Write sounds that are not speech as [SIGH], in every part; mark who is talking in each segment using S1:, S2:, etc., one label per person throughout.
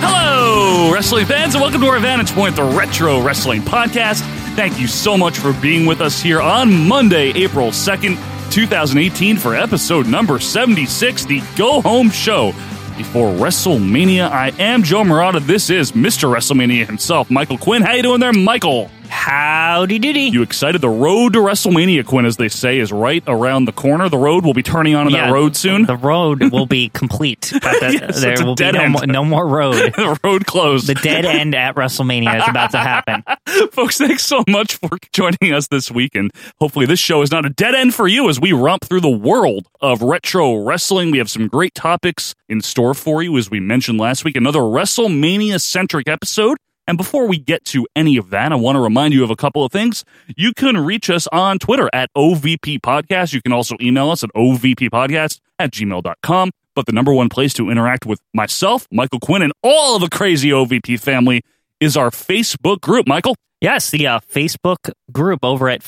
S1: Hello, wrestling fans, and welcome to our Vantage Point, the Retro Wrestling Podcast. Thank you so much for being with us here on Monday, April 2nd, 2018, for episode number 76, the Go Home Show. Before WrestleMania, I am Joe Morata. This is Mr. WrestleMania himself, Michael Quinn. How you doing there, Michael?
S2: Howdy doody.
S1: You excited? The road to WrestleMania, Quinn, as they say, is right around the corner. The road will be turning on in that road soon.
S2: The road will be
S1: [LAUGHS]
S2: complete. But the-
S1: Yes, it's
S2: there
S1: a
S2: will be
S1: dead
S2: no,
S1: end.
S2: mo- no more road.
S1: [LAUGHS] the road closed.
S2: The dead end at WrestleMania is about
S1: [LAUGHS]
S2: to happen.
S1: Folks, thanks so much for joining us this week. And hopefully, this show is not a dead end for you as we romp through the world of retro wrestling. We have some great topics in store for you, as we mentioned last week, another WrestleMania centric episode. And before we get to any of that, I want to remind you of a couple of things. You can reach us on Twitter at OVP Podcast. You can also email us at OVP Podcast at gmail.com. But the number one place to interact with myself, Michael Quinn, and all of the crazy OVP family is our Facebook group. Michael?
S2: Yes, the uh, Facebook group over at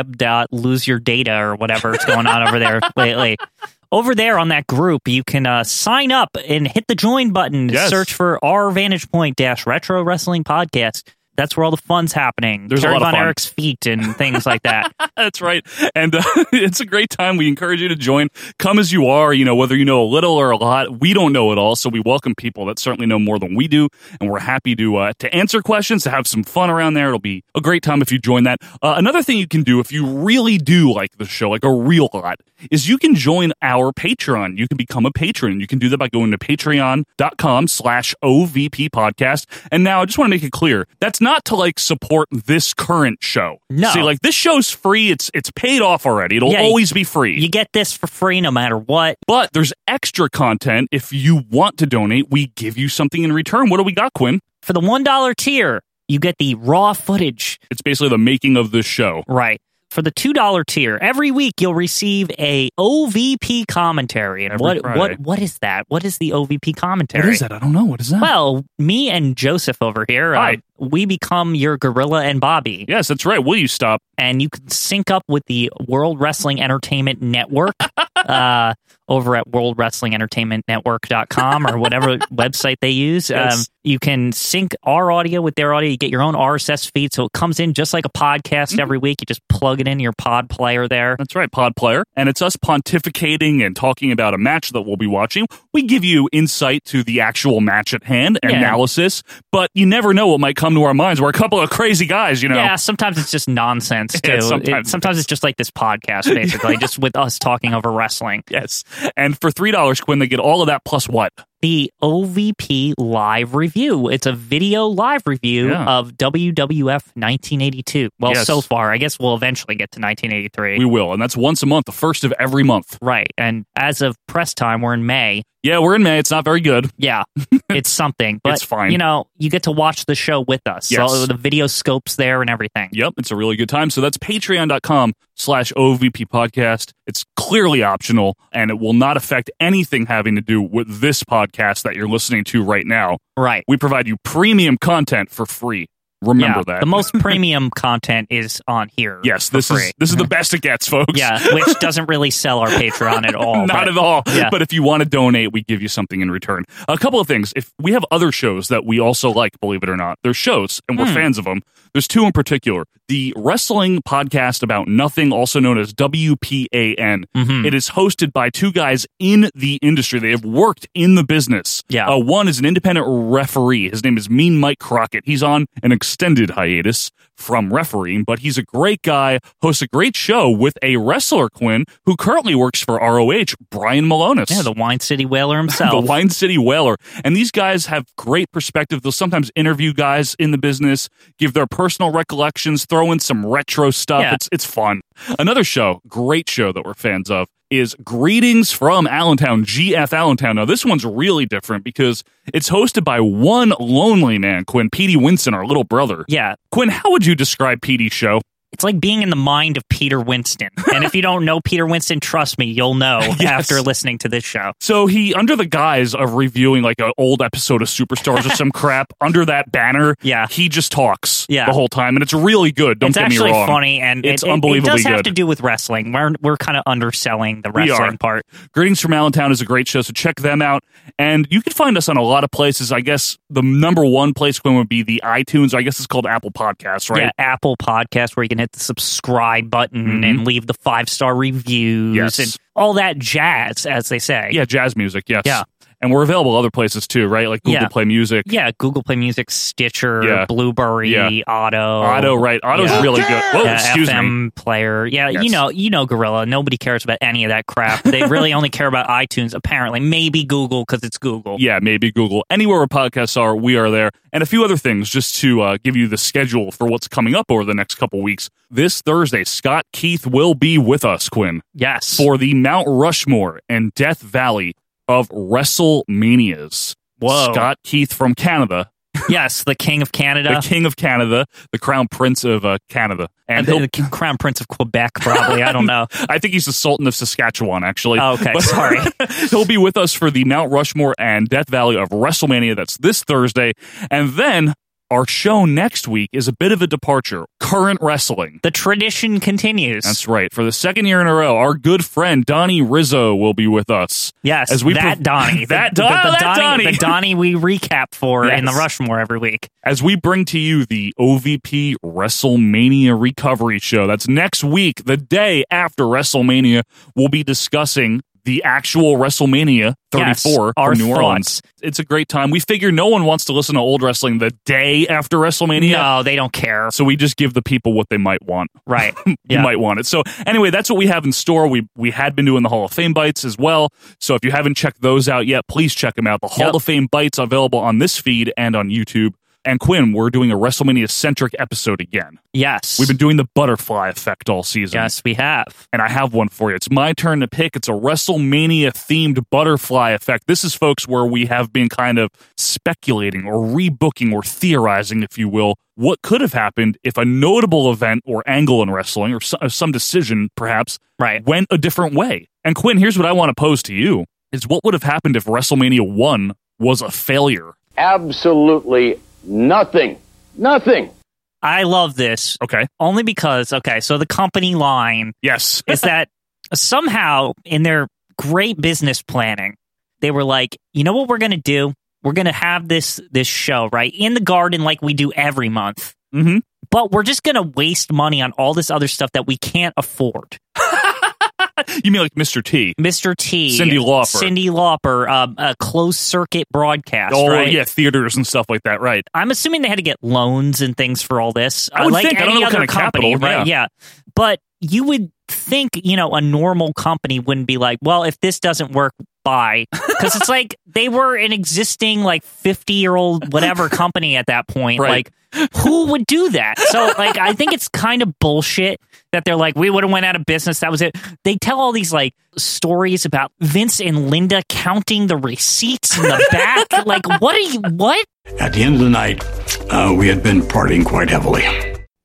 S2: facebook.web.loseyourdata or whatever is going on over there
S1: [LAUGHS]
S2: lately. Over there on that group, you can uh, sign up and hit the join button.
S1: Yes.
S2: Search for our Vantage Point Dash Retro Wrestling Podcast. That's where all the fun's happening.
S1: There's a
S2: Terry
S1: lot of
S2: Von
S1: fun.
S2: Erich's feet and things
S1: [LAUGHS]
S2: like that.
S1: That's right. And uh, [LAUGHS] it's a great time. We encourage you to join. Come as you are, you know, whether you know a little or a lot, we don't know it all. So we welcome people that certainly know more than we do. And we're happy to, uh, to answer questions, to have some fun around there. It'll be a great time if you join that. Uh, another thing you can do if you really do like the show, like a real lot, is you can join our Patreon. You can become a patron. You can do that by going to patreon.com slash OVP podcast. And now I just want to make it clear, that's not to like support this current show.
S2: No.
S1: See, like this show's free. It's it's paid off already. It'll
S2: Yeah, you-
S1: always be free.
S2: You get this for free no matter what.
S1: but there's extra content if you want to donate. We give you something in return. What do we got, Quinn?
S2: For the $1 tier, you get the raw footage.
S1: It's basically the making of this show.
S2: Right. For the $2 tier, every week you'll receive a OVP commentary. And
S1: Every
S2: what
S1: Friday.
S2: what what is that? What is the OVP commentary?
S1: that? I don't know. What is that?
S2: Well, me and Joseph over here, uh,
S1: Hi.
S2: we become your Gorilla and Bobby,
S1: yes, that's right. Will you stop?
S2: and you can sync up with the World Wrestling
S1: [LAUGHS]
S2: Entertainment Network uh, over at World Wrestling Entertainment Network.com
S1: [LAUGHS]
S2: or whatever website they use.
S1: Yes.
S2: Um, you can sync our audio with their audio. You get your own RSS feed, so it comes in just like a podcast every
S1: Mm-hmm.
S2: week. You just plug it in your pod player there.
S1: That's right, Pod Player. And it's us pontificating and talking about a match that we'll be watching. We give you insight to the actual match at hand,
S2: Yeah.
S1: analysis, but you never know what might come to our minds. We're a couple of crazy guys, you know.
S2: Yeah, sometimes it's just nonsense
S1: [LAUGHS]
S2: too.
S1: Yeah,
S2: It-
S1: sometimes
S2: sometimes,
S1: it
S2: it's just like this podcast, basically, just with us talking over wrestling.
S1: Yes. And for $3, Quinn, they get all of that plus what?
S2: The OVP live review. It's a video live review
S1: Yeah.
S2: of WWF 1982. Well,
S1: Yes.
S2: so far, I guess we'll eventually get to 1983.
S1: We will. And that's once a month, the first of every month.
S2: right, and as of press time, we're in May.
S1: Yeah, we're in May. It's not very good. [LAUGHS]
S2: Yeah, it's something, but
S1: It's fine.
S2: you know, you get to watch the show with us. So
S1: Yes.
S2: the video scopes there and everything.
S1: Yep, it's a really good time. So that's patreon.com slash OVP podcast. It's clearly optional and it will not affect anything having to do with this podcast that you're listening to right now.
S2: Right.
S1: We provide you premium content for free. Remember
S2: yeah,
S1: that.
S2: the
S1: [LAUGHS]
S2: most premium content is on here.
S1: yes,
S2: for
S1: this
S2: free. Mm-hmm.
S1: is this is the best it gets, folks.
S2: Yeah, which doesn't really sell our
S1: [LAUGHS]
S2: Patreon at all.
S1: Not
S2: but-
S1: at all.
S2: Yeah.
S1: But if you want to donate, we give you something in return. A couple of things. If we have other shows that we also like, believe it or not, they're shows and we're
S2: Hmm.
S1: fans of them. There's two in particular. The wrestling podcast about nothing, also known as WPAN. [LAUGHS]
S2: Mm-hmm.
S1: It is hosted by two guys in the industry. They have worked in the business.
S2: Yeah.
S1: Uh, one is an independent referee. His name is Mean Mike Crockett. He's on an extended hiatus from refereeing, but he's a great guy, hosts a great show with a wrestler, Quinn, who currently works for ROH, Brian Malonis.
S2: Yeah, the Wine City Whaler himself.
S1: The Wine City Whaler. And these guys have great perspective. They'll sometimes interview guys in the business, give their personal recollections, throw in some retro stuff.
S2: Yeah.
S1: It's it's fun. Another show, great show that we're fans of, is Greetings from Allentown, GF Allentown. Now, this one's really different because it's hosted by one lonely man, Quinn, Petey Winston, our little brother.
S2: Yeah.
S1: Quinn, how would you describe Petey's show?
S2: It's like being in the mind of Peter Winston.
S1: [LAUGHS]
S2: and if you don't know Peter Winston, trust me, you'll know
S1: Yes.
S2: after listening to this show.
S1: So he, under the guise of reviewing like an old episode of Superstars or
S2: [LAUGHS]
S1: some crap, under that banner,
S2: Yeah.
S1: he just talks
S2: Yeah.
S1: the whole time, and it's really good. Don't
S2: it's
S1: get
S2: actually
S1: me wrong.
S2: funny and
S1: it's
S2: it, it-
S1: unbelievably
S2: it does have
S1: good.
S2: to do with wrestling. We're we're kind of underselling the
S1: We are.
S2: wrestling part.
S1: Greetings from Allentown is a great show, so check them out. And you can find us on a lot of places. I guess the number one place Quinn would be the iTunes. I guess it's called Apple Podcasts, right?
S2: Yeah, Apple Podcast where you can hit the subscribe button and leave the five star reviews
S1: Mm-hmm. Yes.
S2: and all that jazz, as they say.
S1: Yeah, jazz music, yes.
S2: Yeah.
S1: And we're available other places too, right? Like Google
S2: Yeah.
S1: Play Music.
S2: Yeah, Google Play Music, Stitcher,
S1: Yeah.
S2: Blueberry,
S1: Yeah.
S2: Auto,
S1: Auto, right. Auto's
S2: Yeah.
S1: really good. Whoa,
S2: Yeah,
S1: Oh, excuse me.
S2: FM player. Yeah, you
S1: Yes.
S2: know, you know, Gorilla. Nobody cares about any of that crap. They really only care about iTunes, apparently. Maybe Google because it's Google.
S1: Yeah, maybe Google. Anywhere where podcasts are, we are there. And a few other things just to uh, give you the schedule for what's coming up over the next couple weeks. This Thursday, Scott Keith will be with us, Quinn.
S2: Yes.
S1: for the Mount Rushmore and Death Valley of WrestleManias.
S2: Whoa.
S1: Scott Keith from Canada,
S2: yes, the King of Canada.
S1: the King of Canada, the Crown Prince of uh, Canada,
S2: and
S1: and
S2: the,
S1: he'll,
S2: the Crown Prince of Quebec, probably. I don't know.
S1: I think he's the Sultan of Saskatchewan, actually.
S2: Oh, okay, sorry.
S1: [LAUGHS] he'll be with us for the Mount Rushmore and Death Valley of WrestleMania. That's this Thursday, and then our show next week is a bit of a departure. Current wrestling.
S2: The tradition continues.
S1: That's right. For the second year in a row, our good friend Donnie Rizzo will be with us.
S2: Yes,
S1: As we
S2: that
S1: pro- [LAUGHS]
S2: Donnie,
S1: That
S2: the,
S1: Don-
S2: the, the
S1: that
S2: Donnie,
S1: Donnie.
S2: the Donnie we recap for in the
S1: Yes.
S2: Rushmore every week.
S1: as we bring to you the OVP WrestleMania Recovery Show. That's next week, the day after WrestleMania. We'll be discussing the actual WrestleMania 34
S2: Yes,
S1: from
S2: our
S1: New Orleans.
S2: thoughts.
S1: It's a great time. We figure no one wants to listen to old wrestling the day after WrestleMania.
S2: No, they don't care.
S1: So we just give the people what they might want.
S2: Right?
S1: [LAUGHS] You
S2: Yeah.
S1: might want it. So anyway, that's what we have in store. We we had been doing the Hall of Fame bites as well. So if you haven't checked those out yet, please check them out. The Hall
S2: Yep.
S1: of Fame bites available on this feed and on YouTube. And Quinn, we're doing a WrestleMania centric episode again.
S2: Yes,
S1: We've been doing the butterfly effect all season.
S2: Yes, we have.
S1: And I have one for you. It's my turn to pick. It's a WrestleMania themed butterfly effect. This is, folks, where we have been kind of speculating or rebooking or theorizing, if you will, what could have happened if a notable event or angle in wrestling or so- or some decision, perhaps,
S2: Right.
S1: went a different way. And Quinn, here's what I want to pose to you is what would have happened if WrestleMania 1 was a failure?
S3: absolutely nothing. Nothing.
S2: I love this
S1: Okay.
S2: only because okay, so the company line
S1: Yes. [LAUGHS]
S2: is that somehow in their great business planning, they were like, you know what we're gonna do? We're gonna have this this show right in the garden like we do every month.
S1: Mm-hmm.
S2: But we're just gonna waste money on all this other stuff that we can't afford.
S1: You mean like Mr. T?
S2: Mr. T,
S1: Cyndi Lauper.
S2: Cindy Lauper, um, a closed circuit broadcast.
S1: oh,
S2: right?
S1: yeah, theaters and stuff like that, right?
S2: I'm assuming they had to get loans and things for all this.
S1: I
S2: uh,
S1: would
S2: like
S1: think. I
S2: any
S1: don't know what
S2: other
S1: kind of
S2: company,
S1: capital,
S2: right? Yeah. but you would think you know a normal company wouldn't be like, well, if this doesn't work,
S1: [LAUGHS]
S2: bye, because it's like they were an existing like 50 year old whatever company at that point,
S1: Right.
S2: like. Who would do that? So, like, I think it's kind of bullshit that they're like, we would have went out of business. That was it. They tell all these like stories about Vince and Linda counting the receipts in the
S1: [LAUGHS]
S2: back. like, what are you? What?
S4: At the end of the night, uh, we had been partying quite heavily.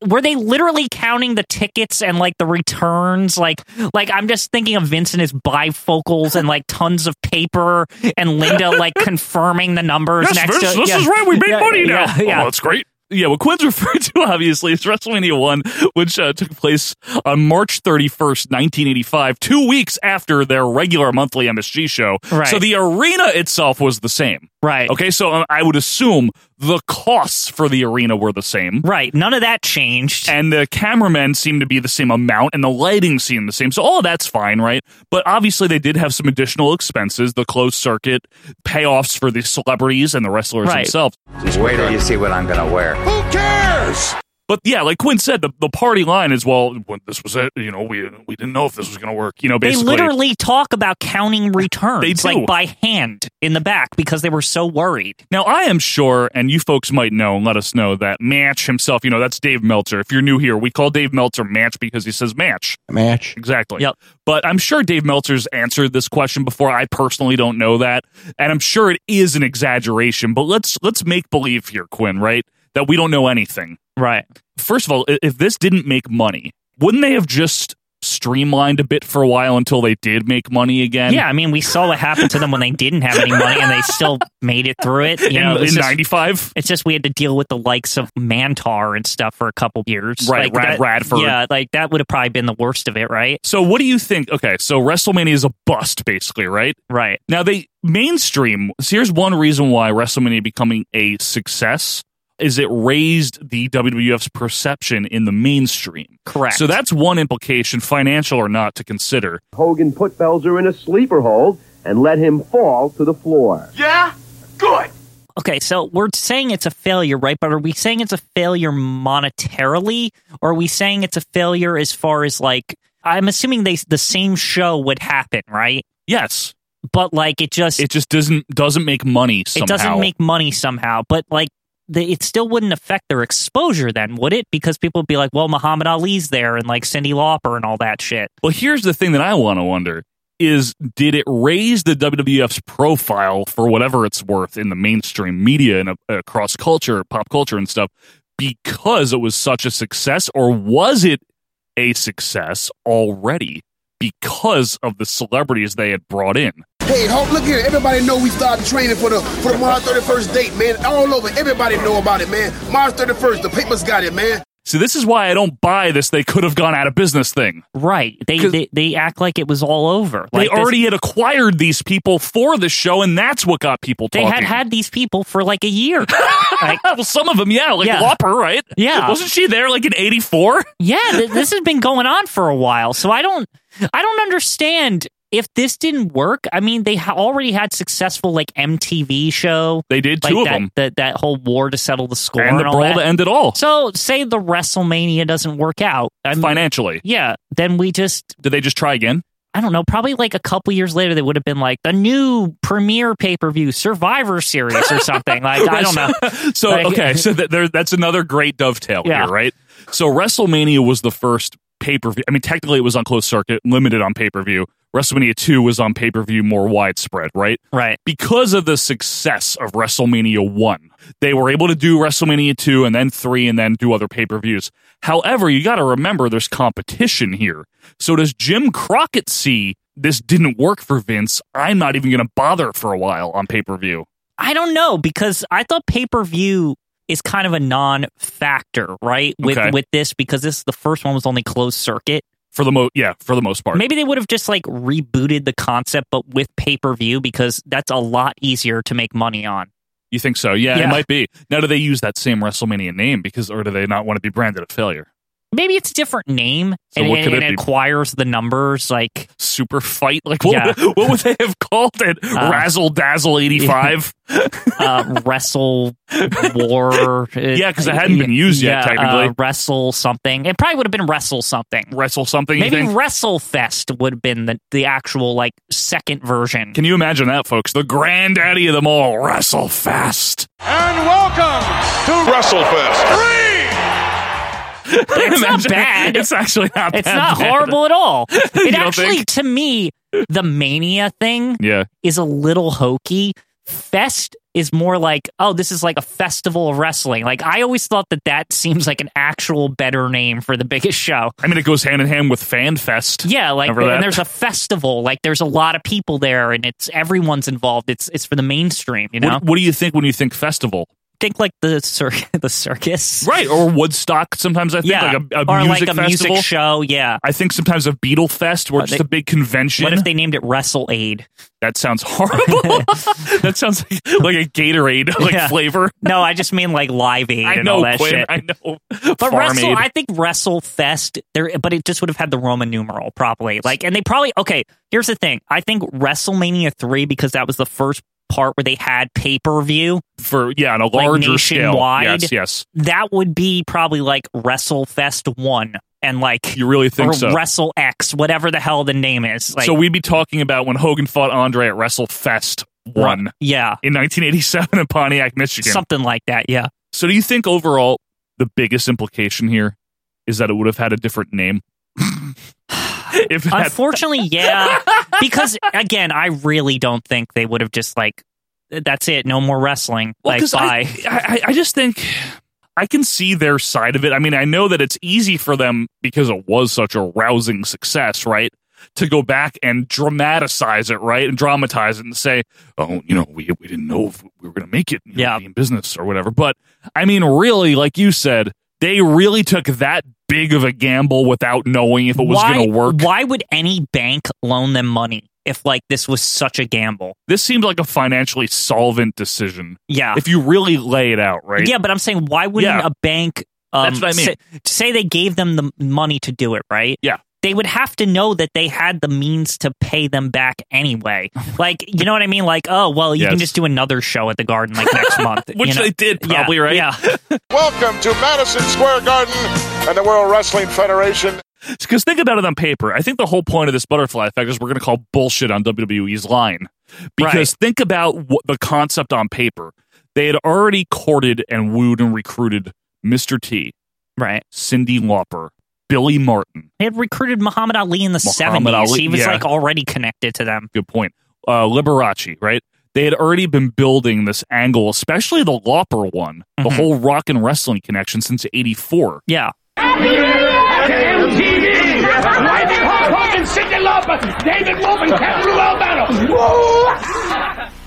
S2: were they literally counting the tickets and like the returns like like i'm just thinking of vince and his bifocals and like tons of paper and linda
S1: [LAUGHS]
S2: like confirming the numbers
S1: Yes,
S2: next
S1: Vince,
S2: to
S1: this
S2: yeah.
S1: is right. We made
S2: Yeah,
S1: money now.
S2: yeah, yeah.
S1: Oh, that's great. Yeah, what Quinn's referred to, [LAUGHS] obviously, is WrestleMania 1, which uh, took place on March 31st, 1985, two weeks after their regular monthly MSG show.
S2: Right.
S1: So the arena itself was the same.
S2: right
S1: Okay, so uh, I would assume the costs for the arena were the same.
S2: right none of that changed
S1: And the cameramen seemed to be the same amount, and the lighting seemed the same. So all of that's fine, right? But obviously, they did have some additional expenses the closed circuit, payoffs for the celebrities and the wrestlers
S2: Right.
S1: themselves.
S5: Just wait till you see what I'm going to wear.
S6: Who cares?
S1: But yeah, like Quinn said, the, the party line is well, when this was it. You know, we we didn't know if this was going to work. You know,
S2: They
S1: basically,
S2: literally talk about counting returns
S1: They do.
S2: like by hand in the back because they were so worried.
S1: Now, I am sure, and you folks might know and let us know that Match himself, you know, that's Dave Meltzer. If you're new here, we call Dave Meltzer Match because he says Match.
S5: Match.
S1: Exactly.
S2: Yep.
S1: But I'm sure Dave Meltzer's answered this question before. I personally don't know that. And I'm sure it is an exaggeration, but let's let's make believe here, Quinn, right? That we don't know anything.
S2: Right.
S1: First of all, i- if this didn't make money, wouldn't they have just streamlined a bit for a while until they did make money again?
S2: yeah, I mean, we saw what happened to them when they didn't have any money and they still made it through it. You
S1: In,
S2: know,
S1: in
S2: it's just-
S1: 95?
S2: It's just we had to deal with the likes of Mantar and stuff for a couple years.
S1: Right,
S2: like
S1: Rad
S2: that-
S1: Radford.
S2: Yeah, like that would have probably been the worst of it, right?
S1: So what do you think? Okay, so WrestleMania is a bust, basically, right?
S2: Right.
S1: Now they mainstream. so here's one reason why WrestleMania becoming a success is it raised the WWF's perception in the mainstream.
S2: Correct.
S1: So that's one implication, financial or not, to consider.
S3: Hogan put Belzer in a sleeper hold and let him fall to the floor.
S2: Okay, so we're saying it's a failure, right? But are we saying it's a failure monetarily, or are we saying it's a failure as far as like I'm assuming they the same show would happen, right?
S1: Yes,
S2: But like it just
S1: it just doesn't doesn't make money. Somehow.
S2: it doesn't make money somehow. But like the, it still wouldn't affect their exposure then, would it? Because people would be like, well, Muhammad Ali's there and like Cindy Lauper and all that shit.
S1: Well, here's the thing that I want to wonder is did it raise the WWF's profile for whatever it's worth in the mainstream media and uh, across culture, pop culture and stuff because it was such a success or was it a success already because of the celebrities they had brought in?
S7: Hey, Hulk, look here. Everybody know we started training for the for the March 31st date, man. All over. Everybody know about it, man. March 31st, the papers got it, man.
S1: So this is why I don't buy this they could have gone out of business thing.
S2: Right. They
S1: 'Cause-
S2: they, they act like it was all over. Like
S1: they
S2: this-
S1: already had acquired these people for the show and that's what got people
S2: they
S1: talking.
S2: had had these people for like a year.
S1: [LAUGHS]
S2: [LAUGHS] like,
S1: well, some of them, yeah, like
S2: Yeah.
S1: Whopper, right?
S2: Yeah.
S1: wasn't she there like in '84?
S2: yeah, th- this has been going on for a while. So I don't I don't understand if this didn't work. I mean, they ha- already had successful like MTV show.
S1: They did
S2: like
S1: two of
S2: that,
S1: them.
S2: That, that whole war to settle the score
S1: and the
S2: all
S1: brawl
S2: that.
S1: to end it all
S2: So say the WrestleMania doesn't work out. I'm,
S1: financially.
S2: Yeah, then we just
S1: Did they just try again?
S2: I don't know. Probably like a couple years later, they would have been like the new premiere pay per view Survivor Series or something. Like I don't
S1: [LAUGHS]
S2: know.
S1: So
S2: Like- [LAUGHS]
S1: okay, so that there, that's another great dovetail
S2: Yeah.
S1: here, right? So WrestleMania was the first pay per view. I mean, technically it was on closed circuit, limited on pay per view. WrestleMania two was on pay per view, more widespread, right?
S2: Right.
S1: Because of the success of WrestleMania one, they were able to do WrestleMania two and then three and then do other pay per views. However, you got to remember there's competition here. So does Jim Crockett see? This didn't work for Vince. I'm not even going to bother for a while on pay per view.
S2: I don't know because I thought pay per view is kind of a non factor, right? With
S1: Okay.
S2: with this because this the first one was only closed circuit.
S1: for the mo yeah for the most part
S2: Maybe they would have just like rebooted the concept, but with pay per view because that's a lot easier to make money on.
S1: you think so yeah,
S2: Yeah.
S1: it might be now do they use that same wrestlemania name because or do they not want to be branded a failure
S2: Maybe it's a different name
S1: So
S2: and,
S1: what could
S2: and
S1: it
S2: it
S1: be?
S2: acquires the numbers like
S1: super fight like what,
S2: Yeah.
S1: what would they have called it razzle dazzle
S2: [LAUGHS]
S1: 85
S2: uh, wrestle war.
S1: [LAUGHS] Yeah, 'cause it hadn't been used yet, technically.
S2: uh, wrestle something. It probably would have been wrestle something.
S1: wrestle something
S2: Maybe
S1: you think?
S2: Wrestle Fest would have been the, the actual like second version.
S1: can you imagine that folks the granddaddy of them all wrestle fast
S6: And welcome to WrestleFest.
S2: it's not
S1: Imagine-
S2: bad.
S1: it's actually not
S2: it's
S1: that
S2: not
S1: bad.
S2: horrible
S1: [LAUGHS]
S2: at all. It
S1: don't
S2: actually,
S1: think?
S2: to me, the mania thing
S1: yeah
S2: is a little hokey. Fest is more like, oh, this is like a festival of wrestling. Like I always thought that that seems like an actual better name for the biggest show.
S1: i mean it goes hand in hand with fan fest
S2: Yeah, like
S1: Remember
S2: th-
S1: that?
S2: and there's a festival, like there's a lot of people there, and it's everyone's involved. It's it's for the mainstream, you know.
S1: what, what do you think when you think festival
S2: think like the cir- [LAUGHS] the circus,
S1: right or woodstock sometimes i think
S2: Yeah,
S1: like a, a
S2: or
S1: music
S2: like a
S1: festival
S2: music show. Yeah.
S1: i think sometimes of beetle fest or
S2: Are
S1: just
S2: they-
S1: a big convention
S2: What if they named it Wrestle Aid?
S1: That sounds horrible. [LAUGHS] that sounds like, like a Gatorade like
S2: Yeah.
S1: flavor.
S2: No, I just mean like Live Aid
S1: I
S2: and
S1: know,
S2: all that
S1: Quinn,
S2: shit.
S1: I know.
S2: but
S1: Farm
S2: Wrestle,
S1: Aid.
S2: I think Wrestle Fest there, but it just would have had the Roman numeral probably. Like, and they probably okay. Here's the thing: I think WrestleMania three because that was the first part where they had pay per view,
S1: for yeah on a
S2: Like
S1: larger scale.
S2: nationwide?
S1: Yes, yes.
S2: that would be probably like WrestleFest one and like
S1: You really think
S2: or
S1: so?
S2: Wrestle X, whatever the hell the name is. Like,
S1: so we'd be talking about when Hogan fought Andre at WrestleFest one
S2: yeah,
S1: in 1987 in Pontiac, Michigan.
S2: something like that.
S1: [LAUGHS]
S2: Yeah,
S1: so do you think overall the biggest implication here is that it would have had a different name? [SIGHS] if it had
S2: Unfortunately, yeah. Because again, I really don't think they would have just like that's it, no more wrestling.
S1: Well,
S2: like
S1: 'cause
S2: bye.
S1: I, I, I just think I can see their side of it. I mean, I know that it's easy for them because it was such a rousing success, right? To go back and dramatize it, right? And dramatize it and say, oh, you know, we, we didn't know if we were going to make it you know,
S2: Yeah.
S1: be in business or whatever. But I mean, really, like you said, they really took that big of a gamble without knowing if it was
S2: why,
S1: going to work.
S2: Why would any bank loan them money if like this was such a gamble?
S1: This seemed like a financially solvent decision.
S2: Yeah.
S1: If you really lay it out, right?
S2: Yeah, but I'm saying why wouldn't
S1: Yeah.
S2: a bank um,
S1: That's what I mean.
S2: say, say they gave them the money to do it, right?
S1: Yeah.
S2: They would have to know that they had the means to pay them back anyway. Like, you know what I mean? Like, oh, well, you can
S1: Yes.
S2: just do another show at the garden like
S1: [LAUGHS]
S2: next month.
S1: Which
S2: you know?
S1: they did,
S2: Yeah,
S1: probably, right?
S2: Yeah.
S6: Welcome to Madison Square Garden and the World Wrestling Federation.
S1: Because think about it on paper. I think the whole point of this butterfly effect is we're going to call bullshit on WWE's line. Because
S2: Right.
S1: think about what the concept on paper. They had already courted and wooed and recruited Mr. T,
S2: Right.
S1: Cindy Lauper, Billy Martin.
S2: They had recruited Muhammad Ali in the
S1: Muhammad
S2: 70s.
S1: Ali,
S2: he was
S1: yeah.
S2: like already connected to them.
S1: Good point. Uh, Liberace, right? They had already been building this angle, especially the Lauper one, the
S2: Mhm.
S1: whole rock and wrestling connection since 84.
S2: Yeah.
S5: MTV, Lightning Hulk Hogan, Sidney Lauper, David Wolman, Captain Lou Albano.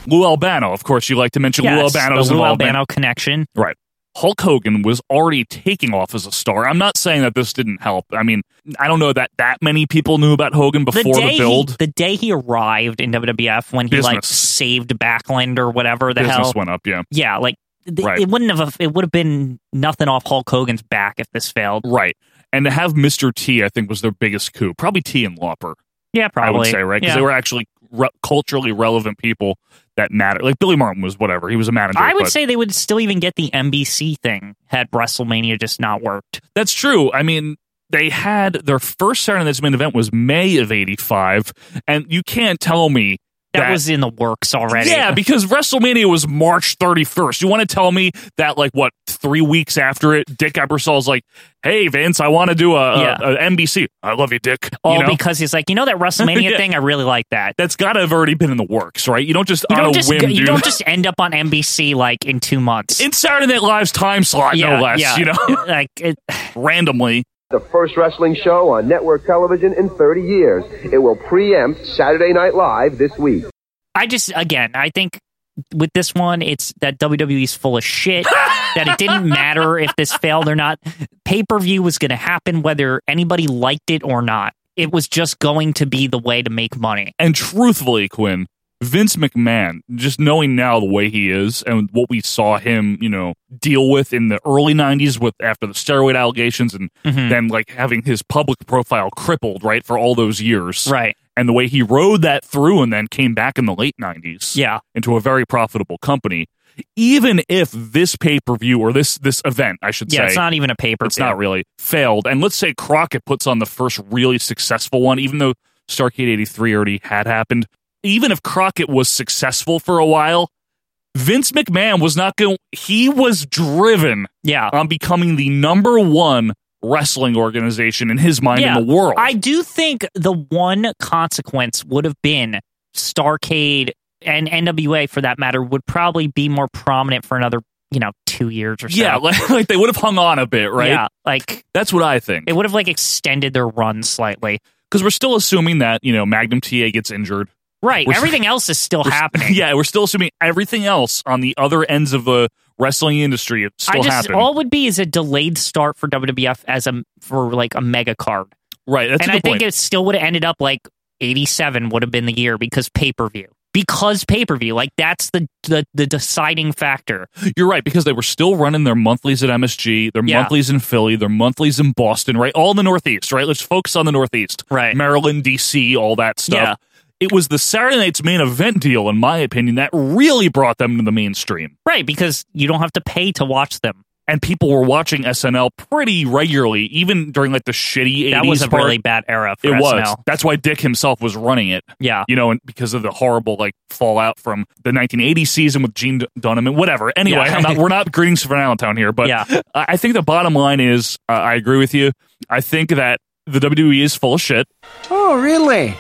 S1: Lou Albano, of course, you like to mention
S2: Yes,
S1: Lou
S2: the
S1: Albano's
S2: Lou
S1: involvement.
S2: Albano connection.
S1: Right. Hulk Hogan was already taking off as a star. I'm not saying that this didn't help. I mean, I don't know that that many people knew about Hogan
S2: The
S1: before the,
S2: day,
S1: build.
S2: He, the day he arrived in WWF when he like
S1: Business.
S2: saved Backlund or whatever the
S1: Business
S2: hell.
S1: went up, yeah.
S2: Yeah, like th-
S1: Right.
S2: it wouldn't have it would have been nothing off Hulk Hogan's back if this failed.
S1: Right. And to have Mr. T, I think, was their biggest coup. Probably T and Lauper,
S2: Yeah,
S1: I
S2: probably.
S1: would say, right? Because
S2: Yeah.
S1: they were actually re- culturally relevant people that matter. Like Billy Martin was whatever. He was a manager.
S2: I would
S1: but-
S2: say they would still even get the NBC thing had WrestleMania just not worked.
S1: That's true. I mean, they had their first Saturday Night's main event was May of 85. And you can't tell me
S2: That, was in the works already.
S1: Yeah, because WrestleMania was March 31st. You want to tell me that, like, what, three weeks after it, Dick Ebersol's like, hey, Vince, I want to do a, a-
S2: Yeah.
S1: a NBC. I love you, Dick.
S2: [LAUGHS] all
S1: you know?
S2: because he's like, you know that WrestleMania
S1: [LAUGHS] Yeah.
S2: thing. I really like that.
S1: That's got to have already been in the works, right? You don't just
S2: You
S1: on
S2: don't
S1: a
S2: just
S1: whim
S2: go-
S1: do
S2: you don't
S1: that.
S2: just end up on NBC like in two
S1: [LAUGHS]
S2: months.
S1: in Saturday Night Live's time slot, no less, you know,
S2: [LAUGHS] like it,
S1: [LAUGHS] randomly.
S3: The first wrestling show on network television in 30 years. It will preempt Saturday Night Live this week.
S2: I just again, I think with this one, it's that WWE's full of shit. that it didn't matter if this failed or not. Pay per view was going to happen whether anybody liked it or not. It was just going to be the way to make money.
S1: And truthfully, Quinn, Vince McMahon, just knowing now the way he is and what we saw him, you know, deal with in the early '90s with after the steroid allegations, and
S2: Mm-hmm.
S1: then like having his public profile crippled, right, for all those years,
S2: Right.
S1: and the way he rode that through and then came back in the late 90s
S2: Yeah.
S1: into a very profitable company even if this pay-per-view or this this event I should
S2: Yeah,
S1: say
S2: it's not even a paper.
S1: it's not really failed and let's say Crockett puts on the first really successful one even though Starcade 83 already had happened even if Crockett was successful for a while Vince McMahon was not going he was driven
S2: Yeah.
S1: on becoming the number 1 wrestling organization in his mind
S2: yeah.
S1: in the world
S2: I do think the one consequence would have been Starcade and NWA for that matter would probably be more prominent for another, you know, two years or so.
S1: Yeah, [LAUGHS] like, like they would have hung on a bit, right?
S2: Yeah. Like
S1: That's what I think.
S2: it would have like extended their run slightly.
S1: Because we're still assuming that, you know, Magnum TA gets injured.
S2: Right.
S1: We're-
S2: Everything else
S1: [LAUGHS]
S2: is still happening.
S1: Yeah, we're still assuming everything else on the other ends of the wrestling industry is
S2: I
S1: still
S2: just
S1: happening.
S2: all would be is a delayed start for WWF as a for like a mega card,
S1: right, that's
S2: and
S1: a good
S2: I think
S1: point.
S2: it still would have ended up like eighty seven would have been the year because pay per view because pay per view like that's the, the the deciding factor.
S1: You're right, because they were still running their monthlies at MSG, their
S2: Yeah.
S1: monthlies in Philly, their monthlies in Boston, right? All in the Northeast, right? Let's focus on the Northeast.
S2: Right.
S1: Maryland, D.C., all that stuff. It was the Saturday night's main event deal, in my opinion, that really brought them to the mainstream.
S2: Right, because you don't have to pay to watch them.
S1: And people were watching SNL pretty regularly, even during like the shitty 80s.
S2: That was a
S1: part.
S2: really bad era for
S1: It
S2: SNL.
S1: was. That's why Dick himself was running it.
S2: Yeah.
S1: You know, and because of the horrible like fallout from the 1980 season with Gene D- Dunham and whatever. Anyway,
S2: Yeah.
S1: I'm not, we're not greetings from Allentown here, but
S2: Yeah.
S1: I I think the bottom line is uh, I agree with you. I think that the WWE is full of shit.
S8: Oh, really?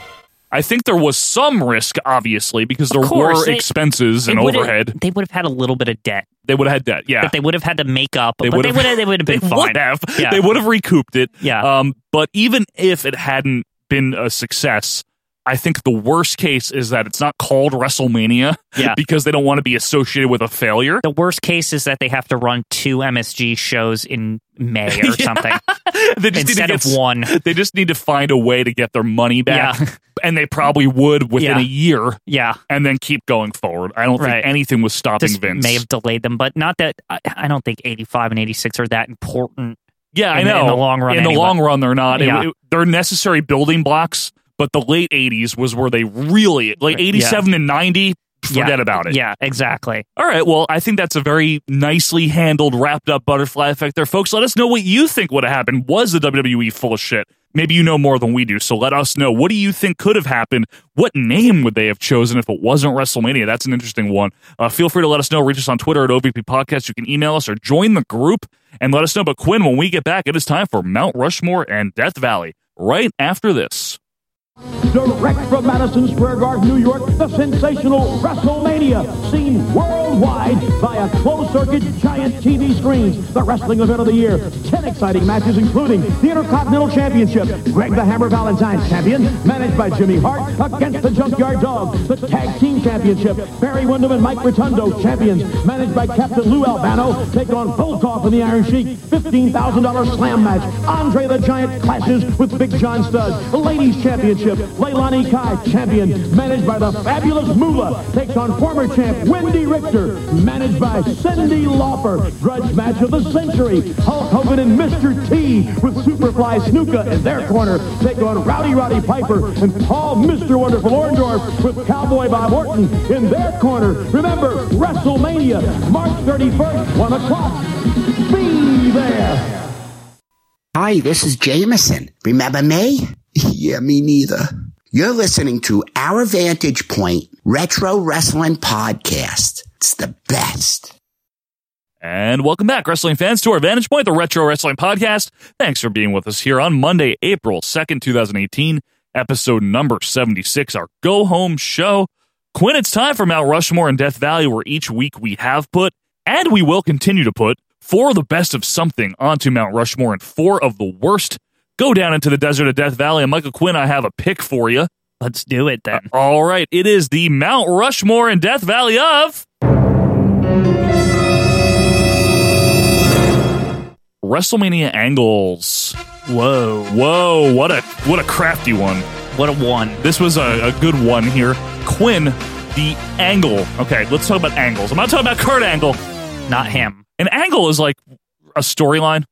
S1: I think there was some risk, obviously, because there
S2: course,
S1: were
S2: they-
S1: expenses
S2: They
S1: and
S2: would've-
S1: overhead.
S2: They would have had a little bit of debt
S1: They would have had that, yeah.
S2: that they would have had to make up,
S1: They
S2: but they
S1: would've-
S2: would have
S1: [LAUGHS]
S2: they would have been
S1: they
S2: fine.
S1: would have.
S2: Yeah.
S1: They would have recouped it.
S2: Yeah.
S1: Um, but even if it hadn't been a success, I think the worst case is that it's not called WrestleMania
S2: Yeah.
S1: [LAUGHS] because they don't want to be associated with a failure.
S2: The worst case is that they have to run two MSG shows in May
S1: [LAUGHS]
S2: or something.
S1: They just need to
S2: Instead of
S1: get-
S2: one.
S1: They just need to find a way to get their money back.
S2: Yeah.
S1: [LAUGHS] And they probably would within
S2: Yeah.
S1: a year
S2: Yeah.
S1: and then keep going forward. I don't
S2: Right.
S1: think anything was stopping
S2: This
S1: Vince.
S2: may have delayed them, but not that I, I don't think 85 and 86 are that important.
S1: Yeah, I
S2: in the-
S1: know.
S2: in the long run,
S1: in the
S2: anyway.
S1: long run, they're not. It-
S2: Yeah.
S1: it- they're necessary building blocks, but the late '80s was where they really like '87 and '90. Forget
S2: Yeah.
S1: about it.
S2: Yeah, exactly.
S1: All right. Well, I think that's a very nicely handled, wrapped up butterfly effect there, folks. Let us know what you think would have happened. Was the WWE full of shit? Maybe you know more than we do. So let us know. What do you think could have happened? What name would they have chosen if it wasn't WrestleMania? That's an interesting one. Uh, feel free to let us know. Reach us on Twitter at OVP Podcast. You can email us or join the group and let us know. But Quinn, when we get back, it is time for Mount Rushmore and Death Valley right after this.
S9: Direct from Madison Square Garden, New York, the sensational WrestleMania, seen worldwide via closed-circuit giant TV screens. The wrestling event of the year. Ten exciting matches, including the Intercontinental Championship, Greg the Hammer Valentine Champion, managed by Jimmy Hart, against the Junkyard Dog, the Tag Team Championship, Barry Windham and Mike Rotundo, champions, managed by Captain Lou Albano, take on Volkoff and the Iron Sheik, $15,000 slam match, Andre the Giant clashes with Big John Studd, Ladies Championship, Leilani Kai, champion, managed by the fabulous Moolah, takes on former champ Wendy Richter, managed by Cindy Lauper, grudge match of the century, Hulk Hogan and Mr. T, with Superfly Snuka in their corner, take on Rowdy Roddy Piper and Paul Mr. Wonderful Orndorff with Cowboy Bob Orton in their corner. Remember, WrestleMania, March 31st, 1 o'clock. Be there.
S8: Hi, this is Jameson. Remember me? [LAUGHS] yeah, me neither. You're listening to Our Vantage Point Retro Wrestling Podcast. It's the best.
S1: And welcome back, wrestling fans, to our Vantage Point, the Retro Wrestling Podcast. Thanks for being with us here on Monday, April 2nd, 2018, episode number 76, our go home show. Quinn, it's time for Mount Rushmore and Death Valley, where each week we have put, and we will continue to put, four of the best of something onto Mount Rushmore and four of the worst. Go down into the desert of Death Valley. And Michael Quinn, I have a pick for you.
S2: Let's do it then.
S1: All right, it is the Mount Rushmore and Death Valley of WrestleMania angles. Whoa, whoa! What a what a crafty one.
S2: What a one.
S1: This was a, a good one here. Quinn, the angle. Okay, let's talk about angles. I'm not talking about Kurt Angle.
S2: Not him.
S1: An angle is like a storyline.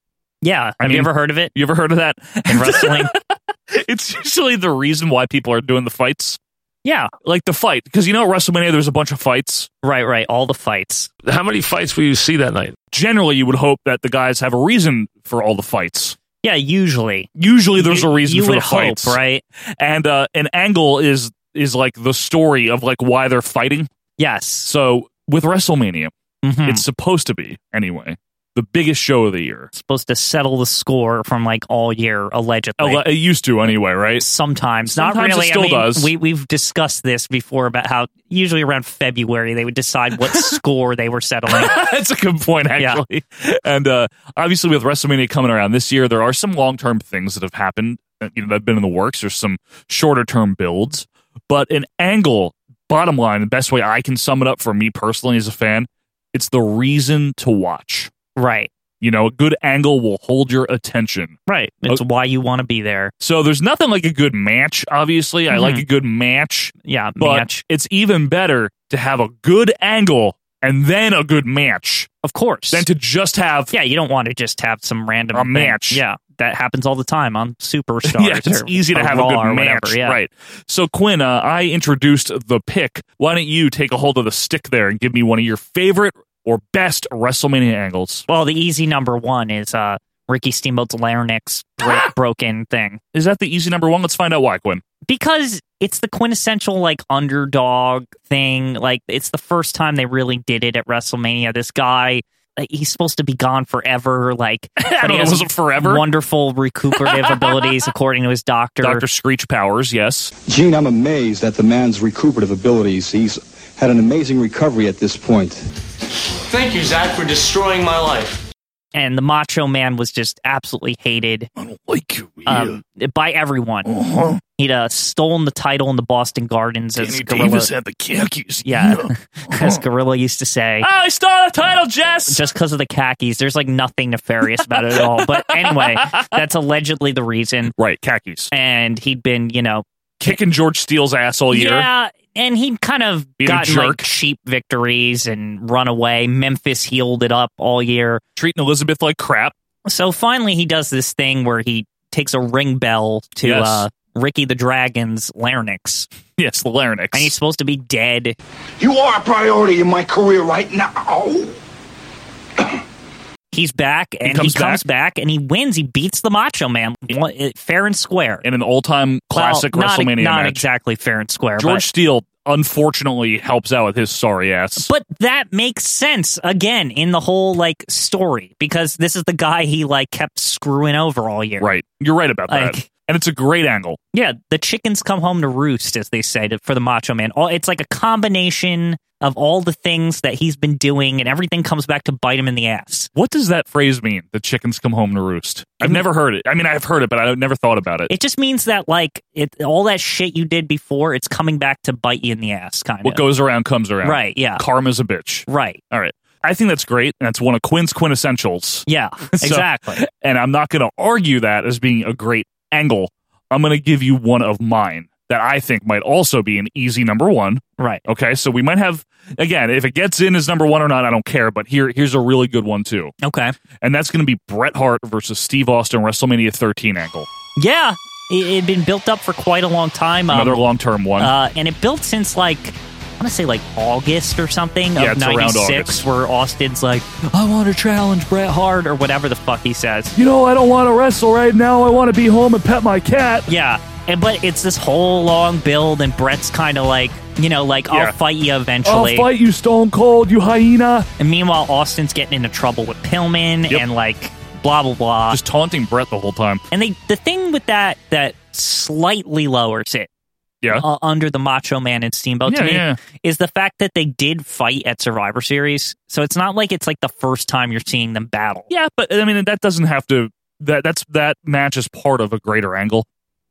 S2: Yeah. Have
S1: mean-
S2: you ever heard of it
S1: You ever heard of that?
S2: in wrestling?
S1: [LAUGHS] it's usually the reason why people are doing the fights.
S2: yeah.
S1: Like the fight, because you know at WrestleMania there's a bunch of fights.
S2: Right, right. All the fights.
S10: How many fights will you see that night?
S1: generally you would hope that the guys have a reason for all the fights.
S2: Yeah, usually.
S1: Usually there's
S2: You-
S1: a reason
S2: you
S1: for
S2: would
S1: the fights,
S2: hope, right?
S1: And uh, an angle is is like the story of like why they're fighting.
S2: Yes.
S1: So with WrestleMania,
S2: Mhm.
S1: it's supposed to be anyway the biggest show of the year.
S2: supposed to settle the score from like all year allegedly.
S1: Ele- It used to anyway, right? [LAUGHS]
S2: Sometimes, not
S1: Sometimes it
S2: really.
S1: still
S2: I mean,
S1: does.
S2: We we've discussed this before about how usually around February they would decide
S1: [LAUGHS]
S2: what score they were settling.
S1: That's a good point,
S2: Yeah.
S1: actually. And uh, obviously, with WrestleMania coming around this year, there are some long term things that have happened that, you know, that have been in the works. There's some shorter term builds, but an angle, bottom line, the best way I can sum it up for me personally as a fan, it's the reason to watch.
S2: right,
S1: You know, a good angle will hold your attention.
S2: right.
S1: Uh,
S2: It's why you want to be there.
S1: So there's nothing like a good match, obviously. I like a good match,
S2: Yeah,
S1: but
S2: Mm-hmm. match.
S1: it's even better to have a good angle and then a good match.
S2: Of course.
S1: Than to just
S2: [LAUGHS]
S1: have.
S2: Yeah, you don't want to just have some random
S1: A
S2: thing.
S1: match.
S2: Yeah, that happens all the time on
S1: [LAUGHS]
S2: superstars.
S1: yeah, it's
S2: or-
S1: easy to
S2: or
S1: have a
S2: Raw
S1: good
S2: or
S1: match,
S2: whatever, yeah.
S1: right? So Quinn, uh, I introduced the pick. Why don't you take a hold of the stick there and give me one of your favorite or best WrestleMania angles?
S2: Well, the easy number one is uh, Ricky Steamboat's larynx
S1: [LAUGHS]
S2: break, broken thing
S1: Is that the easy number one? Let's find out why, Quinn.
S2: because it's the quintessential like underdog thing. Like it's the first time they really did it at WrestleMania. This guy. like, He's supposed to be gone
S1: [LAUGHS]
S2: forever. Like, but
S1: don't
S2: he
S1: know,
S2: has
S1: was it forever?
S2: Wonderful recuperative
S1: [LAUGHS]
S2: abilities, according to his doctor.
S1: Doctor Screech Powers, yes.
S11: Gene, I'm amazed at the man's recuperative abilities. He's had an amazing recovery at this point.
S12: Thank you, Zach, for destroying my life.
S2: and the Macho Man was just absolutely hated. I don't like you um, by everyone. He'd uh, stolen the title in the Boston Gardens as Gorilla.
S1: the khakis.
S2: yeah, [LAUGHS] as Gorilla used to say.
S1: Oh, [LAUGHS] I stole the title, Jess.
S2: Just because of the khakis, there's like nothing nefarious about it at all. But anyway, [LAUGHS] that's allegedly the reason.
S1: Right, khakis.
S2: And he'd been, you know,
S1: Kicking George Steele's ass all year.
S2: yeah, and he'd kind of
S1: Being a
S2: gotten
S1: jerk.
S2: like cheap victories and run away. Memphis healed it up all year.
S1: Treating Elizabeth like crap.
S2: So finally, he does this thing where he takes a ring bell to
S1: Yes.
S2: uh, Ricky the Dragon's larynx,
S1: Yes, the larynx.
S2: and he's supposed to be dead.
S4: You are a priority in my career right now.
S2: [CLEARS THROAT] He's back, and he
S1: comes
S2: comes, back. and he wins. He beats the Macho Man one- eh, fair and square.
S1: in an all-time classic
S2: Well, not, e-,
S1: WrestleMania
S2: Not
S1: match.
S2: exactly fair and square,
S1: George Steele unfortunately helps out with his sorry ass.
S2: but but that makes sense again in the whole like story because this is the guy he like kept screwing over all year.
S1: right, you're right about that,
S2: Like-
S1: and it's a great angle.
S2: Yeah, the chickens come home to roost, as they say to, for the Macho Man. All it's like a combination of all the things that he's been doing, and everything comes back to bite him in the ass.
S1: What does that phrase mean? The chickens come home to roost. I've never heard it. I mean, I've heard it, but I've never thought about it.
S2: Mm-hmm. It just means that like it, all that shit you did before, it's coming back to bite you in the ass, kind
S1: what
S2: of.
S1: goes around comes around.
S2: Right, yeah.
S1: Karma's a bitch.
S2: right.
S1: All right. I think that's great. and That's one of Quinn's quintessentials.
S2: Yeah.
S1: [LAUGHS] So-
S2: Exactly.
S1: and I'm not going to argue that as being a great angle. I'm going to give you one of mine that I think might also be an easy number one.
S2: Right.
S1: Okay. So we might have, again, if it gets in as number one or not, I don't care. But here, here's a really good one, too.
S2: Okay.
S1: And that's going to be Bret Hart versus Steve Austin WrestleMania 13 angle.
S2: Yeah. It had been built up for quite a long time. um,
S1: Another long term one.
S2: Uh, and it built since like I want to say like August or something
S1: Yeah,
S2: of
S1: it's around
S2: '96,
S1: August.
S2: where Austin's like, "I want to challenge Bret Hart" or whatever the fuck he says.
S1: you know, I don't want to wrestle right now. I want to be home and pet my cat.
S2: Yeah, and but it's this whole long build, and Bret's kind of like, you know, like
S1: Yeah.
S2: I'll fight you eventually.
S1: you, Stone Cold, you hyena.
S2: And meanwhile, Austin's getting into trouble with Pillman
S1: Yep.
S2: and like blah blah blah.
S1: Just taunting Bret the whole time.
S2: and they the thing with that that slightly lowers it
S1: Yeah.
S2: uh, under the Macho Man and Steamboat
S1: Yeah,
S2: to me
S1: yeah.
S2: is the fact that they did fight at Survivor Series. So it's not like it's like the first time you're seeing them battle.
S1: Yeah, but I mean that doesn't have to. That that's that match is part of a greater angle,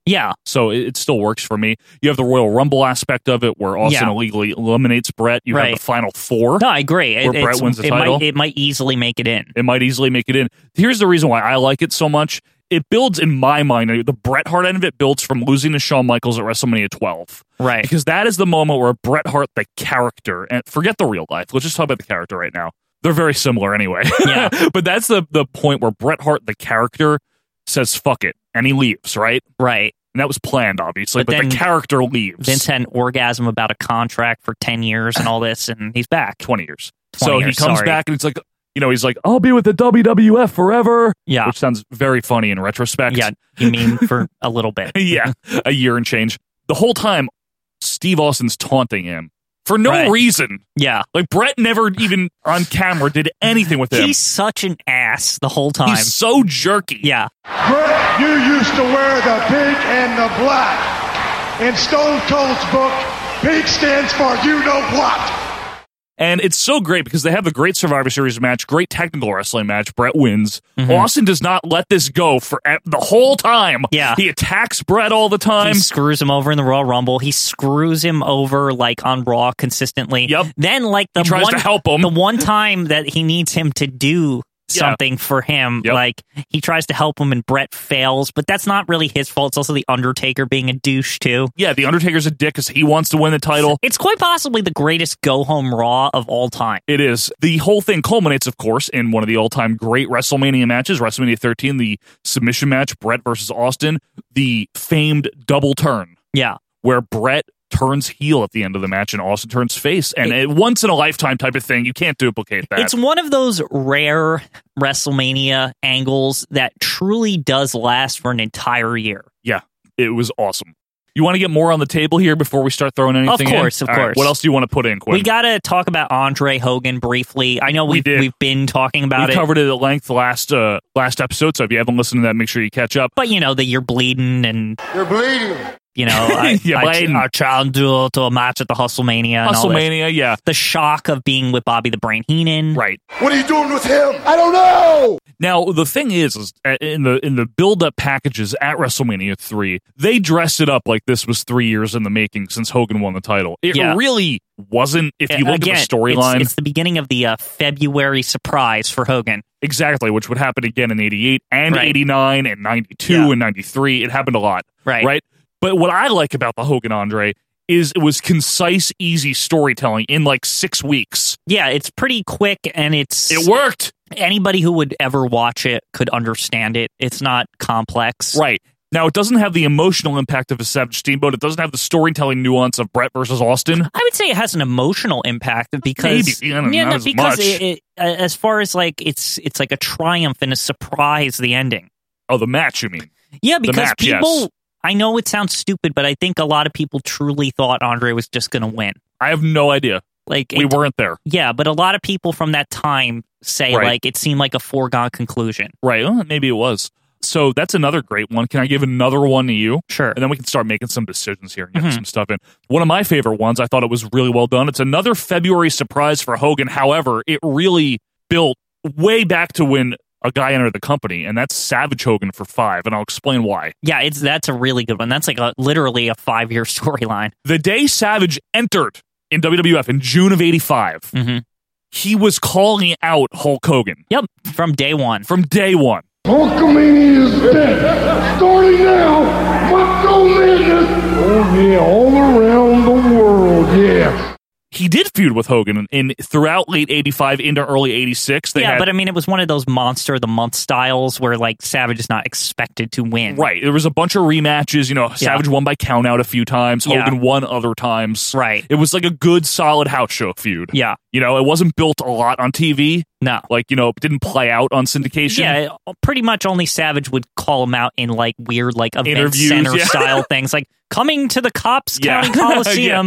S2: Yeah,
S1: so it, it still works for me. You have the Royal Rumble aspect of it, where Austin
S2: Yeah.
S1: illegally eliminates Brett. You have
S2: Right.
S1: the Final Four.
S2: no, I agree.
S1: Where Bret
S2: it's-
S1: wins the
S2: it
S1: title?
S2: might it might easily make it in.
S1: It might easily make it in. Here's the reason why I like it so much. It builds in my mind the Bret Hart end of it builds from losing to Shawn Michaels at WrestleMania 12.
S2: Right.
S1: Because that is the moment where Bret Hart, the character, and forget the real life. Let's just talk about the character right now. They're very similar anyway.
S2: Yeah.
S1: [LAUGHS] but that's the the point where Bret Hart, the character, says "fuck it" and he leaves. Right.
S2: Right.
S1: And that was planned, obviously. But,
S2: But
S1: the
S2: then
S1: character leaves.
S2: Vince had an orgasm about a contract for ten years and all this, and
S1: [LAUGHS]
S2: he's back.
S1: 20 years.
S2: 20
S1: so
S2: years,
S1: he comes
S2: sorry.
S1: back and it's like, you know, he's like, I'll be with the WWF forever.
S2: Yeah.
S1: Which sounds very funny in retrospect.
S2: Yeah, you mean for a little bit?
S1: [LAUGHS] yeah. A year and change. The whole time, Steve Austin's taunting him for no
S2: Right.
S1: reason.
S2: Yeah.
S1: Like, Brett never even on camera did anything with him.
S2: He's such an ass the whole time.
S1: He's so jerky.
S2: yeah.
S13: Bert, you used to wear the pink and the black. In Stone Cold's book, pink stands for you know what.
S1: And it's so great because they have the great Survivor Series match, great technical wrestling match. Brett wins.
S2: Mm-hmm.
S1: Austin does not let this go for e- the whole time.
S2: Yeah.
S1: He attacks Brett all the time.
S2: He screws him over in the Royal Rumble. He screws him over like on Raw consistently.
S1: Yep.
S2: Then like the
S1: He tries
S2: one
S1: to help him.
S2: the one time that he needs him to do something for him. Like he tries to help him, and Brett fails, but that's not really his fault. It's also the Undertaker being a douche too.
S1: Yeah, the Undertaker's a dick because he wants to win the
S2: [LAUGHS]
S1: title.
S2: It's quite possibly the greatest go home Raw of all time.
S1: It is. The whole thing culminates, of course, in one of the all time great WrestleMania matches WrestleMania 13, the submission match, Brett versus Austin, the famed double turn.
S2: Yeah.
S1: Where Brett turns heel at the end of the match and Austin turns face. And a once in a lifetime type of thing. You can't duplicate that.
S2: It's one of those rare WrestleMania angles that truly does last for an entire year.
S1: yeah, it was awesome. You want to get more on the table here before we start throwing anything in?
S2: course, of
S1: All
S2: course.
S1: what else do you want to put in, Quinn?
S2: We got to talk about Andre Hogan briefly. I know
S1: We
S2: we've,
S1: did.
S2: we've been talking about
S1: we
S2: it.
S1: covered it at length last uh, last episode, so if you haven't listened to that, make sure you catch up.
S2: But you know that you're bleeding and
S5: You're bleeding.
S1: [LAUGHS]
S2: you know, I,
S1: Yeah,
S2: I,
S1: Biden.
S2: our child duel to a match at the Hustlemania. and all this.
S1: WrestleMania, yeah.
S2: The shock of being with Bobby the Brain Heenan.
S1: Right.
S5: What are you doing with him? I don't know.
S1: Now the thing is, is uh, in the in the build up packages at WrestleMania three, they dressed it up like this was three years in the making since Hogan won the title. It
S2: Yeah.
S1: really wasn't. If you
S2: A-
S1: look
S2: again,
S1: at
S2: it's-
S1: the storyline,
S2: it's, the beginning of the uh, February surprise for Hogan.
S1: exactly, which would happen again in '88 and
S2: Right.
S1: '89 and '92
S2: Yeah.
S1: and '93. It happened a lot.
S2: Right.
S1: Right. But what I like about the Hogan Andre is it was concise, easy storytelling in like six weeks.
S2: Yeah, it's pretty quick and it's
S1: It worked.
S2: Anybody who would ever watch it could understand it. It's not complex.
S1: Right. Now, it doesn't have the emotional impact of a Savage Steamboat. It doesn't have the storytelling nuance of Brett versus Austin.
S2: I would say it has an emotional impact because
S1: Maybe, I don't know, not as
S2: because
S1: much.
S2: It, it, uh, as far as like it's it's like a triumph and a surprise the ending.
S1: Oh, the match, you mean?
S2: Yeah,
S1: The
S2: because
S1: match, yes.
S2: people. I know it sounds stupid, but I think a lot of people truly thought Andre was just going to win.
S1: I have no idea.
S2: Like
S1: We
S2: it-
S1: weren't there.
S2: Yeah, but a lot of people from that time say
S1: Right.
S2: like it seemed like a foregone conclusion.
S1: Right. Well, maybe it was. So that's another great one. Can I give another one to you?
S2: Sure.
S1: And then we can start making some decisions here and getting some stuff in. One of my favorite ones, I thought it was really well done. It's another February surprise for Hogan. However, it really built way back to when a guy entered the company, and that's Savage Hogan for five. And I'll explain why.
S2: Yeah, it's that's a really good one. That's like a, literally a five year [LAUGHS] storyline.
S1: The day Savage entered in WWF in June of 85,
S2: Mm-hmm.
S1: he was calling out Hulk Hogan.
S2: Yep. From day one.
S1: From day one.
S13: Hulkamania is dead. Starting now, Bucko Madness. Oh yeah, all around the world, yeah.
S1: He did feud with Hogan in, throughout late 85 into early 86. They
S2: yeah,
S1: had-
S2: but I mean, it was one of those monster of the month styles where like Savage is not expected to win.
S1: Right. There was a bunch of rematches. You know, Savage won by countout a few times.
S2: Yeah.
S1: Hogan won other times.
S2: Right.
S1: It was like a good, solid house show feud.
S2: Yeah.
S1: You know, it wasn't built a lot on TV.
S2: No.
S1: Like, you know, it didn't play out on syndication.
S2: Yeah, uh, pretty much only Savage would call him out in like weird like event
S1: Interviews,
S2: center
S1: yeah.
S2: style things like coming to the Cops
S1: Yeah.
S2: County Coliseum,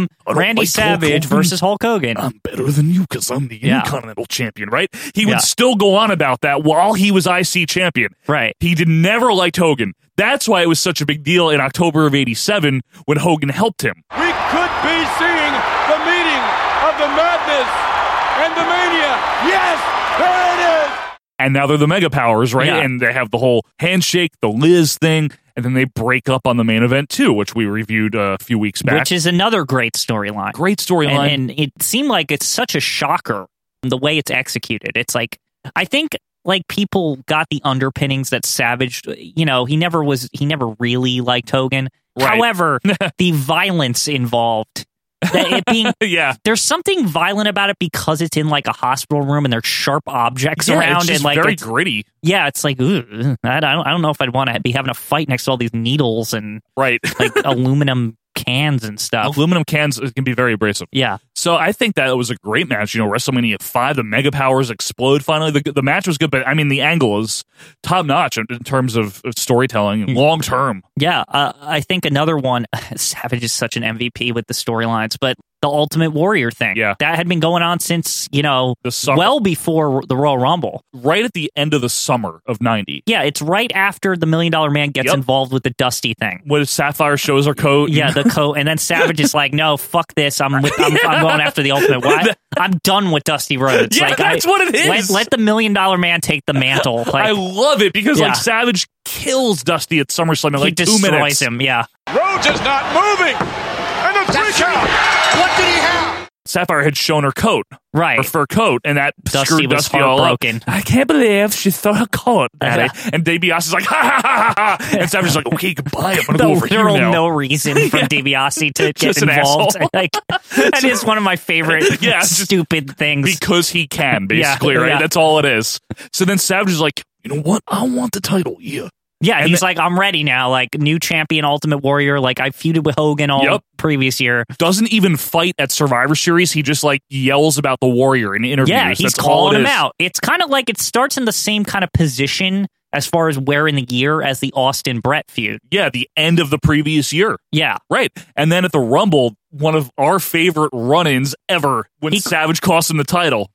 S1: [LAUGHS] Yeah. I don't
S2: Randy
S1: like Hulk
S2: Savage
S1: Hogan. Uh,
S2: versus Hulk Hogan.
S1: I'm better than you because I'm the
S2: Yeah.
S1: Intercontinental Champion, right? He
S2: Yeah.
S1: would still go on about that while he was IC Champion.
S2: Right.
S1: He did never liked Hogan. That's why it was such a big deal in October of 87 when Hogan helped him.
S5: We could be seeing the meeting of the madness and the mania. Yes, there it is.
S1: and now they're the mega powers, right?
S2: Yeah.
S1: And they have the whole handshake, the Liz thing, and then they break up on the main event too, which we reviewed uh, a few weeks back.
S2: Which is another great storyline.
S1: great storyline.
S2: and, and it seemed like it's such a shocker the way it's executed. It's like I think like people got the underpinnings that Savage, you know, he never was he never really liked Hogan.
S1: Right. [LAUGHS]
S2: However, the violence involved that it
S1: [LAUGHS]
S2: being
S1: [LAUGHS] yeah,
S2: there's something violent about it because it's in like a hospital room and there's sharp objects
S1: Yeah,
S2: around
S1: it's just
S2: and like
S1: very
S2: it's-
S1: gritty,
S2: yeah, it's like ooh, I I don't I don't know if I'd want to be having a fight next to all these needles and
S1: right? [LAUGHS]
S2: like aluminum cans and stuff.
S1: Aluminum cans can be very abrasive.
S2: yeah.
S1: So I think that was a great match. You know, WrestleMania five, the Mega Powers explode. Finally, the the match was good, but I mean, the angle is top notch in, in terms of of storytelling, long term.
S2: Yeah, uh, I think another one. [LAUGHS] Savage is such an MVP with the storylines, but the Ultimate Warrior thing,
S1: Yeah.
S2: that had been going on since you know
S1: The summer.
S2: well before the Royal Rumble.
S1: Right at the end of the summer of ninety,
S2: Yeah, it's right after the Million Dollar Man gets
S1: Yep.
S2: involved with the Dusty
S1: [LAUGHS]
S2: thing.
S1: when Sapphire shows her coat,
S2: Yeah, the coat, and then Savage is like, "No, fuck this! I'm with, I'm,
S1: [LAUGHS]
S2: I'm going after the Ultimate. Why? I'm done with Dusty Rhodes.
S1: Yeah,
S2: like,
S1: that's what it
S2: Let,
S1: is.
S2: let the Million Dollar Man take the mantle.
S1: [LAUGHS]
S2: Like,
S1: I love it because
S2: Yeah.
S1: like Savage kills Dusty at SummerSlam in
S2: he
S1: like two
S2: destroys
S1: minutes.
S2: him. Yeah,
S5: Rhodes is not moving. And a three count. What did he have?
S1: Sapphire had shown her coat,
S2: right,
S1: her fur coat, and that
S2: Dusty
S1: screwed
S2: was
S1: Dusty all up.
S2: heartbroken.
S1: I can't believe she threw her coat at it. And Dave DiBiase's like, [LAUGHS] ha ha ha ha, ha, and Sapphire's like, okay, goodbye. I'm gonna go over here
S2: Literal
S1: now. [LAUGHS]
S2: no reason for DiBiase to get
S1: Just an
S2: involved. [LAUGHS]
S1: asshole. [LAUGHS]
S2: Like, that is one of my favorite
S1: Yeah, it's just-
S2: stupid things.
S1: because he can,
S2: [LAUGHS] Yeah,
S1: basically, right?
S2: yeah.
S1: That's all it is. So then Savage is like, you know what? I want the title. Yeah.
S2: Yeah,
S1: And
S2: he's
S1: the-
S2: like, I'm ready now. Like new champion, Ultimate Warrior. Like I feuded with Hogan all
S1: Yep.
S2: previous year.
S1: Doesn't even fight at Survivor Series. He just like yells about the Warrior in interviews.
S2: Yeah, he's
S1: That's all it
S2: calling him
S1: is.
S2: out. It's kind of like it starts in the same kind of position as far as where in the year as the Austin Brett feud.
S1: Yeah, the end of the previous year.
S2: Yeah.
S1: Right. And then at the Rumble, one of our favorite run ins ever when Savage costs him the title.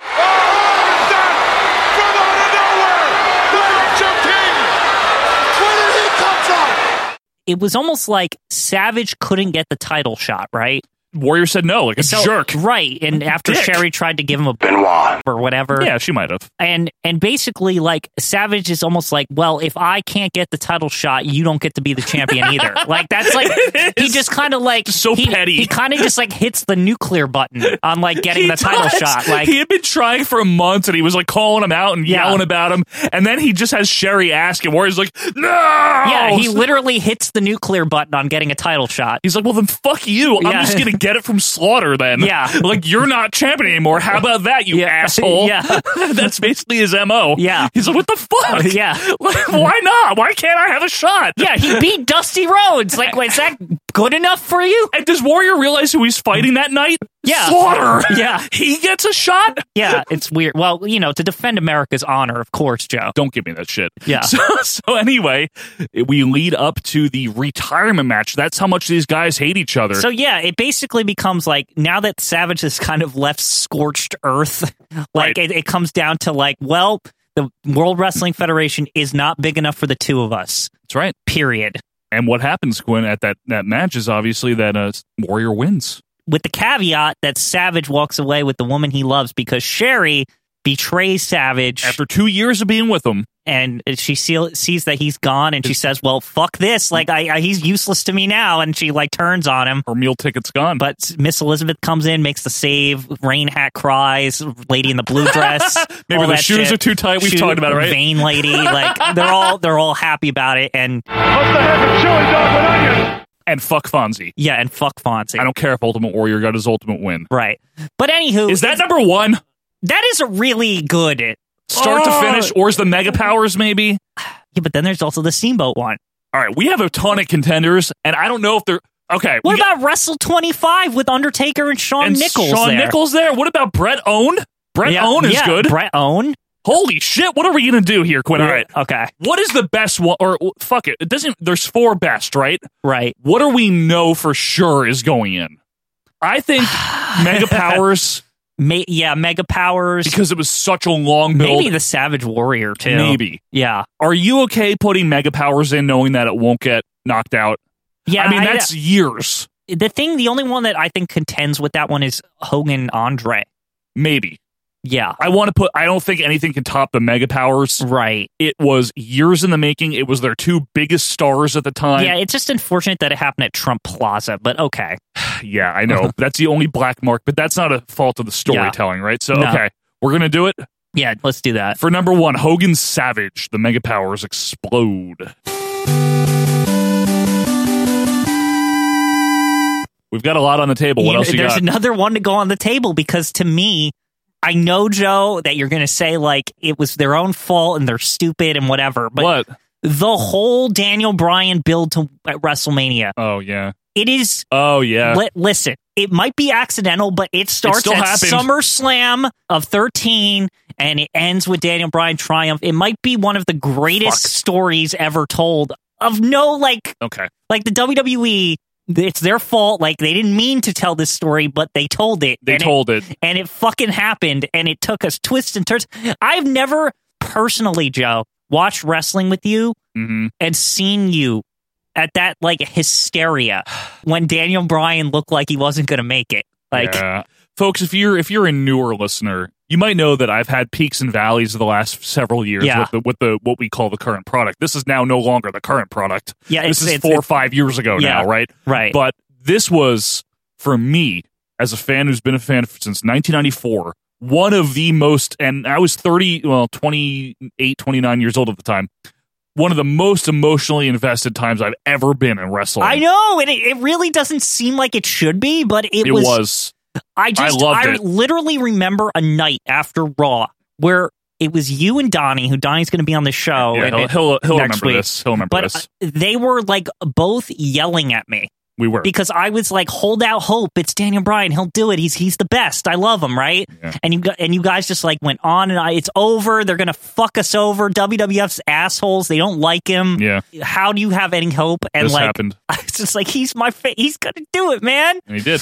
S2: It was almost like Savage couldn't get the title shot, right?
S1: Warrior said no, like a
S2: So-
S1: jerk.
S2: Right. And after
S1: Dick.
S2: Sherry tried to give him a or whatever.
S1: Yeah, she might have.
S2: and and basically like savage is almost like well if i can't get the title shot you don't get to be the champion
S1: [LAUGHS]
S2: either like that's like he just kind of like so he, petty he kind of just like hits the nuclear button on like getting
S1: He
S2: the title
S1: does.
S2: shot like
S1: he had been trying for months, and he was like calling him out and yelling about him, and then he just has Sherry ask him, Warrior's like, "No!"
S2: yeah he literally hits the nuclear button on getting a title shot
S1: He's like, well, then fuck you. I'm
S2: Yeah.
S1: just going to get it from Slaughter then.
S2: Yeah.
S1: [LAUGHS] Like, you're not champion anymore. How about that, you asshole?
S2: Yeah. [LAUGHS]
S1: [LAUGHS] That's basically his MO.
S2: Yeah.
S1: He's like, what the fuck?
S2: [LAUGHS] Yeah.
S1: [LAUGHS] Like, why not? Why can't I have a shot?
S2: yeah he beat dusty rhodes like wait, is that good enough for you
S1: And does Warrior realize who he's fighting that night?
S2: Yeah.
S1: Slaughter.
S2: Yeah.
S1: [LAUGHS] He gets a shot?
S2: yeah it's weird well you know to defend america's honor of course joe
S1: Don't give me that shit.
S2: Yeah.
S1: [LAUGHS] So, so anyway, we lead up to the retirement match. That's how much these guys hate each other.
S2: So yeah, it basically becomes like now that Savage has kind of left scorched earth, [LAUGHS] like it, it comes down to like, well, the World Wrestling Federation is not big enough for the two of us.
S1: That's right.
S2: Period.
S1: And what happens, Quinn, at that, that match is obviously that uh, Warrior wins.
S2: With the caveat that Savage walks away with the woman he loves because Sherry betrays Savage
S1: After two years of being with him,
S2: and she seal- sees that he's gone and she says, "Well, fuck this! Like, I, I he's useless to me now." And she like turns on him.
S1: her meal ticket's gone.
S2: But Miss Elizabeth comes in, makes the save. Rain hat cries. Lady in the blue dress.
S1: [LAUGHS] Maybe
S2: all
S1: the
S2: that
S1: shoes
S2: shit.
S1: are too tight. We've talked about it, right? [LAUGHS]
S2: Vain lady. Like they're all they're all happy about it, and
S1: and fuck Fonzie.
S2: yeah, and fuck Fonzie.
S1: I don't care if Ultimate Warrior got his ultimate win.
S2: Right. But anywho,
S1: Is that number one?
S2: that is a really good
S1: Start
S2: Oh!
S1: to finish, or is the Mega Powers maybe?
S2: Yeah, but then there's also the Steamboat one.
S1: All right, we have a ton of contenders, and I don't know if they're okay.
S2: What
S1: we-
S2: about Wrestle 25 with Undertaker and Shawn
S1: and
S2: Nichols?
S1: Shawn
S2: there?
S1: Nichols there. What about Brett Owen? Brett
S2: Yeah,
S1: Owen is
S2: yeah,
S1: good.
S2: Brett Owen.
S1: Holy shit! What are we gonna do here, Quinn? All right,
S2: Okay.
S1: what is the best one? Or w- fuck it, it doesn't. There's four best, right?
S2: Right.
S1: What do we know for sure is going in? I
S2: [SIGHS]
S1: think Mega Powers
S2: Ma- yeah, Mega Powers.
S1: because it was such a long build.
S2: Maybe the Savage Warrior too.
S1: Maybe.
S2: Yeah.
S1: Are you okay putting Mega Powers in, knowing that it won't get knocked out?
S2: Yeah.
S1: I mean, that's years,
S2: the thing. The only one that I think contends with that one is Hogan Andre.
S1: maybe.
S2: Yeah.
S1: I want to put. I don't think anything can top the Mega Powers.
S2: Right.
S1: It was years in the making. It was their two biggest stars at the time.
S2: yeah. It's just unfortunate that it happened at Trump Plaza, but okay.
S1: Yeah, I
S2: [LAUGHS]
S1: know. that's the only black mark, but that's not a fault of the storytelling, right? So
S2: No.
S1: okay, we're gonna do it
S2: Yeah. Let's do that.
S1: for number one. Hogan Savage. The Mega Powers explode. We've got a lot on the table. What
S2: You-
S1: else you
S2: there's
S1: got?
S2: another one to go on the table because to me, I know Joe that you're going to say like it was their own fault and they're stupid and whatever, but
S1: what?
S2: the whole Daniel Bryan build to at WrestleMania,
S1: Oh yeah.
S2: it is
S1: Oh yeah.
S2: Li- listen, it might be accidental, but it starts
S1: still
S2: at
S1: happened.
S2: SummerSlam of 13 and it ends with Daniel Bryan triumph. It might be one of the greatest
S1: Fuck.
S2: stories ever told of no like
S1: okay.
S2: like the WWE it's their fault like they didn't mean to tell this story but they told it
S1: They
S2: and
S1: told it.
S2: and it fucking happened and it took us twists and turns. I've never personally Joe watched wrestling with you
S1: hmm
S2: and seen you at that like hysteria when Daniel Bryan looked like he wasn't going to make it. Like,
S1: Yeah. folks, if you're if you're a newer listener, you might know that I've had peaks and valleys the last several years
S2: Yeah.
S1: with the with the what we call the current product. This is now no longer the current product.
S2: Yeah,
S1: this
S2: it's-
S1: is
S2: it's-
S1: four or
S2: it's-
S1: five years ago
S2: Yeah.
S1: now, right?
S2: Right.
S1: But this was for me as a fan who's been a fan since 1994, one of the most, and I was 30, well, 28, 29 years old at the time, one of the most emotionally invested times I've ever been in wrestling.
S2: I know, and it, it really doesn't seem like it should be, but it,
S1: It
S2: was,
S1: was.
S2: I just
S1: I loved
S2: I
S1: it.
S2: literally remember a night after Raw where it was you and Donnie, who Donnie's going to be on the show.
S1: Yeah,
S2: Oh, and
S1: he'll-
S2: it-
S1: he'll- he'll
S2: next
S1: remember
S2: week.
S1: this. He'll remember
S2: but
S1: this.
S2: uh, they were like both yelling at me.
S1: We were.
S2: because I was like, hold out hope. It's Daniel Bryan. He'll do it. He's he's the best. I love him, right? And you gu- and you guys just like went on and I, it's over. They're gonna fuck us over. WWF's assholes. They don't like him.
S1: Yeah.
S2: How do you have any hope? And
S1: This
S2: like, [LAUGHS]
S1: happened.
S2: I was just like, he's my fa- he's gonna do it, man.
S1: And he
S2: [LAUGHS]
S1: did.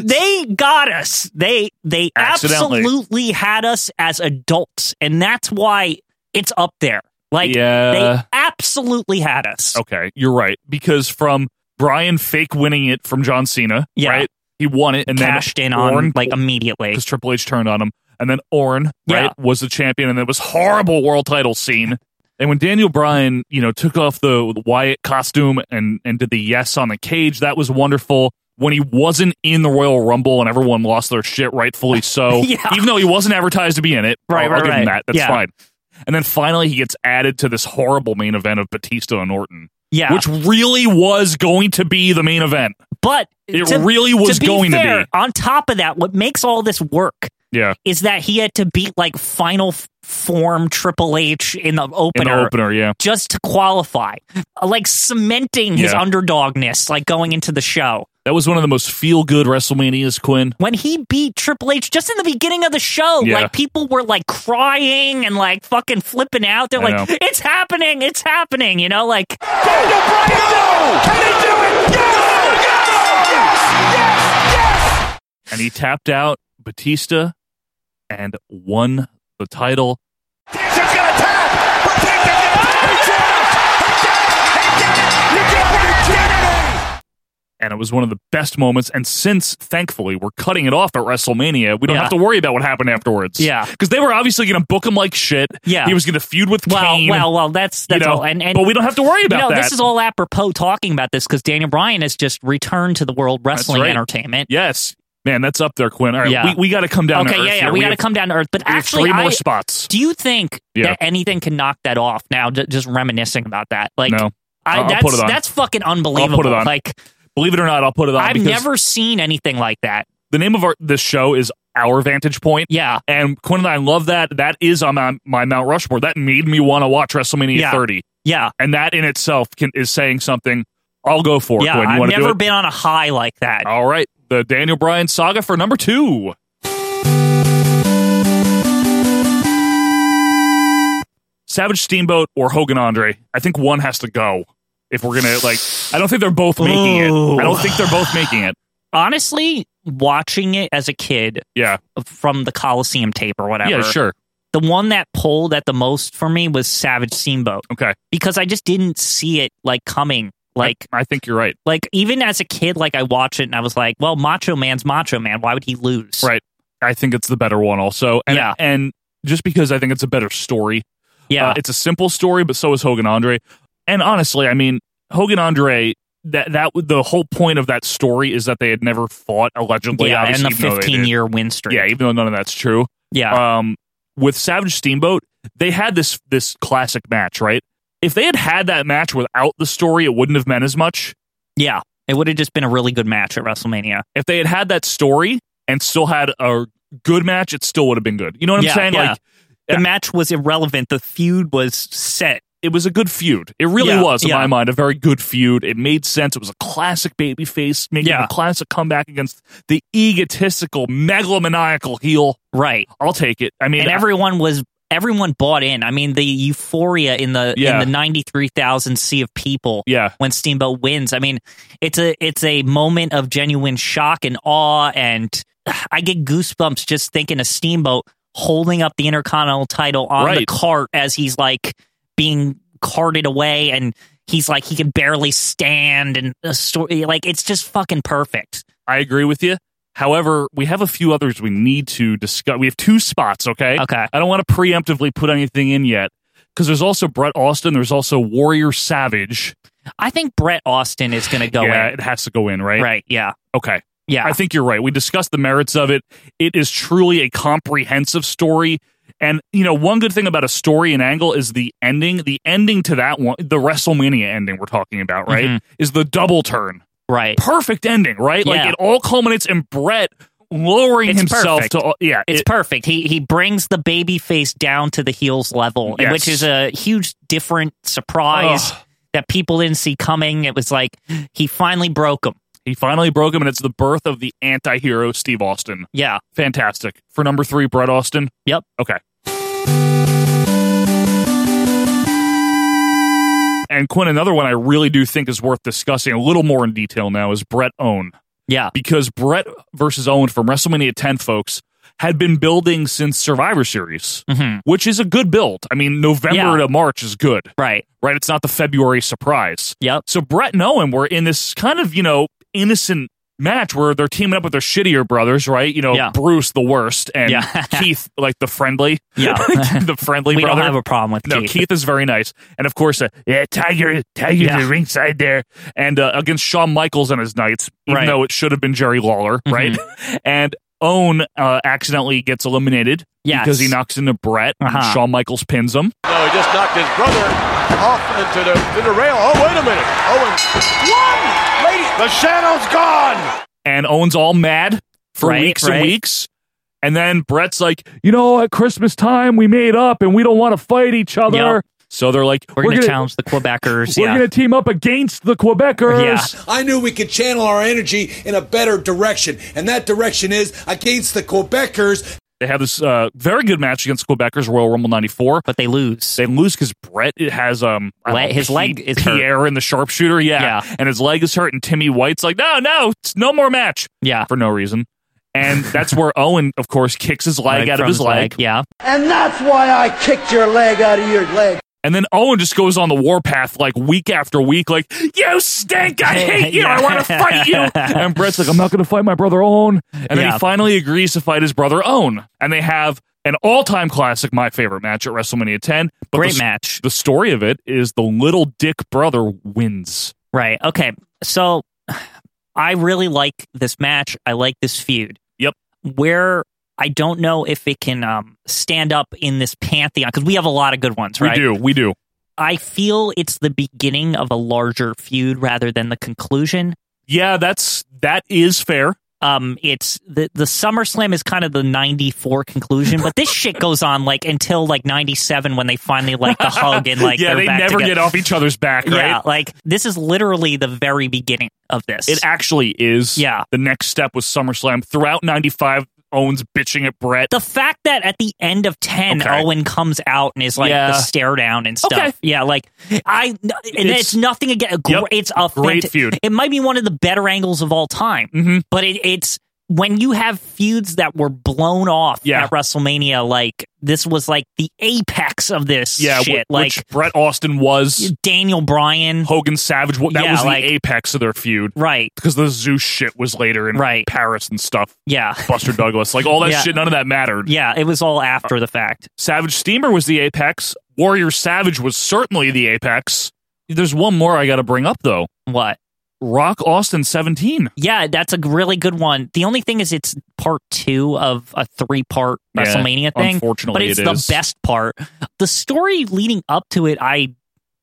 S2: they got us. They they
S1: Accidentally.
S2: absolutely had us as adults, and that's why it's up there. Like
S1: Yeah.
S2: they absolutely had us.
S1: Okay, you're right. Because from Brian fake winning it from John Cena, right? He won it and
S2: Cashed
S1: then
S2: in on,
S1: Orton-
S2: like, immediately.
S1: Because Triple H turned on him. And then Orn,
S2: Yeah.
S1: right, was the champion and it was horrible world title scene. And when Daniel Bryan, you know, took off the Wyatt costume and and did the yes on the cage, that was wonderful. When he wasn't in the Royal Rumble and everyone lost their shit, rightfully
S2: [LAUGHS]
S1: so.
S2: Yeah.
S1: Even though he wasn't advertised to be in it.
S2: Right,
S1: I'll,
S2: right,
S1: I'll give him
S2: right.
S1: that. That's
S2: Yeah.
S1: fine. And then finally he gets added to this horrible main event of Batista and Orton.
S2: Yeah.
S1: Which really was going to be the main event.
S2: But
S1: It really was
S2: be
S1: going to
S2: fair,
S1: be.
S2: On top of that, what makes all this work
S1: Yeah.
S2: is that he had to beat like final f- form Triple H in the
S1: In
S2: opener,
S1: the opener, yeah.
S2: just to qualify, Uh, like cementing his
S1: Yeah.
S2: underdogness, like going into the show.
S1: That was one of the most feel good WrestleManias, Quinn.
S2: When he beat Triple H just in the beginning of the show,
S1: Yeah.
S2: like people were like crying and like fucking flipping out. They're
S1: I
S2: like,
S1: know.
S2: "It's happening! It's happening!" You know, like
S1: and he tapped out Batista and won the title. And it was one of the best moments. And since, thankfully, we're cutting it off at WrestleMania, we don't
S2: Yeah.
S1: have to worry about what happened afterwards.
S2: Yeah.
S1: Because they were obviously going to book him like shit.
S2: Yeah.
S1: He was going to feud with
S2: Well,
S1: Kane.
S2: well, well. That's
S1: You
S2: that's
S1: know,
S2: all. And, and
S1: but we don't have to worry about
S2: no,
S1: that.
S2: this is all apropos talking about this because Daniel Bryan has just returned to the World
S1: That's
S2: Wrestling
S1: right.
S2: Entertainment.
S1: Yes. Man, that's up there, Quinn. All right.
S2: Yeah.
S1: We, we got to come down
S2: okay,
S1: to earth
S2: yeah, yeah,
S1: here.
S2: we, got to
S1: have-
S2: come down to earth. But
S1: we have
S2: actually,
S1: three more
S2: I-
S1: spots.
S2: Do you think
S1: Yeah.
S2: that anything can knock that off? Now, j- just reminiscing about that, like,
S1: No.
S2: I,
S1: I'll- I'll
S2: that's
S1: put it on.
S2: that's fucking
S1: I'll
S2: unbelievable.
S1: put it on.
S2: Like,
S1: Believe it or not, I'll put it on.
S2: I've
S1: because
S2: never seen anything like that.
S1: the name of our this show is our vantage point.
S2: Yeah,
S1: and Quinn and I love that. That is on my, my Mount Rushmore. That made me want to watch WrestleMania
S2: Yeah.
S1: 30,
S2: Yeah,
S1: and that in itself can, is saying something. I'll go for it.
S2: yeah.
S1: Quinn. You
S2: I've
S1: wanna do
S2: never
S1: it? Oh.
S2: been on a high like that.
S1: All right, the Daniel Bryan saga for number two. Savage Steamboat or Hogan Andre. I think one has to go if we're gonna like. I don't think they're both making it. I don't think they're both making it.
S2: Honestly, watching it as a kid,
S1: yeah,
S2: from the Coliseum tape or whatever.
S1: Yeah, sure.
S2: The one that pulled at the most for me was Savage Steamboat.
S1: Okay,
S2: because I just didn't see it like coming. Like
S1: I think you're right.
S2: Like even as a kid, like I watched it and I was like, "Well, Macho Man's Macho Man. Why would he lose?"
S1: Right. I think it's the better one also. And,
S2: Yeah.
S1: And just because I think it's a better story.
S2: Yeah.
S1: Uh, it's a simple story, but so is Hogan Andre. And honestly, I mean, Hogan Andre, that that the whole point of that story is that they had never fought allegedly.
S2: yeah, and
S1: obviously,
S2: the
S1: even though they did.
S2: 15 year win streak.
S1: Yeah, even though none of that's true.
S2: Yeah.
S1: Um, with Savage Steamboat, they had this this classic match, right? If they had had that match without the story, it wouldn't have meant as much.
S2: Yeah, it would have just been a really good match at WrestleMania.
S1: If they had had that story and still had a good match, it still would have been good. You know what
S2: Yeah,
S1: I'm saying?
S2: yeah.
S1: Like
S2: the match was irrelevant. The feud was set.
S1: It was a good feud. It really
S2: Yeah,
S1: was, in
S2: yeah.
S1: my mind, a very good feud. It made sense. It was a classic babyface making a classic comeback against the egotistical, megalomaniacal heel.
S2: Right.
S1: I'll take it. I mean,
S2: and
S1: I-
S2: everyone was everyone bought in. I mean, the euphoria in the
S1: Yeah.
S2: in the ninety three thousand sea of people.
S1: Yeah.
S2: when Steamboat wins, I mean, it's a it's a moment of genuine shock and awe, and I get goosebumps just thinking of Steamboat holding up the Intercontinental title on the
S1: Right.
S2: cart as he's like being carted away and. He's like he can barely stand, and a story like it's just fucking perfect.
S1: I agree with you. However, we have a few others we need to discuss. We have two spots, okay?
S2: Okay.
S1: I don't want to preemptively put anything in yet because there's also Brett Austin. There's also Warrior Savage.
S2: I think Brett Austin is going to go
S1: yeah,
S2: in.
S1: it has to go in, right?
S2: Oh, Right. Yeah.
S1: Okay.
S2: Yeah.
S1: I think you're right. We discussed the merits of it. It is truly a comprehensive story. And, you know, one good thing about a story and angle is the ending. The ending to that one, the WrestleMania ending we're talking about, right?
S2: Mhm.
S1: Is the double turn.
S2: Right.
S1: Perfect ending, right? Like
S2: Yeah.
S1: it all culminates in Brett lowering
S2: It's
S1: himself
S2: perfect.
S1: to all, yeah,
S2: It's
S1: it-
S2: perfect. He he brings the baby face down to the heels level, and- which
S1: Yes.
S2: is a huge different surprise
S1: Ugh.
S2: that people didn't see coming. It was like he finally broke him.
S1: He finally broke him, and it's the birth of the anti-hero Steve Austin.
S2: Yeah.
S1: Fantastic. For number three, Brett Austin.
S2: Yep.
S1: Okay. And Quinn, another one I really do think is worth discussing a little more in detail now is Brett Owen.
S2: Yeah.
S1: Because Brett versus Owen from WrestleMania 10, folks, had been building since Survivor Series,
S2: Mhm.
S1: which is a good build. I mean, November
S2: Yeah.
S1: to March is good.
S2: Right.
S1: Right. It's not the February surprise.
S2: Yep.
S1: So Brett and Owen were in this kind of, you know, innocent match where they're teaming up with their shittier brothers, right? You know,
S2: Yeah.
S1: Bruce the worst and
S2: Yeah.
S1: [LAUGHS] Keith like the friendly. [LAUGHS]
S2: Yeah.
S1: the friendly
S2: We don't
S1: brother.
S2: have a problem with
S1: no,
S2: Keith.
S1: Keith. is very nice. And of course, uh, yeah, Tiger, Tiger's
S2: Yeah.
S1: at ringside there. And uh, against Shawn Michaels and his Knights, even
S2: Right. Mm-hmm.
S1: though it should have been Jerry Lawler, right? [LAUGHS] And Owen uh, accidentally gets eliminated
S14: Yes.
S1: because he knocks into Brett. and
S14: Uh-huh.
S1: Shawn Michaels pins him.
S14: No, he just knocked his brother off into the to the rail. Oh, wait a minute. Owen. One! Lady, the shadow's gone!
S1: and Owen's all mad for
S2: Right,
S1: weeks
S2: right.
S1: and weeks. And then Brett's like, you know, at Christmas time we made up and we don't want to fight each other.
S2: Yep.
S1: So they're like,
S2: We're, gonna, challenge the Quebecers.
S1: we're
S2: yeah.
S1: gonna team up against the Quebecers.
S15: I knew we could channel our energy in a better direction, and that direction is against the Quebecers.
S1: They have this uh, very good match against Quebecers Royal Rumble '94,
S2: but they lose.
S1: They lose because Brett it has um I don't
S2: Le-
S1: know,
S2: his
S1: P-
S2: leg is hurt.
S1: Pierre in the sharpshooter, yeah. and his leg is hurt, and Timmy White's like, no, no, it's no more match,
S2: yeah,
S1: for no reason, and that's where [LAUGHS] Owen, of course, kicks his leg,
S2: Leg
S1: out
S2: from
S1: of his
S2: his leg,
S1: leg,
S2: yeah.
S5: And that's why I kicked your leg out of your leg.
S1: And then Owen just goes on the warpath like week after week, like, you stink,
S2: [LAUGHS]
S1: I hate you, I want to fight you. And Brett's like, I'm not going to fight my brother Owen. And then
S2: Yeah.
S1: he finally agrees to fight his brother Owen. And they have an all time classic, my favorite match at WrestleMania 10. But
S2: Great
S1: the s-
S2: match.
S1: The story of it is the little dick brother wins.
S2: Right. Okay. So I really like this match. I like this feud.
S1: Yep.
S2: Where I don't know if it can um, stand up in this pantheon because we have a lot of good ones, right?
S1: We do, we do.
S2: I feel it's the beginning of a larger feud rather than the conclusion.
S1: Yeah, that's that is fair.
S2: Um, it's the the SummerSlam is kind of the '94 conclusion, but this shit goes on like until like '97 when they finally like the hug and
S1: [LAUGHS]
S2: like
S1: yeah,
S2: they're
S1: they
S2: back
S1: never
S2: together.
S1: get off each other's back, right?
S2: Yeah, like this is literally the very beginning of this.
S1: It actually is. Yeah. The next step was SummerSlam. Throughout 95, Owen's bitching at Brett.
S2: the fact that at the end of 10
S1: Okay.
S2: owen comes out and is like
S1: Yeah.
S2: the stare down and stuff
S1: Okay.
S2: yeah like i and it's,
S1: It's-
S2: nothing again
S1: Yep.
S2: it's a
S1: Great
S2: fanta-
S1: feud. Mm-hmm.
S2: it might be one of the better angles of all time but it, it's when you have feuds that were blown off
S1: Yeah.
S2: at wrestlemania like this was like the apex of this
S1: yeah, wh-
S2: shit like
S1: which Brett Austin was
S2: daniel bryan
S1: Hogan Savage. wh- That
S2: Yeah,
S1: was the
S2: like-
S1: apex of their feud,
S2: right?
S1: Because the Zeus shit was later in
S2: Right.
S1: Paris and stuff.
S2: Yeah.
S1: Buster Douglas, like all that
S2: Yeah.
S1: shit, none of that mattered.
S2: yeah it was all after the fact
S1: Savage Steamer was the apex. Warrior Savage was certainly the apex. There's one more I got to bring up though.
S2: What?
S1: Rock Austin 17.
S2: Yeah, that's a really good one. The only thing is, it's part two of a three part
S1: Yeah,
S2: WrestleMania thing.
S1: unfortunately
S2: but it's
S1: it
S2: the
S1: is.
S2: best part. The story leading up to it, I,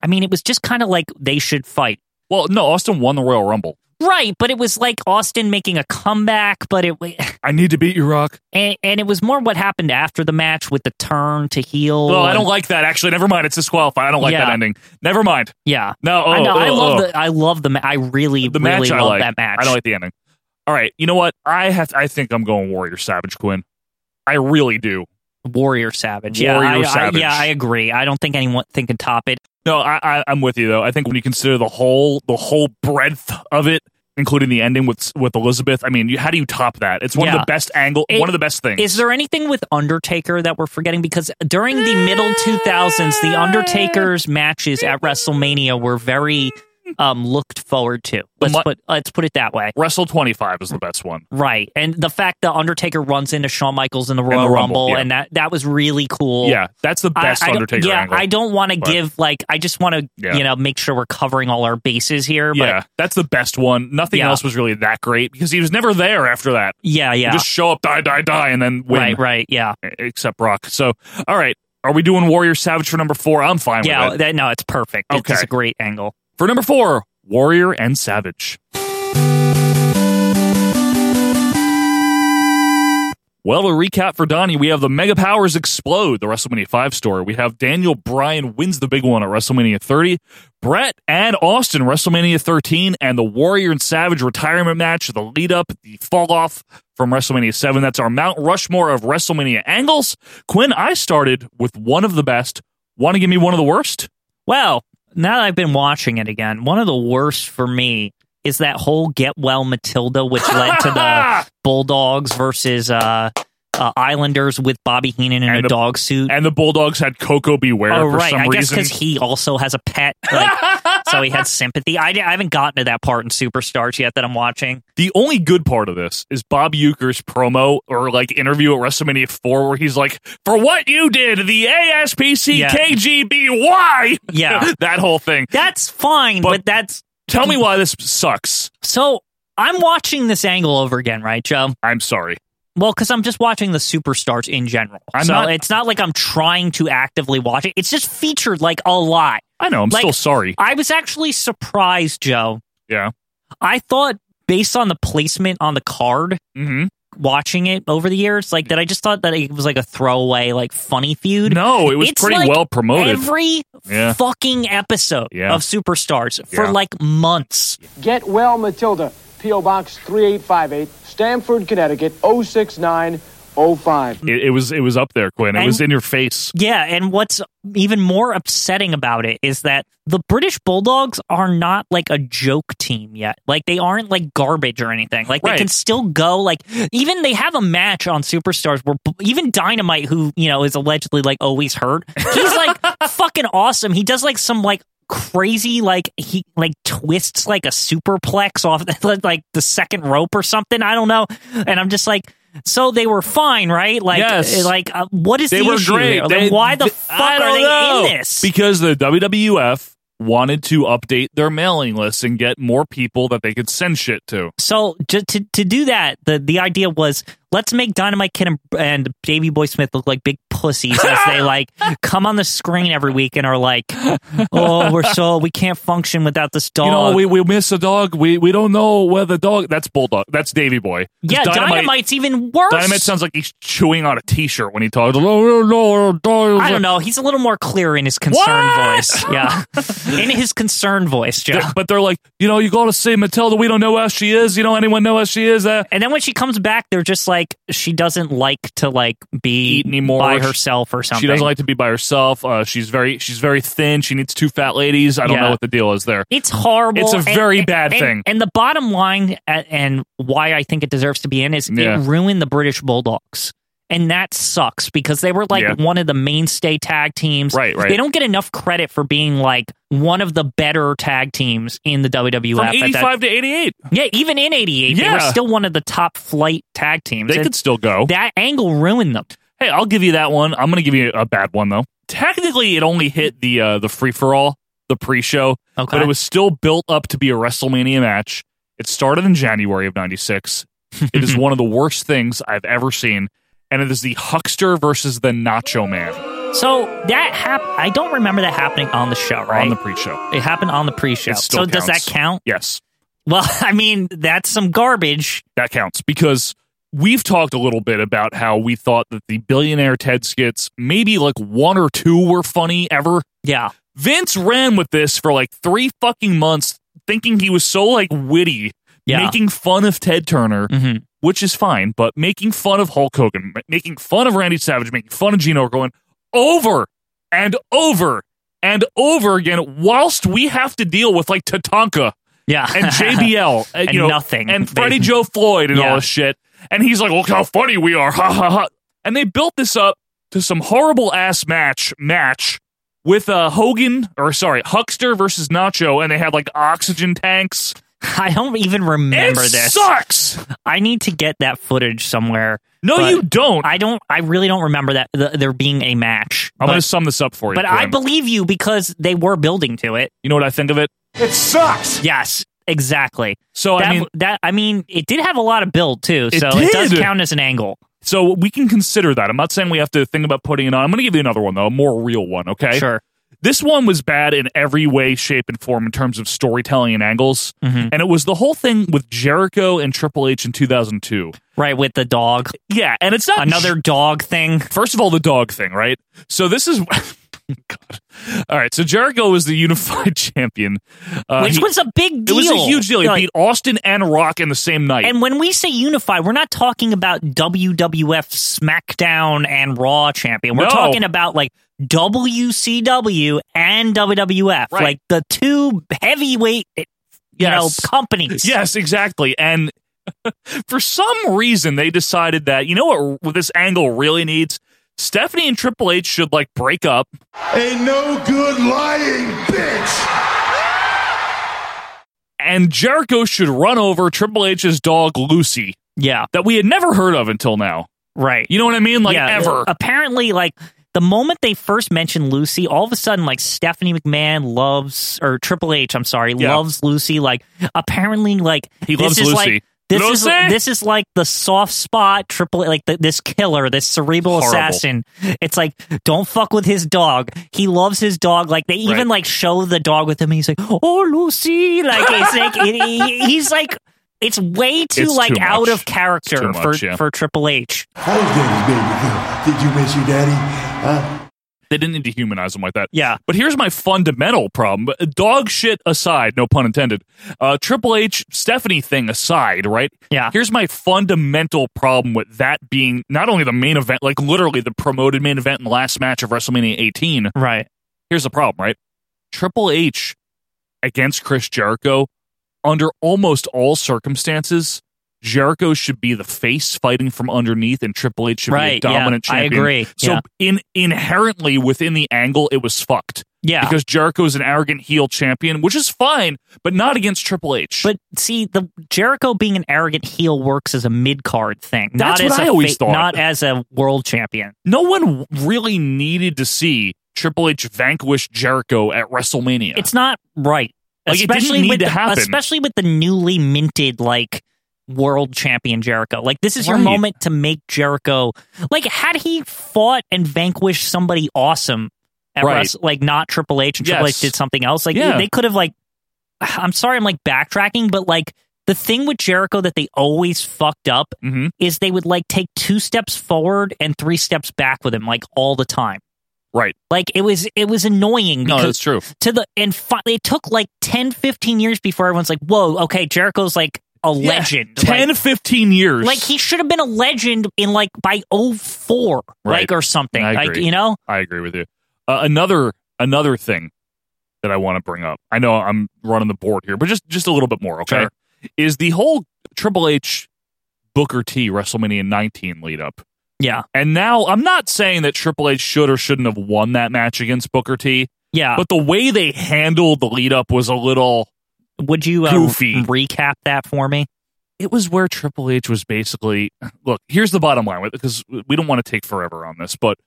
S2: I mean, it was just kind of like they should fight,
S1: Well, no, Austin won the Royal Rumble.
S2: right? But it was like Austin making a comeback, but it wa- [LAUGHS]
S1: I need to beat you, Rock.
S2: and, and it was more what happened after the match with the turn to heel.
S1: Well, Oh, I don't
S2: and-
S1: like that. Actually, never mind. It's disqualified. I don't like
S2: Yeah.
S1: that ending. Never mind.
S2: Yeah,
S1: No, oh,
S2: I know. I
S1: oh,
S2: love
S1: oh.
S2: the. I love the. ma- I really,
S1: the
S2: really
S1: match
S2: love
S1: I like.
S2: that match.
S1: I don't like the ending. All right, you know what? I have. I think I'm going Warrior Savage Quinn. I really do.
S2: Warrior Savage. yeah,
S1: Warrior
S2: I, I-
S1: Savage.
S2: yeah, I agree. I don't think anyone think can top it.
S1: No, I, I, I'm with you though. I think when you consider the whole the whole breadth of it, including the ending with with Elizabeth, I mean, you, how do you top that? It's one of
S2: Yeah.
S1: the best angle,
S2: It-
S1: one of the best things.
S2: Is there anything with Undertaker that we're forgetting? Because during the middle 2000s, the Undertaker's matches at WrestleMania were very um, looked forward to. Let's put let's put it that way.
S1: Wrestle twenty five is the best one.
S2: Right, and the fact the Undertaker runs into Shawn Michaels in the
S1: the
S2: Royal Rumble,
S1: Rumble, yeah.
S2: and that that was really cool.
S1: Yeah, that's the
S2: I-
S1: best
S2: I don't-
S1: Undertaker
S2: Yeah,
S1: angle,
S2: I don't want to
S1: but-
S2: give like I just want to
S1: Yeah.
S2: you know make sure we're covering all our bases here. But
S1: yeah, that's the best one. Nothing
S2: Yeah.
S1: else was really that great because he was never there after that.
S2: Yeah, yeah.
S1: Just show up, die, die, die, and then win.
S2: Right, right, yeah.
S1: Except Brock. So, all right, are we doing Warrior Savage for number four? I'm fine
S2: yeah,
S1: with it.
S2: that, no, it's perfect. It's,
S1: Okay.
S2: it's a great angle.
S1: for number four, Warrior and Savage. Well, to recap for Donnie, we have the Mega Powers Explode, the WrestleMania 5 story. We have Daniel Bryan wins the big one at WrestleMania 30. Brett and Austin, WrestleMania 13, and the Warrior and Savage retirement match, the lead up, the fall off from WrestleMania 7. That's our Mount Rushmore of WrestleMania angles. Quinn, I started with one of the best. Want to give me one of the worst?
S2: Well, now that I've been watching it again, one of the worst for me is that whole get well Matilda, which led to the
S1: [LAUGHS]
S2: Bulldogs versus uh, uh, Islanders with Bobby Heenan in a
S1: the-
S2: dog suit.
S1: And the Bulldogs had Coco Beware
S2: oh,
S1: for
S2: right.
S1: some
S2: I guess
S1: reason.
S2: because he also has a pet.
S1: [LAUGHS]
S2: like, so he had sympathy. I, di- I haven't gotten to that part in Superstars yet that I'm watching.
S1: The only good part of this is Bob Euchre's promo or like interview at WrestleMania 4 where he's like, for what you did, the ASPCKGBY.
S2: Yeah.
S1: [LAUGHS] that whole thing.
S2: That's fine, but that's.
S1: Tell me why this sucks.
S2: So I'm watching this angle over again, right, Joe?
S1: I'm sorry.
S2: Well, because I'm just watching the superstars in general.
S1: I'm
S2: so
S1: not-
S2: it's not like I'm trying to actively watch it. It's just featured like a lot.
S1: I know. I'm
S2: Like,
S1: still sorry.
S2: I was actually surprised, Joe.
S1: yeah.
S2: I thought based on the placement on the card,
S1: Mm-hmm.
S2: watching it over the years, like that I just thought that it was like a throwaway, like funny feud.
S1: No, it was
S2: It's
S1: pretty
S2: like
S1: well promoted.
S2: Every
S1: Yeah.
S2: fucking episode
S1: Yeah.
S2: of Superstars for
S1: Yeah.
S2: like months.
S16: Get well, Matilda. P.O. Box 3858, Stamford, Connecticut 06905.
S1: It, it was it was up there, Quinn. It
S2: And-
S1: was in your face.
S2: Yeah, and what's even more upsetting about it is that the British Bulldogs are not like a joke team yet. Like they aren't like garbage or anything. Like they
S1: Right.
S2: can still go. Like even they have a match on Superstars where b- even Dynamite, who you know is allegedly like always hurt,
S1: [LAUGHS]
S2: he's like fucking awesome. He does like some like crazy like he like twists like a superplex off [LAUGHS] like the second rope or something. I don't know. And I'm just like. So they were fine, right? Like,
S1: Yes.
S2: like, uh, what is
S1: they
S2: the
S1: were
S2: issue
S1: great.
S2: here? Like,
S1: They-
S2: why the
S1: they-
S2: fuck
S1: I
S2: are
S1: don't
S2: they
S1: know.
S2: in this?
S1: Because the WWF wanted to update their mailing list and get more people that they could send shit to.
S2: so to, to to do that, the the idea was let's make Dynamite Kid and, and Davey Boy Smith look like big pussies as
S1: [LAUGHS]
S2: they like come on the screen every week and are like, oh, we're so we can't function without this dog.
S1: You know, we, we miss a dog. We we don't know where the dog. That's bulldog. That's Davy Boy. 'Cause
S2: yeah, Dynamite's even worse.
S1: Dynamite sounds like he's chewing on a T-shirt when he talks. "Oh, no, no, no."
S2: I don't know. He's a little more clear in his concerned voice.
S1: [LAUGHS]
S2: Yeah, in his concerned voice, Joe.
S1: But they're like, you know, you got to see Matilda. We don't know where she is. You know, anyone know where she is? Uh,
S2: And then when she comes back, they're just like she doesn't like to like be
S1: anymore
S2: by
S1: She-
S2: herself or something.
S1: She doesn't like to be by herself. Uh, she's very she's very thin. She needs two fat ladies. I don't
S2: Yeah.
S1: know what the deal is there.
S2: It's horrible.
S1: It's a
S2: and-
S1: very
S2: and-
S1: bad
S2: and-
S1: thing.
S2: And the bottom line, a- and why I think it deserves to be in, is
S1: Yeah.
S2: it ruined the British Bulldogs. And that sucks because they were like
S1: Yeah.
S2: one of the mainstay tag teams.
S1: Right, right.
S2: They don't get enough credit for being like one of the better tag teams in the WWF.
S1: From
S2: at that-
S1: 85 to 88.
S2: yeah, even in 88, they were
S1: Yeah.
S2: still one of the top flight tag teams.
S1: They
S2: And
S1: could still go.
S2: That angle ruined them.
S1: Hey, I'll give you that one. I'm going to give you a bad one though. Technically, it only hit the uh, the free for all, the pre show,
S2: Okay.
S1: but it was still built up to be a WrestleMania match. It started in January of '96. it
S2: [LAUGHS]
S1: is one of the worst things I've ever seen, and it is the Huckster versus the Nacho Man.
S2: So that happened. I don't remember that happening on the show, right?
S1: the pre-show.
S2: It happened on the pre-show.
S1: It still
S2: So does that
S1: counts.
S2: count?
S1: Yes.
S2: Well, [LAUGHS] I mean, that's some garbage.
S1: that counts because we've talked a little bit about how we thought that the billionaire Ted skits, maybe like one or two were funny ever.
S2: Yeah.
S1: Vince ran with this for like three fucking months, thinking he was so like witty,
S2: Yeah.
S1: making fun of Ted Turner, which is fine, but making fun of Hulk Hogan, ma- making fun of Randy Savage, making fun of Gene going over and over and over again, whilst we have to deal with like Tatanka
S2: Yeah.
S1: and JBL uh,
S2: And
S1: you know,
S2: nothing.
S1: and
S2: They-
S1: Freddie Joe Floyd and
S2: Yeah.
S1: all this shit. And he's like, "Look how funny [LAUGHS] we are!" Ha ha ha! And they built this up to some horrible ass match match with uh, Hogan or sorry Huckster versus Nacho, and they had like oxygen tanks.
S2: [LAUGHS] I don't even remember
S1: It
S2: this.
S1: Sucks.
S2: I need to get that footage somewhere.
S1: No,
S2: but
S1: you don't.
S2: I don't. I really don't remember that th- there being a match.
S1: I'm
S2: but,
S1: going to sum this up for you.
S2: but I
S1: Grim.
S2: believe you because they were building to it.
S1: you know what I think of it.
S2: It sucks. Yes, exactly.
S1: So, I
S2: that,
S1: mean-
S2: that I mean, it did have a lot of build too.
S1: It
S2: so it does
S1: did.
S2: count as an angle.
S1: So we can consider that. I'm not saying we have to think about putting it on. I'm going to give you another one though, a more real one. Okay,
S2: Sure.
S1: This one was bad in every way, shape, and form in terms of storytelling and angles,
S2: Mhm.
S1: and it was the whole thing with Jericho and Triple H in 2002.
S2: Right with the dog.
S1: Yeah, and it's not
S2: Another dog thing.
S1: First of all, the dog thing, right? So this is. [LAUGHS] God. All right, so Jericho was the unified [LAUGHS] champion, uh,
S2: Which
S1: he-
S2: was a big
S1: It
S2: deal.
S1: was a huge deal. He
S2: Like-
S1: beat Austin and Rock in the same night.
S2: And when we say unified, we're not talking about WWF SmackDown and Raw champion. We're
S1: No.
S2: talking about like WCW and WWF,
S1: Right.
S2: like the two heavyweight, you
S1: Yes.
S2: know, companies.
S1: Yes, exactly. And [LAUGHS] for some reason, they decided that you know what, what this angle really needs. Stephanie and Triple H should like break up.
S13: A no good lying bitch.
S1: and Jericho should run over Triple H's dog Lucy
S2: Yeah.
S1: that we had never heard of until now.
S2: Right.
S1: You know what I mean? Like
S2: yeah, Uh,
S1: ever.
S2: Apparently, like the moment they first mentioned Lucy, all of a sudden, like Stephanie McMahon loves or Triple H, I'm sorry,
S1: Yeah.
S2: loves Lucy. Like apparently, like
S1: He
S2: this
S1: loves
S2: is
S1: Lucy.
S2: like this
S1: Lucy?
S2: is this is like the soft spot. Triple like the, this killer, this cerebral
S1: Horrible.
S2: assassin. It's like don't fuck with his dog. He loves his dog. Like they even
S1: Right.
S2: like show the dog with him. And he's like, oh Lucy, like it's
S1: [LAUGHS]
S2: like he- he's like. It's way too
S1: It's
S2: like
S1: too
S2: out
S1: much.
S2: of character
S1: It's too much,
S2: for
S1: yeah.
S2: for Triple H.
S17: How's daddy's baby girl? Did you miss your daddy? Huh?
S1: They didn't need to humanize him like that.
S2: Yeah.
S1: But here's my fundamental problem. Dog shit aside, no pun intended. Uh, Triple H Stephanie thing aside, right?
S2: Yeah.
S1: Here's my fundamental problem with that being not only the main event, like literally the promoted main event and last match of WrestleMania 18.
S2: Right.
S1: Here's the problem, right? Triple H against Chris Jericho, under almost all circumstances, Jericho should be the face fighting from underneath, and Triple H should
S2: Right,
S1: be a
S2: yeah,
S1: dominant
S2: I
S1: champion.
S2: agree,
S1: So
S2: yeah.
S1: in inherently within the angle, it was fucked.
S2: Yeah.
S1: because Jericho is an arrogant heel champion, which is fine, but not against Triple H.
S2: But see, the Jericho being an arrogant heel works as a mid card thing.
S1: That's
S2: not
S1: what
S2: as
S1: I
S2: a
S1: always thought.
S2: Not as a world champion.
S1: no one really needed to see Triple H vanquish Jericho at WrestleMania.
S2: It's not right.
S1: Like, it didn't
S2: especially
S1: need
S2: with
S1: to
S2: the,
S1: happen.
S2: especially with the newly minted like world champion Jericho. Like this is your
S1: Right.
S2: moment to make Jericho like had he fought and vanquished somebody awesome at
S1: Right.
S2: Wrestle- like not Triple H and Triple
S1: Yes.
S2: H did something else. Like
S1: Yeah.
S2: they could have like I'm sorry I'm like backtracking, but like the thing with Jericho that they always fucked up
S1: Mhm.
S2: is they would like take two steps forward and three steps back with him like all the time.
S1: right.
S2: Like it was it was annoying
S1: No,
S2: because
S1: that's true.
S2: to the and fi- it took like 10 15 years before everyone's like, "Whoa, okay, Jericho's like a
S1: Yeah.
S2: legend."
S1: 10
S2: like,
S1: 15 years.
S2: like he should have been a legend in like by 04
S1: Right.
S2: like or something.
S1: I
S2: Like,
S1: agree.
S2: you know?
S1: I agree with you. Uh, another another thing that I want to bring up. I know I'm running the board here, but just just a little bit more, okay?
S2: Sure.
S1: Is the whole Triple H Booker T WrestleMania 19 lead up.
S2: Yeah.
S1: And now I'm not saying that Triple H should or shouldn't have won that match against Booker T,
S2: Yeah.
S1: but the way they handled the lead up was a little
S2: Would you uh,
S1: Goofy.
S2: recap that for me?
S1: it was where Triple H was basically look, here's the bottom line because we don't want to take forever on this, but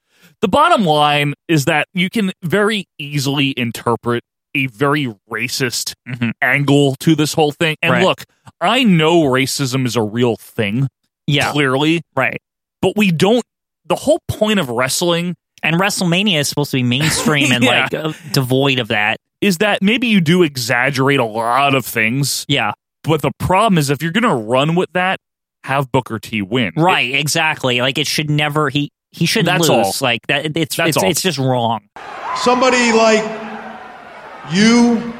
S1: the bottom line is that you can very easily interpret a very racist angle to this whole thing. And
S2: Mm-hmm. Right.
S1: look, I know racism is a real thing,
S2: Yeah.
S1: clearly,
S2: Right.
S1: but we don't the whole point of wrestling
S2: And WrestleMania is supposed to
S1: [LAUGHS]
S2: be mainstream and
S1: Yeah.
S2: like uh, devoid of that.
S1: is that maybe you do exaggerate a lot of things,
S2: Yeah.
S1: but the problem is if you're going to run with that, have Booker T win.
S2: Right, exactly. Like it should never he he shouldn't
S1: That's
S2: lose.
S1: all.
S2: Like that it's
S1: That's
S2: it's,
S1: all.
S2: it's just wrong.
S13: Somebody like you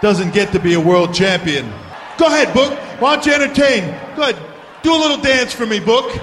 S13: doesn't get to be a world champion. Go ahead, Book. Why don't you entertain? Go ahead. Do a little dance for me, Book.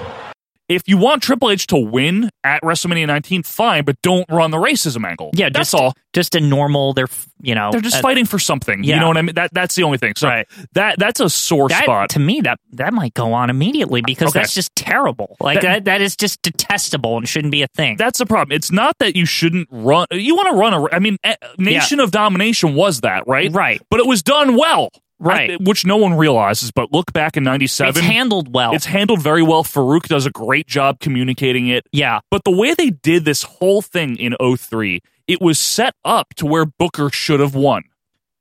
S1: If you want Triple H to win at WrestleMania 19, fine, but don't run the racism angle.
S2: Yeah,
S1: that's
S2: just-
S1: all.
S2: Just a normal. They're f- you know
S1: They're just
S2: uh,
S1: fighting for something.
S2: yeah.
S1: You know what I mean? That that's the only thing. So that that's a sore
S2: that,
S1: spot.
S2: to me that that might go on immediately because
S1: Okay.
S2: that's just terrible. Like
S1: That-
S2: that, that is just detestable and shouldn't be a thing.
S1: That's the problem. It's not that you shouldn't run. You want to run a. I mean, eh, Nation of Domination was that right?
S2: Right.
S1: But it was done well.
S2: Right.
S1: I- which no one realizes. But look back in '97,
S2: It's handled well.
S1: It's handled very well. Farouk does a great job communicating it.
S2: Yeah.
S1: But the way they did this whole thing in 03, it was set up to where Booker should have won,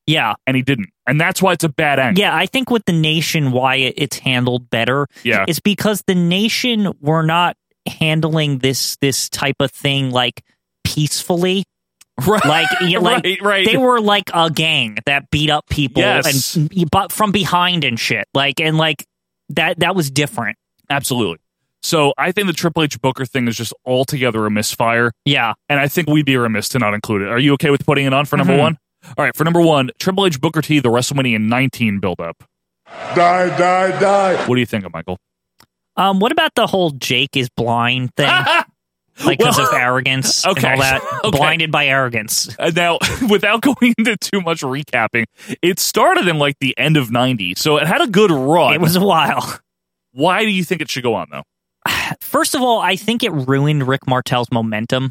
S2: yeah.
S1: and he didn't, and that's why it's a bad angle.
S2: Yeah, I think with the nation, why it, it's handled better,
S1: Yeah.
S2: is because the nation were not handling this this type of thing like peacefully.
S1: Right.
S2: Like,
S1: [LAUGHS]
S2: yeah, like
S1: Right, right.
S2: they were like a gang that beat up people
S1: Yes.
S2: and but from behind and shit. Like and like that that was different.
S1: Absolutely. So I think the Triple H Booker thing is just altogether a misfire.
S2: Yeah.
S1: And I think we'd be remiss to not include it. Are you okay with putting it on for number
S2: Mm-hmm.
S10: Mhm.
S1: one? All right, for number one, Triple H Booker T, the WrestleMania 19 buildup.
S17: Die, die, die.
S1: What do you think of Michael?
S2: Um, what about the whole Jake is blind
S1: [LAUGHS]
S2: thing? like because
S1: Well-
S2: of arrogance
S1: Okay.
S2: and all that.
S1: [LAUGHS] Okay.
S2: Blinded by arrogance.
S1: Uh, now, [LAUGHS] without going into too much recapping, it started in like the end of 90, so it had a good run.
S2: It was a while.
S1: Why do you think it should go on, though?
S2: First of all, I think it ruined Rick Martel's momentum.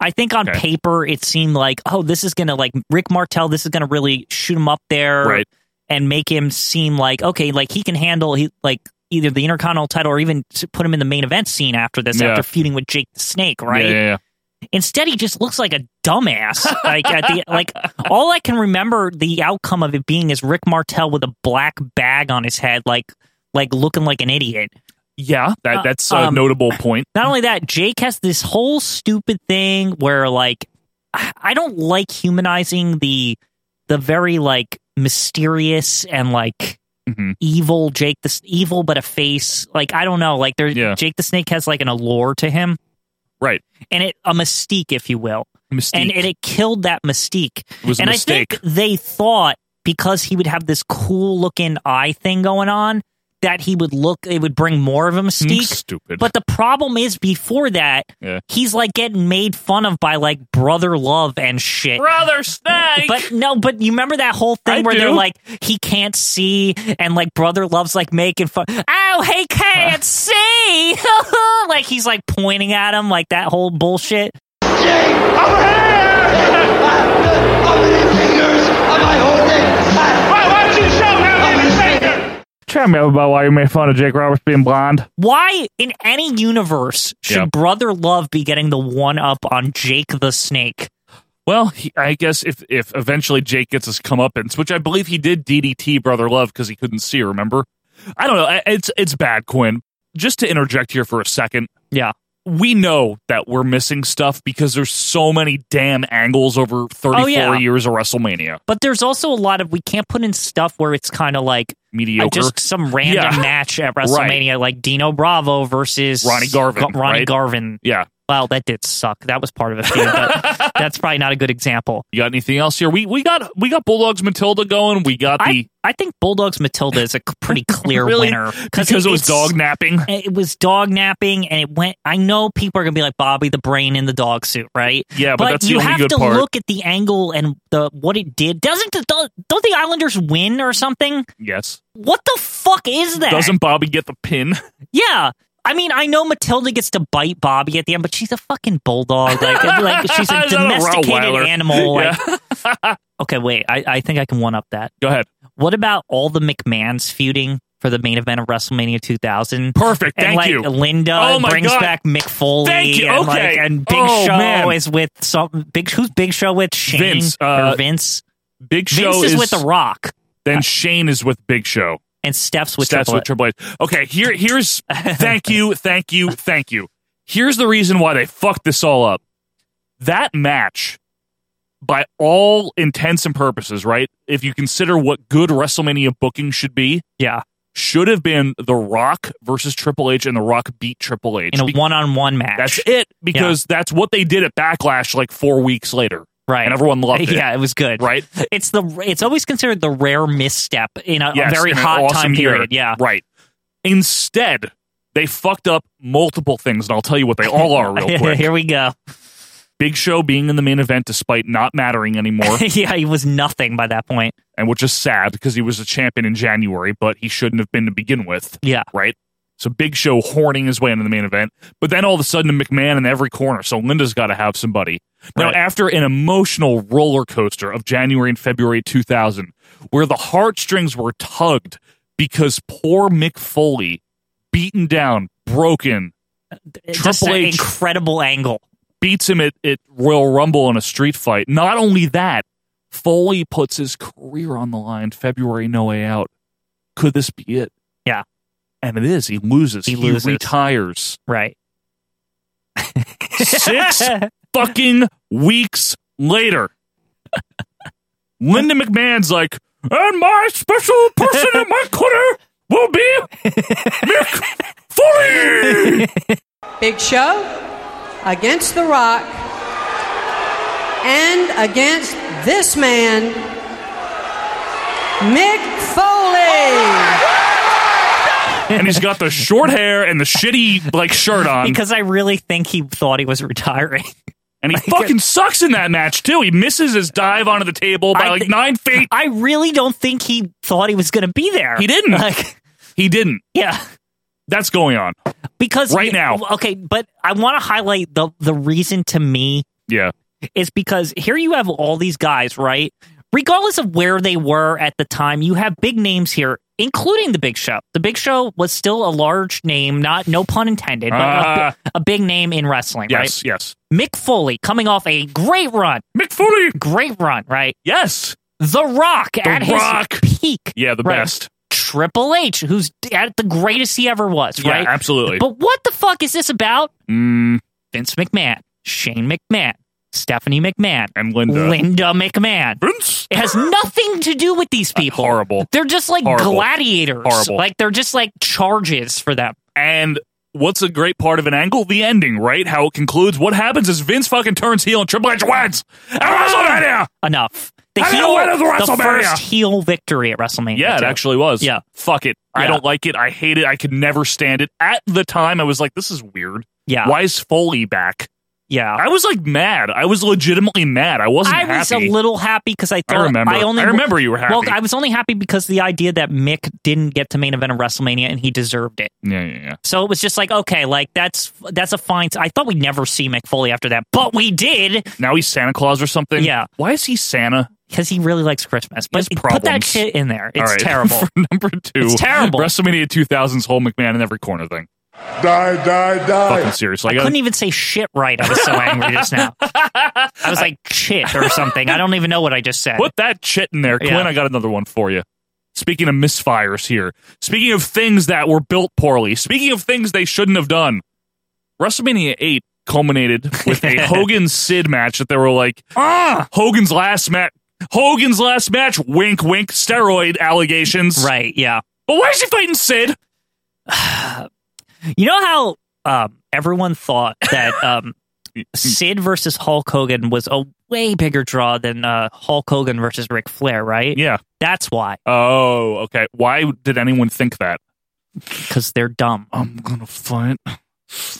S2: I think on
S1: Okay.
S2: paper it seemed like, oh, this is gonna like Rick Martel, this is gonna really shoot him up there
S1: Right.
S2: and make him seem like okay, like he can handle he like either the Intercontinental title or even s- put him in the main event scene after this,
S1: Yeah.
S2: after feuding with Jake the Snake, right?
S1: Yeah, yeah, yeah.
S2: Instead, he just looks like a
S1: [LAUGHS]
S2: dumbass. Like at the like, all I can remember the outcome of it being is Rick Martel with a black bag on his head, like like looking like an idiot.
S1: Yeah, that,
S2: Uh,
S1: that's a
S2: um,
S1: notable point.
S2: Not only that, Jake has this whole stupid thing where like I I don't like humanizing the the very like mysterious and like
S1: Mm-hmm.
S2: evil Jake the evil but a face. Like I don't know, like there
S1: Yeah.
S2: Jake the Snake has like an allure to him
S1: Right.
S2: and it a mystique, if you will.
S1: Mystique.
S2: And it, it killed that mystique.
S1: It was a
S2: and
S1: mistake.
S2: I think they thought because he would have this cool looking eye thing going on that he would look it would bring more of a mystique.
S1: stupid.
S2: But the problem is before that,
S1: Yeah.
S2: he's like getting made fun of by like brother love and shit.
S1: Brother Snake!
S2: But no, but you remember that whole thing
S1: I
S2: where they're
S1: do.
S2: like he can't see and like brother love's like making fun. Oh, he
S1: [LAUGHS]
S2: can't see. [LAUGHS] like he's like pointing at him like that whole bullshit.
S1: Tell me about why you made fun of Jake Roberts being blonde.
S2: Why in any universe should
S1: Yeah.
S2: brother love be getting the one up on Jake the Snake?
S1: Well, he, I guess if, if eventually Jake gets his comeuppance, which I believe he did DDT Brother Love because he couldn't see, remember? I don't know. I- It's, it's bad, Quinn. Just to interject here for a second.
S2: Yeah.
S1: We know that we're missing stuff because there's so many damn angles over 34
S2: yeah.
S1: years of WrestleMania.
S2: But there's also a lot of we can't put in stuff where it's kind of like
S1: Mediocre.
S2: uh, just some random
S1: Yeah.
S2: match
S1: [LAUGHS]
S2: at
S1: Right.
S2: WrestleMania, like Dino Bravo versus
S1: Ronnie Garvin,
S2: Ga- Ronnie
S1: right?
S2: Garvin.
S1: Yeah.
S2: Wow, that did suck. That was part of it, too,
S1: [LAUGHS]
S2: but that's probably not a good example.
S1: You got anything else here? We we got we got Bulldogs Matilda going. We got the
S2: I think Bulldogs Matilda is a c-
S1: [LAUGHS]
S2: pretty clear
S1: Really?
S2: winner
S1: Because it was
S2: it's-
S1: dog napping?
S2: [LAUGHS] It was dog napping, and it went. I know people are gonna be like Bobby the Brain in the dog suit, right?
S1: Yeah, but that's the
S2: you
S1: only
S2: have
S1: good
S2: to
S1: part.
S2: look at the angle and the what it did. Doesn't the don't- don't the Islanders win or something?
S1: yes.
S2: What the fuck is
S1: [LAUGHS]
S2: that?
S1: Doesn't Bobby get the pin?
S2: Yeah. I mean, I know Matilda gets to bite Bobby at the end, but she's a fucking bulldog. Like,
S1: [LAUGHS]
S2: like she's a
S1: Is that a
S2: domesticated
S1: Rottweiler?
S2: animal. Like,
S1: Yeah.
S2: okay, wait. I, I think I can one up that.
S1: Go ahead.
S2: What about all the McMahons feuding for the main event of WrestleMania 2000?
S1: Perfect.
S2: And
S1: Thank
S2: like
S1: you.
S2: Linda
S1: Oh my
S2: brings
S1: God.
S2: back Mick Foley.
S1: Thank you.
S2: And, like,
S1: Okay.
S2: and Big
S1: Oh,
S2: Show
S1: man.
S2: is with some big. Who's Big Show with? Shane
S1: Vince, uh,
S2: or Vince?
S1: Big Show
S2: Vince is, with The Rock,
S1: Then Shane is with Big Show.
S2: and Steph's with
S1: That's
S2: Triple
S1: with
S2: H.
S1: Triple H. Okay, here here's thank you, thank you, thank you. Here's the reason why they fucked this all up. That match, by all intents and purposes, right? If you consider what good WrestleMania booking should be,
S2: Yeah,
S1: should have been The Rock versus Triple H, and The Rock beat Triple H.
S2: in a
S1: Be-
S2: one-on-one match.
S1: that's it, because that's what they did at Backlash like four weeks later.
S2: Right.
S1: And everyone loved it.
S2: [LAUGHS] Yeah, it was good.
S1: Right?
S2: It's the it's always considered the rare misstep in a, a
S1: Yes,
S2: very
S1: in an
S2: hot
S1: awesome
S2: time
S1: year.
S2: period. Yeah.
S1: Right. Instead, They fucked up multiple things, and I'll tell you what they all
S2: [LAUGHS]
S1: are real quick.
S2: Here we go.
S1: Big Show being in the main event despite not mattering anymore.
S2: [LAUGHS] yeah, he was nothing by that point.
S1: And which is sad because he was a champion in January, but he shouldn't have been to begin with.
S2: Yeah.
S1: Right? So Big Show horning his way into the main event. But then all of a sudden, McMahon in every corner. So Linda's got to have somebody. Now, after an emotional roller coaster of January and February 2000, where the heartstrings were tugged because poor Mick Foley, beaten down, broken,
S2: Just an incredible angle.
S1: beats him at, at Royal Rumble in a street fight. Not only that, Foley puts his career on the line February No Way Out. Could this be it?
S2: Yeah.
S1: And it is. He loses.
S2: He loses.
S1: retires.
S2: Right. [LAUGHS]
S1: Six fucking weeks later, Linda McMahon's like, and my special person in my corner will be Mick Foley.
S18: Big Show against The Rock and against this man, Mick Foley.
S1: and he's got the short hair and the shitty like shirt on.
S2: Because I really think he thought he was retiring. [LAUGHS]
S1: And he fucking sucks in that match too. He misses his dive onto the table by like nine feet.
S2: I really don't think he thought he was going to be there.
S1: He didn't.
S2: Like,
S1: he didn't.
S2: Yeah.
S1: That's going on.
S2: Because
S1: Right now.
S2: Okay, but I want to highlight the the reason to me
S1: Yeah.
S2: is because here you have all these guys, right? Regardless of where they were at the time, you have big names here, including the Big Show. The Big Show was still a large name, not no pun intended, but
S1: Ah.
S2: a, bi- a big name in wrestling,
S1: Yes,
S2: right?
S1: yes.
S2: Mick Foley coming off a great run.
S1: Mick Foley,
S2: great run, right?
S1: Yes.
S2: The Rock at
S1: Rock.
S2: his peak.
S1: Yeah, the
S2: Right.
S1: best.
S2: Triple H, who's at the greatest he ever was,
S1: Yeah,
S2: right?
S1: absolutely.
S2: But what the fuck is this about?
S1: Mm,
S2: Vince McMahon, Shane McMahon, Stephanie McMahon,
S1: and Linda.
S2: Linda McMahon. It
S1: [LAUGHS]
S2: has nothing to do with these people.
S1: Horrible.
S2: They're just like
S1: Horrible.
S2: gladiators.
S1: Horrible.
S2: Like they're just like charges for them.
S1: And what's a great part of an angle? The ending, right? How it concludes. What happens is Vince fucking turns heel and Triple H wins at WrestleMania.
S2: Enough. The
S1: I
S2: heel,
S1: know it is
S2: the
S1: WrestleMania.
S2: first heel victory at WrestleMania.
S1: Yeah, it
S2: too.
S1: actually was.
S2: Yeah.
S1: Fuck it. I
S2: Yeah.
S1: don't like it. I hate it. I could never stand it. At the time, I was like, this is weird.
S2: Yeah.
S1: Why is Foley back?
S2: Yeah.
S1: I was like mad. I was legitimately mad. I wasn't
S2: I
S1: happy.
S2: was a little happy because I thought
S1: remember.
S2: only
S1: I remember you were
S2: Well,
S1: happy.
S2: I was only happy because the idea that Mick didn't get to main event of WrestleMania and he deserved it.
S1: Yeah, yeah, yeah.
S2: So it was just like okay, like that's that's a fine. I thought we'd never see Mick Foley after that, but we did
S1: Now he's Santa Claus or something.
S2: Yeah.
S1: Why is he Santa?
S2: because he really likes Christmas. But put that
S1: problems.
S2: shit in there. It's
S1: All right. [LAUGHS]
S2: terrible.
S1: For number two,
S2: It's terrible.
S1: WrestleMania 2000's whole McMahon in every corner thing.
S17: Die, die, die.
S1: Fucking seriously. I,
S2: I
S1: got
S2: couldn't even say shit right. I was so angry just now. I
S1: [LAUGHS]
S2: was like shit or something. I don't even know what I just said.
S1: put that shit in there, Quinn.
S2: Yeah.
S1: I got another one for you. Speaking of misfires here, speaking of things that were built poorly, speaking of things they shouldn't have done, WrestleMania 8 culminated with
S2: [LAUGHS]
S1: a Hogan Sid match that they were like, ah, Hogan's last match. Hogan's last match, wink, wink, steroid allegations.
S2: Right? Yeah.
S1: But why is he fighting Sid?
S2: You know how um, everyone thought that um, Sid versus Hulk Hogan was a way bigger draw than uh, Hulk Hogan versus Ric Flair, right?
S1: Yeah.
S2: That's why,
S1: Oh, okay. Why did anyone think that?
S2: because they're dumb.
S1: I'm gonna fight.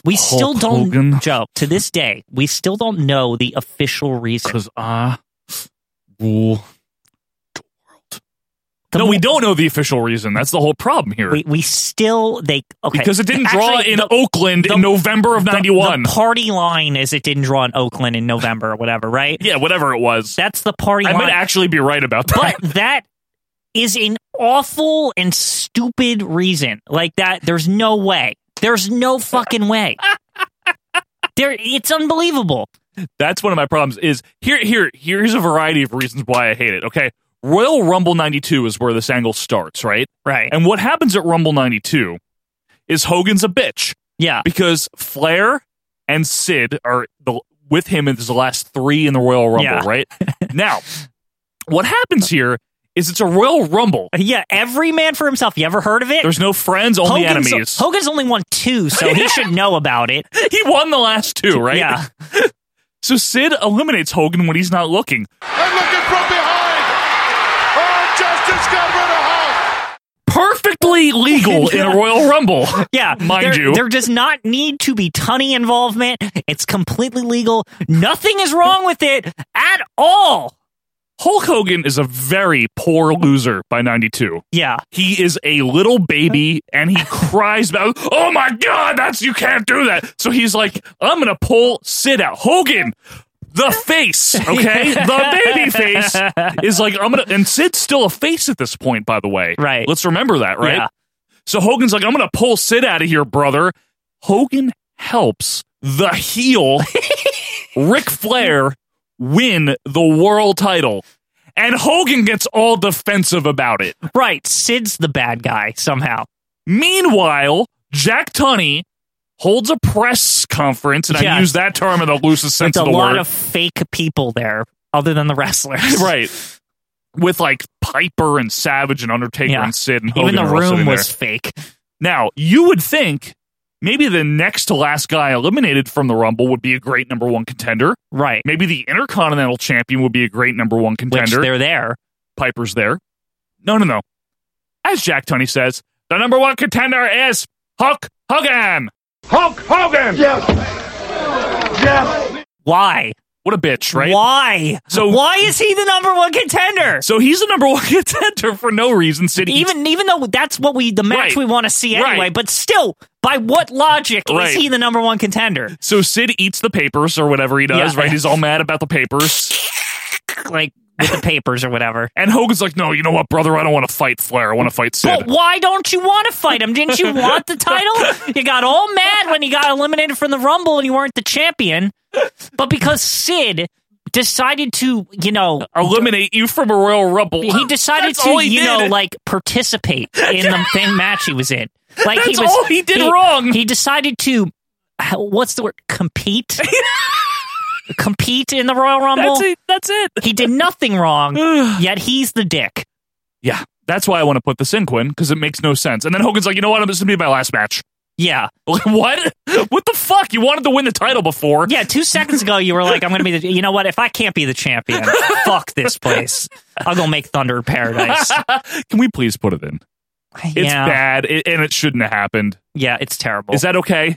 S2: We
S1: Hulk
S2: still don't,
S1: Hogan.
S2: Joe. To this day, we still don't know the official reason.
S1: Because I rule.
S2: The
S1: no,
S2: mo-
S1: we don't know the official reason. That's the whole problem here.
S2: We, we still they okay
S1: because it didn't draw
S2: Actually,
S1: in
S2: the-
S1: Oakland
S2: the-
S1: in November of
S2: the-
S1: '91.
S2: The party line is it didn't draw in Oakland in November or whatever, right?
S1: yeah, whatever it was.
S2: That's the party
S1: I
S2: line.
S1: might actually be right about that.
S2: but that is an awful and stupid reason. Like that, there's no way. There's no
S1: [LAUGHS]
S2: fucking way. There, it's unbelievable.
S1: [LAUGHS] That's one of my problems. Is here, here, here's a variety of reasons why I hate it. Okay, Royal Rumble '92 is where this angle starts, right?
S2: Right.
S1: And what happens at Rumble '92 is Hogan's a bitch.
S2: Yeah.
S1: because Flair and Sid are the, with him in the last three in the Royal Rumble,
S2: Yeah. [LAUGHS]
S1: right? now, what happens here is it's a Royal Rumble.
S2: Yeah. Every man for himself. You ever heard of it?
S1: There's no friends, only
S2: Hogan's,
S1: enemies.
S2: Hogan's only won two, so
S1: [LAUGHS]
S2: he should know about it.
S1: he won the last two, right?
S2: Yeah.
S1: [LAUGHS] So Sid eliminates Hogan when he's not looking.
S6: And looking from behind. Oh, Justice got rid of Hulk.
S1: Perfect strictly
S2: [LAUGHS]
S1: legal in a Royal Rumble.
S2: Yeah,
S1: Mind
S2: there,
S1: you.
S2: there does not need to be Tunny involvement. It's completely legal. Nothing is wrong with it at all.
S1: Hulk Hogan is a very poor loser by 92.
S2: Yeah.
S1: He is a little baby and
S2: [LAUGHS]
S1: he cries about, oh my God, that's, you can't do that. So he's like, I'm going to pull Sid out. Hogan,
S2: [LAUGHS]
S1: the face, okay? the baby face is like, I'm going to, and Sid's still a face at this point, by the way.
S2: Right.
S1: Let's remember that, right?
S2: Yeah.
S1: So Hogan's like, I'm going to pull Sid out of here, brother. Hogan helps the
S2: [LAUGHS]
S1: heel, Ric Flair, win the world title. And Hogan gets all defensive about it.
S2: Right. Sid's the bad guy somehow.
S1: Meanwhile, Jack Tunney holds a press conference, and I
S2: Yeah.
S1: use that term in the loosest sense
S2: It's a
S1: of the
S2: lot
S1: word. [LAUGHS]
S2: of fake people there, other than the wrestlers.
S1: right. With like Piper and Savage and Undertaker
S2: Yeah.
S1: and Sid and
S2: [LAUGHS]
S1: Hogan
S2: Even the
S1: are all
S2: room
S1: sitting
S2: was
S1: there.
S2: fake.
S1: Now, you would think maybe the next to last guy eliminated from the Rumble would be a great number one contender.
S2: Right.
S1: Maybe the Intercontinental Champion would be a great number one contender.
S2: they're there.
S1: Piper's there. No, no, no. As Jack Tunney says, the number one contender is Hulk Hogan.
S13: Hulk Hogan! Yes! Yes!
S2: Why?
S1: What a bitch, right?
S2: Why?
S1: So-
S2: why is he the number one contender?
S1: So he's the number one [LAUGHS] contender for no reason. Sid eats
S2: even even though that's what we the match
S1: Right.
S2: we want to see anyway,
S1: Right.
S2: but still, by what logic
S1: Right.
S2: is he the number one contender?
S1: So Sid eats the papers or whatever he does,
S2: Yeah.
S1: right? He's all mad about the papers.
S2: Like with the papers
S1: [LAUGHS]
S2: or whatever.
S1: And Hogan's like, no, you know what, brother? I don't want to fight Flair. I want to fight Sid.
S2: But why don't you want to fight him?
S1: [LAUGHS]
S2: Didn't you want the title? You got all mad when you got eliminated from the Rumble and you weren't the champion. But because Sid decided to, you know,
S1: Eliminate you from a Royal Rumble. [LAUGHS]
S2: he decided
S1: That's all
S2: to,
S1: he
S2: you
S1: did.
S2: know, like participate
S1: [LAUGHS]
S2: in the thing match he was in. Like he
S1: That's
S2: was,
S1: all he did wrong.
S2: He decided to, what's the word?
S1: [LAUGHS]
S2: Compete. Compete in the Royal Rumble.
S1: That's it. That's it.
S2: He did nothing
S1: [SIGHS]
S2: wrong, yet he's the dick.
S1: Yeah. That's why I want to put this in, Quinn, because it makes no sense. And then Hogan's like, you know what? I'm just going to be my last match. [LAUGHS]
S2: Yeah,
S1: Like, what? [LAUGHS] What the fuck? You wanted to win the title before.
S2: yeah. Two seconds ago, you were like, "I'm going to be the." You know what? If I can't be
S1: [LAUGHS]
S2: the champion, fuck this place. I'll go make Thunder in Paradise.
S1: [LAUGHS] Can we please put it in? [LAUGHS] It's
S2: yeah,
S1: bad, it, and it shouldn't have happened.
S2: yeah. It's terrible.
S1: Is that okay?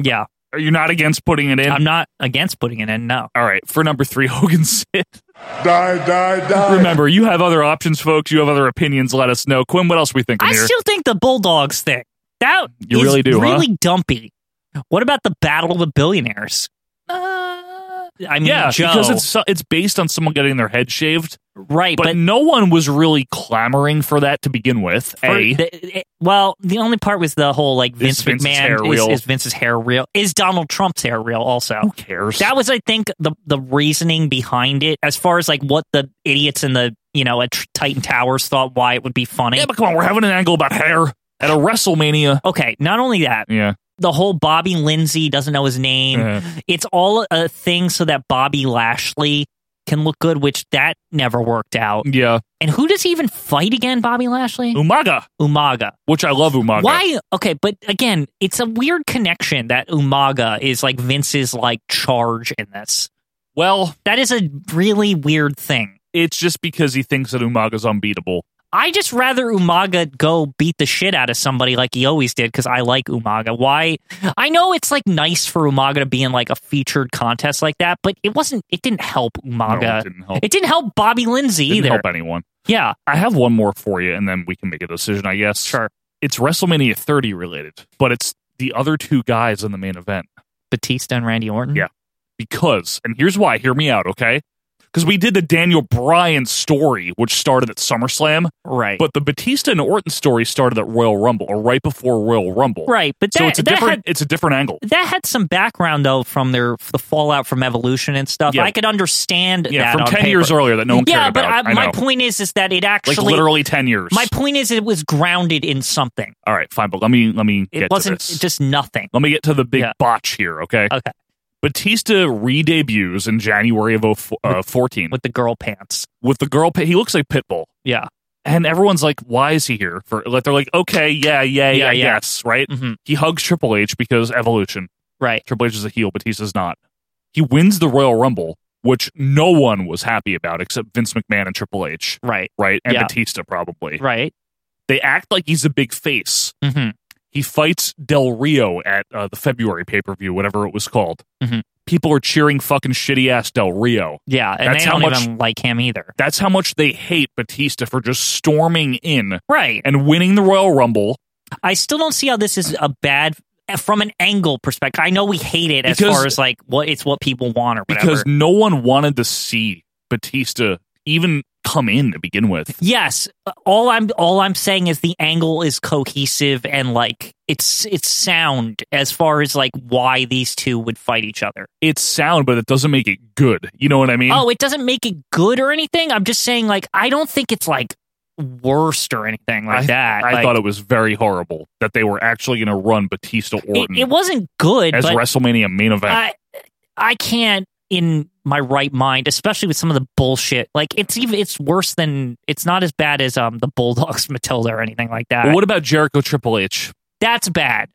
S2: yeah,
S1: Are you not against putting it in?
S2: Oh. I'm not against putting it in. No.
S1: All right, for number three, [LAUGHS] Hogan Sid.
S17: Die, die, die.
S1: Remember, you have other options, folks. You have other opinions. Let us know. Quinn, what else we thinking
S2: I
S1: here?
S2: still think the Bulldogs thing. That
S1: You
S2: is
S1: really do, huh?
S2: really dumpy. What about the Battle of the Billionaires? I mean,
S1: Uh, yeah,
S2: Joe,
S1: because it's so- it's based on someone getting their head shaved,
S2: right,
S1: but,
S2: but,
S1: no one was really clamoring for that to begin with.
S2: for
S1: a
S2: the- it- well, the only part was the whole like Vince
S1: Vince's
S2: McMahon
S1: hair
S2: is,
S1: real?
S2: is Vince's hair real? Is Donald Trump's hair real? Also,
S1: who cares?
S2: that was I think the the reasoning behind it, as far as like what the idiots in the you know at Tr- Titan Towers thought why it would be funny.
S1: yeah, but come on, we're having an angle about hair at a WrestleMania.
S2: okay, not only that,
S1: Yeah,
S2: the whole Bobby Lindsay doesn't know his name.
S1: Yeah.
S2: It's all a thing so that Bobby Lashley can look good, which that never worked out.
S1: yeah.
S2: And who does he even fight again, Bobby Lashley?
S1: Umaga,
S2: Umaga.
S1: which I love. Umaga.
S2: Why? Okay, but again, it's a weird connection that Umaga is like Vince's like charge in this.
S1: Well,
S2: That is a really weird thing.
S1: it's just because he thinks that Umaga's unbeatable.
S2: I just rather Umaga go beat the shit out of somebody like he always did because I like Umaga. Why? I know it's like nice for Umaga to be in like a featured contest like that, but it wasn't. It didn't help Umaga.
S1: No, it didn't help.
S2: It didn't help Bobby Lindsay
S1: Didn't
S2: either.
S1: help anyone.
S2: Yeah,
S1: I have one more for you, and then we can make a decision, I guess.
S2: sure.
S1: It's WrestleMania 30 related, but it's the other two guys in the main event
S2: Mm-hmm. Batista and Randy Orton.
S1: Yeah. because, and here's why. Hear me out, okay? Because we did the Daniel Bryan story, which started at SummerSlam,
S2: right.
S1: but the Batista and Orton story started at Royal Rumble or right before Royal Rumble.
S2: right, but that,
S1: so it's a
S2: that
S1: different.
S2: had,
S1: it's a different angle.
S2: that had some background though from their the fallout from Evolution and stuff.
S1: Yeah.
S2: I could understand
S1: Yeah,
S2: that
S1: from
S2: on
S1: 10
S2: paper.
S1: years earlier that no one
S2: yeah,
S1: cared
S2: but
S1: about.
S2: I,
S1: I
S2: my
S1: know.
S2: point is, is that it actually
S1: Like literally ten years.
S2: My point is, it was grounded in something.
S1: All right, fine, but let me let me.
S2: It
S1: get
S2: wasn't
S1: to this.
S2: just nothing.
S1: Let me get to the big
S2: Yeah.
S1: botch here, okay?
S2: Okay.
S1: Batista re-debuts in January of 04 uh, 14 with,
S2: with the girl pants.
S1: the girl. Pa- he looks like Pitbull,
S2: Yeah.
S1: and everyone's like, "Why is he here?" For like, they're like, "Okay, yeah, yeah, yeah,
S2: Yeah,
S1: I
S2: yeah.
S1: guess, right?"
S2: Mhm.
S1: He hugs Triple H because evolution.
S2: Right.
S1: Triple H is a heel, Batista's not. He wins the Royal Rumble, which no one was happy about except Vince McMahon and Triple H,
S2: Right.
S1: right? And
S2: Yeah.
S1: Batista probably.
S2: Right.
S1: They act like he's a big face.
S2: Mm-hmm.
S1: He fights Del Rio at uh, the February pay per view, whatever it was called.
S2: Mm-hmm.
S1: People are cheering fucking shitty ass Del Rio.
S2: Yeah, and
S1: That's
S2: they
S1: how
S2: don't
S1: much-
S2: even like him either.
S1: That's how much they hate Batista for just storming in
S2: Right.
S1: and winning the Royal Rumble.
S2: I still don't see how this is a bad from an angle perspective. I know we hate it as
S1: Because-
S2: far as like what it's what people want or whatever.
S1: because no one wanted to see Batista even come in to begin with.
S2: yes, all I'm all I'm saying is the angle is cohesive and like it's it's sound as far as like why these two would fight each other.
S1: It's sound, but it doesn't make it good. You know what I mean?
S2: Oh, it doesn't make it good or anything. I'm just saying like I don't think it's like worst or anything like
S1: I,
S2: that.
S1: I
S2: Like,
S1: thought it was very horrible that they were actually going to run Batista
S2: it,
S1: Orton
S2: it wasn't good
S1: as
S2: but
S1: WrestleMania main event.
S2: I I can't in my right mind, especially with some of the bullshit. Like it's even it's worse than it's not as bad as um the Bulldogs [LAUGHS] Matilda or anything like that.
S1: Well, what about Jericho Triple H?
S2: that's bad.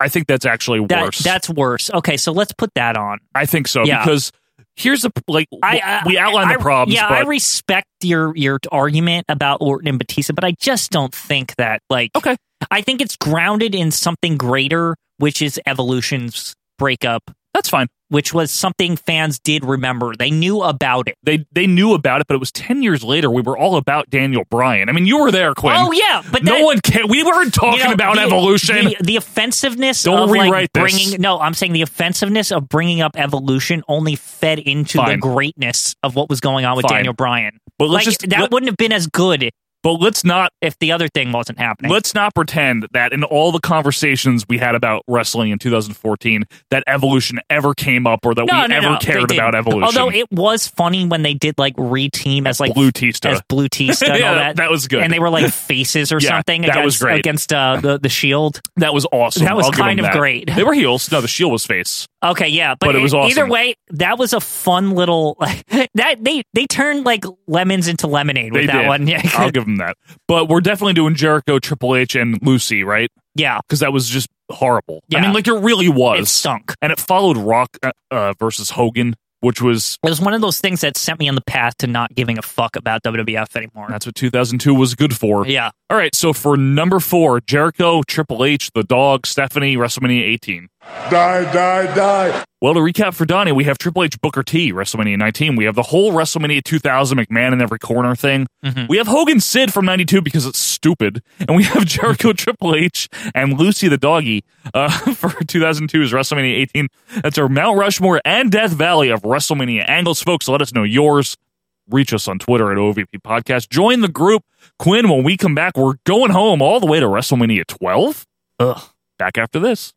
S1: I think that's actually
S2: That
S1: worse.
S2: that's worse. Okay, so let's put that on.
S1: I think so
S2: Yeah.
S1: because here's the like
S2: I, I
S1: we outlined
S2: I-
S1: the problems.
S2: Yeah,
S1: but
S2: I respect your your argument about Orton and Batista, but I just don't think that like
S1: okay.
S2: I think it's grounded in something greater, which is Evolution's breakup,
S1: that's fine.
S2: which was something fans did remember. They knew about it.
S1: They they knew about it, but it was ten years later. We were all about Daniel Bryan. I mean, you were there, Quinn.
S2: Oh yeah, but
S1: no
S2: that-
S1: one can. We weren't talking
S2: you know,
S1: about
S2: the-
S1: evolution.
S2: The, the offensiveness
S1: Don't
S2: of like,
S1: rewrite this.
S2: bringing no, I'm saying the offensiveness of bringing up evolution only fed into the
S1: Fine.
S2: greatness of what was going on with
S1: Fine.
S2: Daniel Bryan.
S1: But let's
S2: like,
S1: just-
S2: that
S1: let-
S2: wouldn't have been as good
S1: but let's not
S2: if the other thing wasn't happening.
S1: let's not pretend that in all the conversations we had about wrestling in 2014 that evolution ever came up or that
S2: no,
S1: we
S2: no,
S1: ever
S2: no, they
S1: cared about
S2: didn't.
S1: evolution.
S2: Although it was funny when they did like reteam as like
S1: Blue Tista.
S2: as
S1: [LAUGHS]
S2: Blue Tista and
S1: Yeah,
S2: all
S1: that-
S2: that.
S1: that was good.
S2: And they were like faces or
S1: [LAUGHS] Yeah,
S2: something.
S1: that
S2: against,
S1: was great.
S2: against uh, the the Shield.
S1: that was awesome.
S2: that was
S1: I'll give
S2: kind
S1: them
S2: of
S1: that.
S2: great.
S1: They were heels. No, the Shield was face.
S2: Okay, yeah, but,
S1: But it was awesome.
S2: either way, that was a fun little [LAUGHS] that they they turned like lemons into lemonade with
S1: They
S2: that
S1: did.
S2: one. [LAUGHS] Yeah,
S1: I'll give them that. But we're definitely doing Jericho, Triple H, and Lucy, right?
S2: yeah,
S1: Because that was just horrible. I
S2: Yeah.
S1: mean, like it really was.
S2: it stunk.
S1: And it followed Rock uh, uh, versus Hogan, which was
S2: It was one of those things that sent me on the path to not giving a fuck about WWF anymore.
S1: that's what 2002 was good for.
S2: yeah,
S1: All right, so for number four, Jericho, Triple H, The Dog, Stephanie, WrestleMania 18.
S17: Die, die, die.
S1: Well, to recap for Donnie, we have Triple H, Booker T, WrestleMania 19. We have the whole WrestleMania 2000 McMahon in every corner thing. We have Hogan Sid from 92 because it's stupid. And we have [LAUGHS] Jericho, Triple H, and Lucy the Doggy uh, [LAUGHS] for 2002's WrestleMania 18. That's our Mount Rushmore and Death Valley of WrestleMania angles. Folks, let us know yours. Reach us on Twitter at OVP Podcast. Join the group. Quinn, when we come back, we're going home all the way to WrestleMania 12. Ugh. Back after this.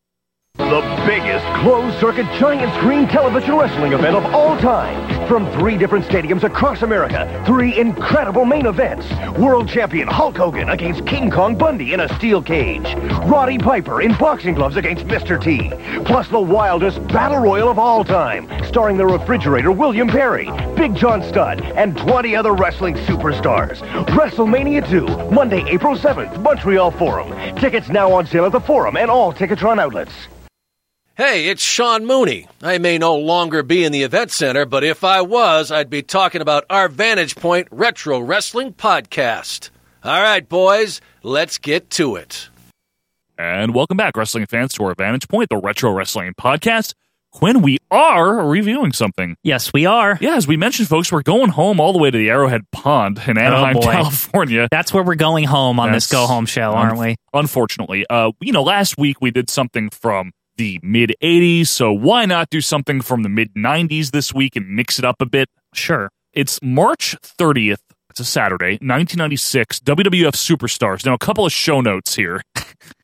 S19: The biggest closed-circuit giant screen television wrestling event of all time. From three different stadiums across America, three incredible main events. World champion Hulk Hogan against King Kong Bundy in a steel cage. Roddy Piper in boxing gloves against Mr. T. Plus the wildest battle royal of all time, starring the refrigerator William Perry, Big John Studd, and 20 other wrestling superstars. WrestleMania 2, Monday, April 7th, Montreal Forum. Tickets now on sale at the Forum and all Ticketron outlets.
S20: Hey, it's Sean Mooney. I may no longer be in the event center, but if I was, I'd be talking about our Vantage Point Retro Wrestling Podcast. All right, boys, let's get to it.
S1: And welcome back, wrestling fans, to our Vantage Point, the Retro Wrestling Podcast. Quinn, we are reviewing something.
S2: yes, we are.
S1: Yeah, as we mentioned, folks, we're going home all the way to the Arrowhead Pond in Anaheim,
S2: Oh, boy.
S1: California.
S2: That's where we're going home on this go home show, aren't we? [LAUGHS]
S1: Unfortunately, uh, you know, last week we did something from the mid '80s, so why not do something from the mid '90s this week and mix it up a bit?
S2: Sure.
S1: It's March 30th. It's a Saturday, 1996. WWF Superstars. Now, a couple of show notes
S2: [LAUGHS]
S1: here.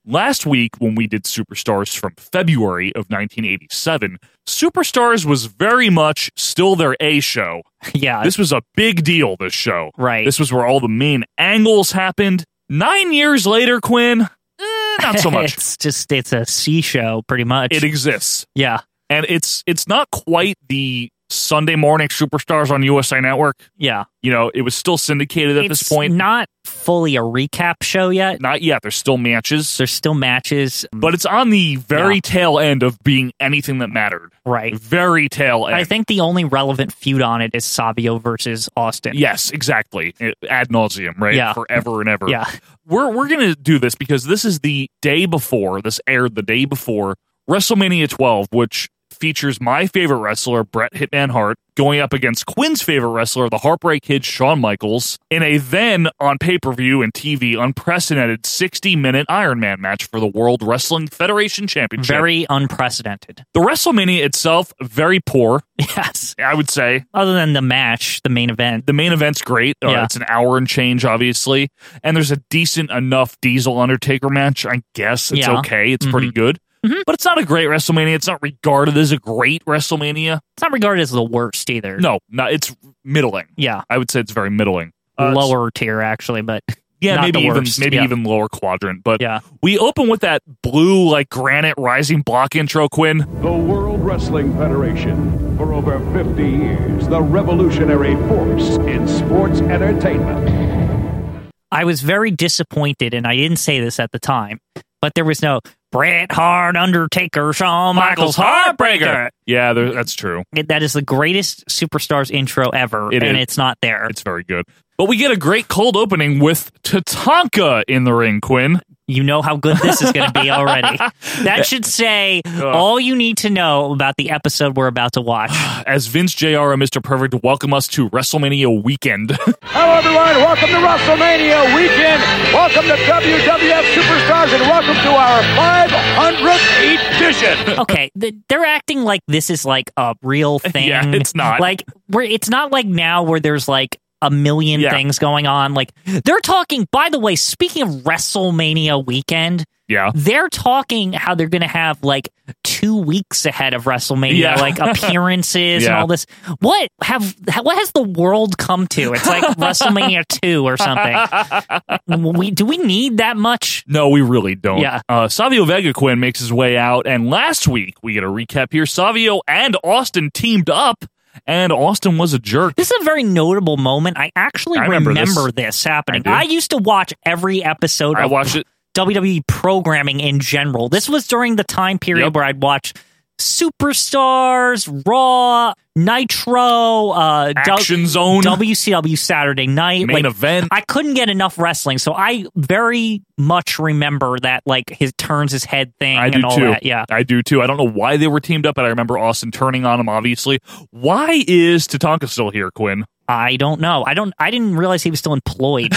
S1: Last week, when we did Superstars from February of 1987, Superstars was very much still their A show.
S2: Yeah,
S1: This was a big deal, this show.
S2: Right. [LAUGHS]
S1: This was where all the main angles happened. Nine years later, Quinn, eh, not so [LAUGHS] much.
S2: it's just it's a C show pretty much.
S1: it exists.
S2: yeah,
S1: And it's it's not quite the Sunday morning superstars on USA Network.
S2: Yeah.
S1: You know, it was still syndicated at this
S2: It's
S1: point.
S2: Not fully a recap show yet.
S1: Not yet. There's still matches.
S2: There's still matches.
S1: But it's on the very
S2: Mm. Yeah.
S1: tail end of being anything that mattered.
S2: Right.
S1: Very tail end.
S2: I think the only relevant feud on it is Savio versus Austin.
S1: Yes, exactly. Ad nauseum, right?
S2: Yeah.
S1: Forever and ever.
S2: Yeah.
S1: We're we're gonna do this because this is the day before this aired the day before WrestleMania 12, which features my favorite wrestler Bret Hitman Hart going up against Quinn's favorite wrestler, the Heartbreak Kid Shawn Michaels, in a then on pay per view and TV unprecedented 60 minute Iron Man match for the World Wrestling Federation Championship.
S2: Very unprecedented. [LAUGHS]
S1: the WrestleMania itself very poor.
S2: Yes.
S1: I would say
S2: Other than the match, the main event.
S1: the main event's great. Uh,
S2: Yeah.
S1: It's an hour and change, obviously. And there's a decent enough Diesel Undertaker match, I guess. It's
S2: Yeah. Mm-hmm.
S1: okay. It's pretty good. But it's not a great WrestleMania. It's not regarded as a great WrestleMania.
S2: It's not regarded as the worst either.
S1: No, no, it's middling.
S2: Yeah.
S1: I would say it's very middling. Uh,
S2: Lower tier, actually, but
S1: Yeah,
S2: not
S1: maybe
S2: the
S1: even
S2: worst.
S1: maybe
S2: Yeah.
S1: even lower quadrant. But
S2: Yeah.
S1: we open with that blue like granite rising block intro, Quinn.
S21: The World Wrestling Federation, for over 50 years, the revolutionary force in sports entertainment.
S2: I was very disappointed, and I didn't say this at the time, but there was no Bret Hart, Undertaker, Shawn Michaels, Heartbreaker.
S1: Yeah, there, that's true.
S2: It- That is the greatest superstars intro ever,
S1: It
S2: and
S1: is.
S2: it's not there.
S1: It's very good. But we get a great cold opening with Tatanka in the ring, Quinn.
S2: You know how good this is going to be
S1: [LAUGHS]
S2: already. That should say all you need to know about the episode we're about to
S1: [SIGHS]
S2: watch.
S1: as Vince JR and Mr. Perfect welcome us to WrestleMania weekend. [LAUGHS]
S5: Hello, everyone. Welcome to WrestleMania weekend. Welcome to WWF Superstars, and welcome to our 500th edition.
S2: okay, th- they're acting like this is like a real thing.
S1: Yeah, it's not.
S2: Like we're it's not like now where there's like a million
S1: Yeah.
S2: things going on. Like they're talking. By the way, speaking of WrestleMania weekend.
S1: yeah.
S2: They're talking how they're going to have like two weeks ahead of WrestleMania,
S1: Yeah. [LAUGHS]
S2: like appearances and
S1: Yeah.
S2: all this. What have ha- what has the world come to? It's
S1: [LAUGHS]
S2: like WrestleMania two or something. We do we need that much?
S1: No, we really don't.
S2: Yeah.
S1: Uh, Savio Vega Quinn makes his way out, and last week we get a recap here. Savio and Austin teamed up, and Austin was a jerk.
S2: This is a very notable moment. I actually
S1: I remember
S2: remember,
S1: this.
S2: this. happening.
S1: I
S2: I,
S1: do.
S2: used to watch every episode
S1: I
S2: of
S1: watched it.
S2: WWE E programming in general. This was during the time period
S1: Yep.
S2: where I'd watch Superstars, Raw, Nitro, uh, W-
S1: Action Zone.
S2: WCW Saturday Night,
S1: Main event.
S2: I couldn't get enough wrestling, so I very much remember that like his turns his head thing
S1: I do
S2: and all
S1: too.
S2: that. Yeah,
S1: I do too. I don't know why they were teamed up, but I remember Austin turning on him, obviously. Why is Tatanka still here, Quinn?
S2: I don't know. I don't. I didn't realize he was still
S1: [LAUGHS]
S2: employed.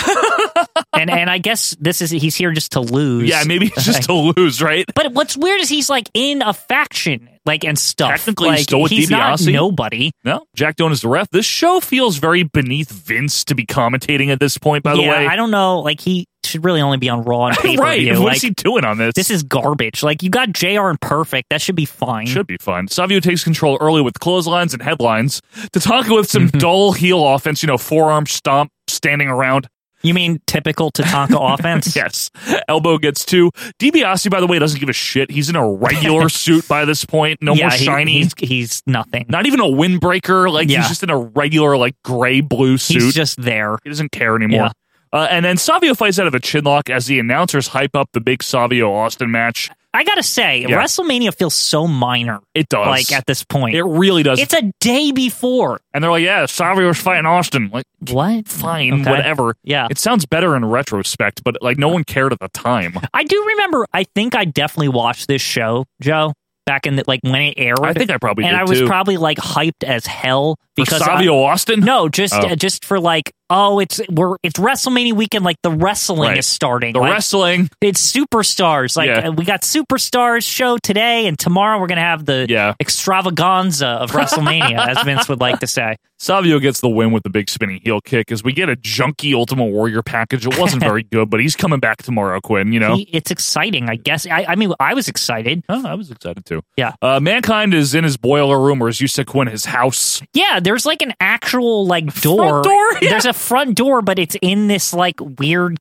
S2: and and I guess this is he's here just to lose.
S1: Yeah, maybe it's
S2: [LAUGHS]
S1: just to lose, right?
S2: But what's weird is he's like in a faction, like and stuff.
S1: Technically,
S2: like,
S1: he's still with
S2: he's not
S1: DiBiase.
S2: nobody.
S1: No, Jack Doan is the ref. This show feels very beneath Vince to be commentating at this point, by the
S2: yeah,
S1: way.
S2: I don't know. Like he should really only be on Raw and pay
S1: [LAUGHS]
S2: per
S1: right.
S2: view.
S1: What is
S2: like
S1: he doing on this?
S2: this is garbage. Like you got Jr. and Perfect. That should be fine.
S1: should be fun. Savio takes control early with clotheslines and headlines. Tatanka with
S2: Mm-hmm.
S1: some dull heel offense, you know, forearm stomp, standing around. [LAUGHS]
S2: You mean typical Tatanka offense?
S1: Yes. Elbow gets two. DiBiase, by the way, doesn't give a shit. He's in a
S2: [LAUGHS]
S1: regular suit by this point. No
S2: yeah,
S1: more
S2: he-
S1: shiny.
S2: he's, he's nothing.
S1: Not even a windbreaker. Like,
S2: Yeah.
S1: he's just in a regular, like, gray blue suit.
S2: He's just there.
S1: He doesn't care anymore.
S2: Yeah.
S1: Uh, and then Savio fights out of a chinlock as the announcers hype up the big Savio Austin match.
S2: I gotta say,
S1: Yeah.
S2: WrestleMania feels so minor.
S1: It does.
S2: Like at this point,
S1: It really does.
S2: it's a day before.
S1: and they're like, yeah, Savio's fighting Austin. Like,
S2: What?
S1: fine,
S2: Okay.
S1: whatever.
S2: Yeah.
S1: It sounds better in retrospect, but like no one cared at the time.
S2: I do remember. I think I definitely watched this show, Joe, back in the like when it aired.
S1: I think I probably
S2: and
S1: did
S2: I was
S1: too.
S2: probably like hyped as hell
S1: For
S2: because I-
S1: Savio Austin?
S2: no, just
S1: Oh.
S2: uh, just for like oh, it's we're it's WrestleMania weekend. Like the wrestling
S1: Right.
S2: is starting.
S1: The
S2: like,
S1: wrestling.
S2: It's superstars. Like
S1: Yeah.
S2: uh, we got superstars show today, and tomorrow we're gonna have the
S1: Yeah. [LAUGHS]
S2: extravaganza of WrestleMania, as Vince would like to say.
S1: Savio gets the win with the big spinning heel kick as we get a junky Ultimate Warrior package. It
S2: [LAUGHS]
S1: wasn't very good, but he's coming back tomorrow, Quinn, you know?
S2: He- it's exciting, I guess. I, I mean, I was excited.
S1: Oh, I was excited too.
S2: Yeah.
S1: Uh, Mankind is in his boiler room, or as you said, Quinn, his house.
S2: Yeah, there's like an actual like door.
S1: door? Yeah.
S2: There's a front door, but it's in this like weird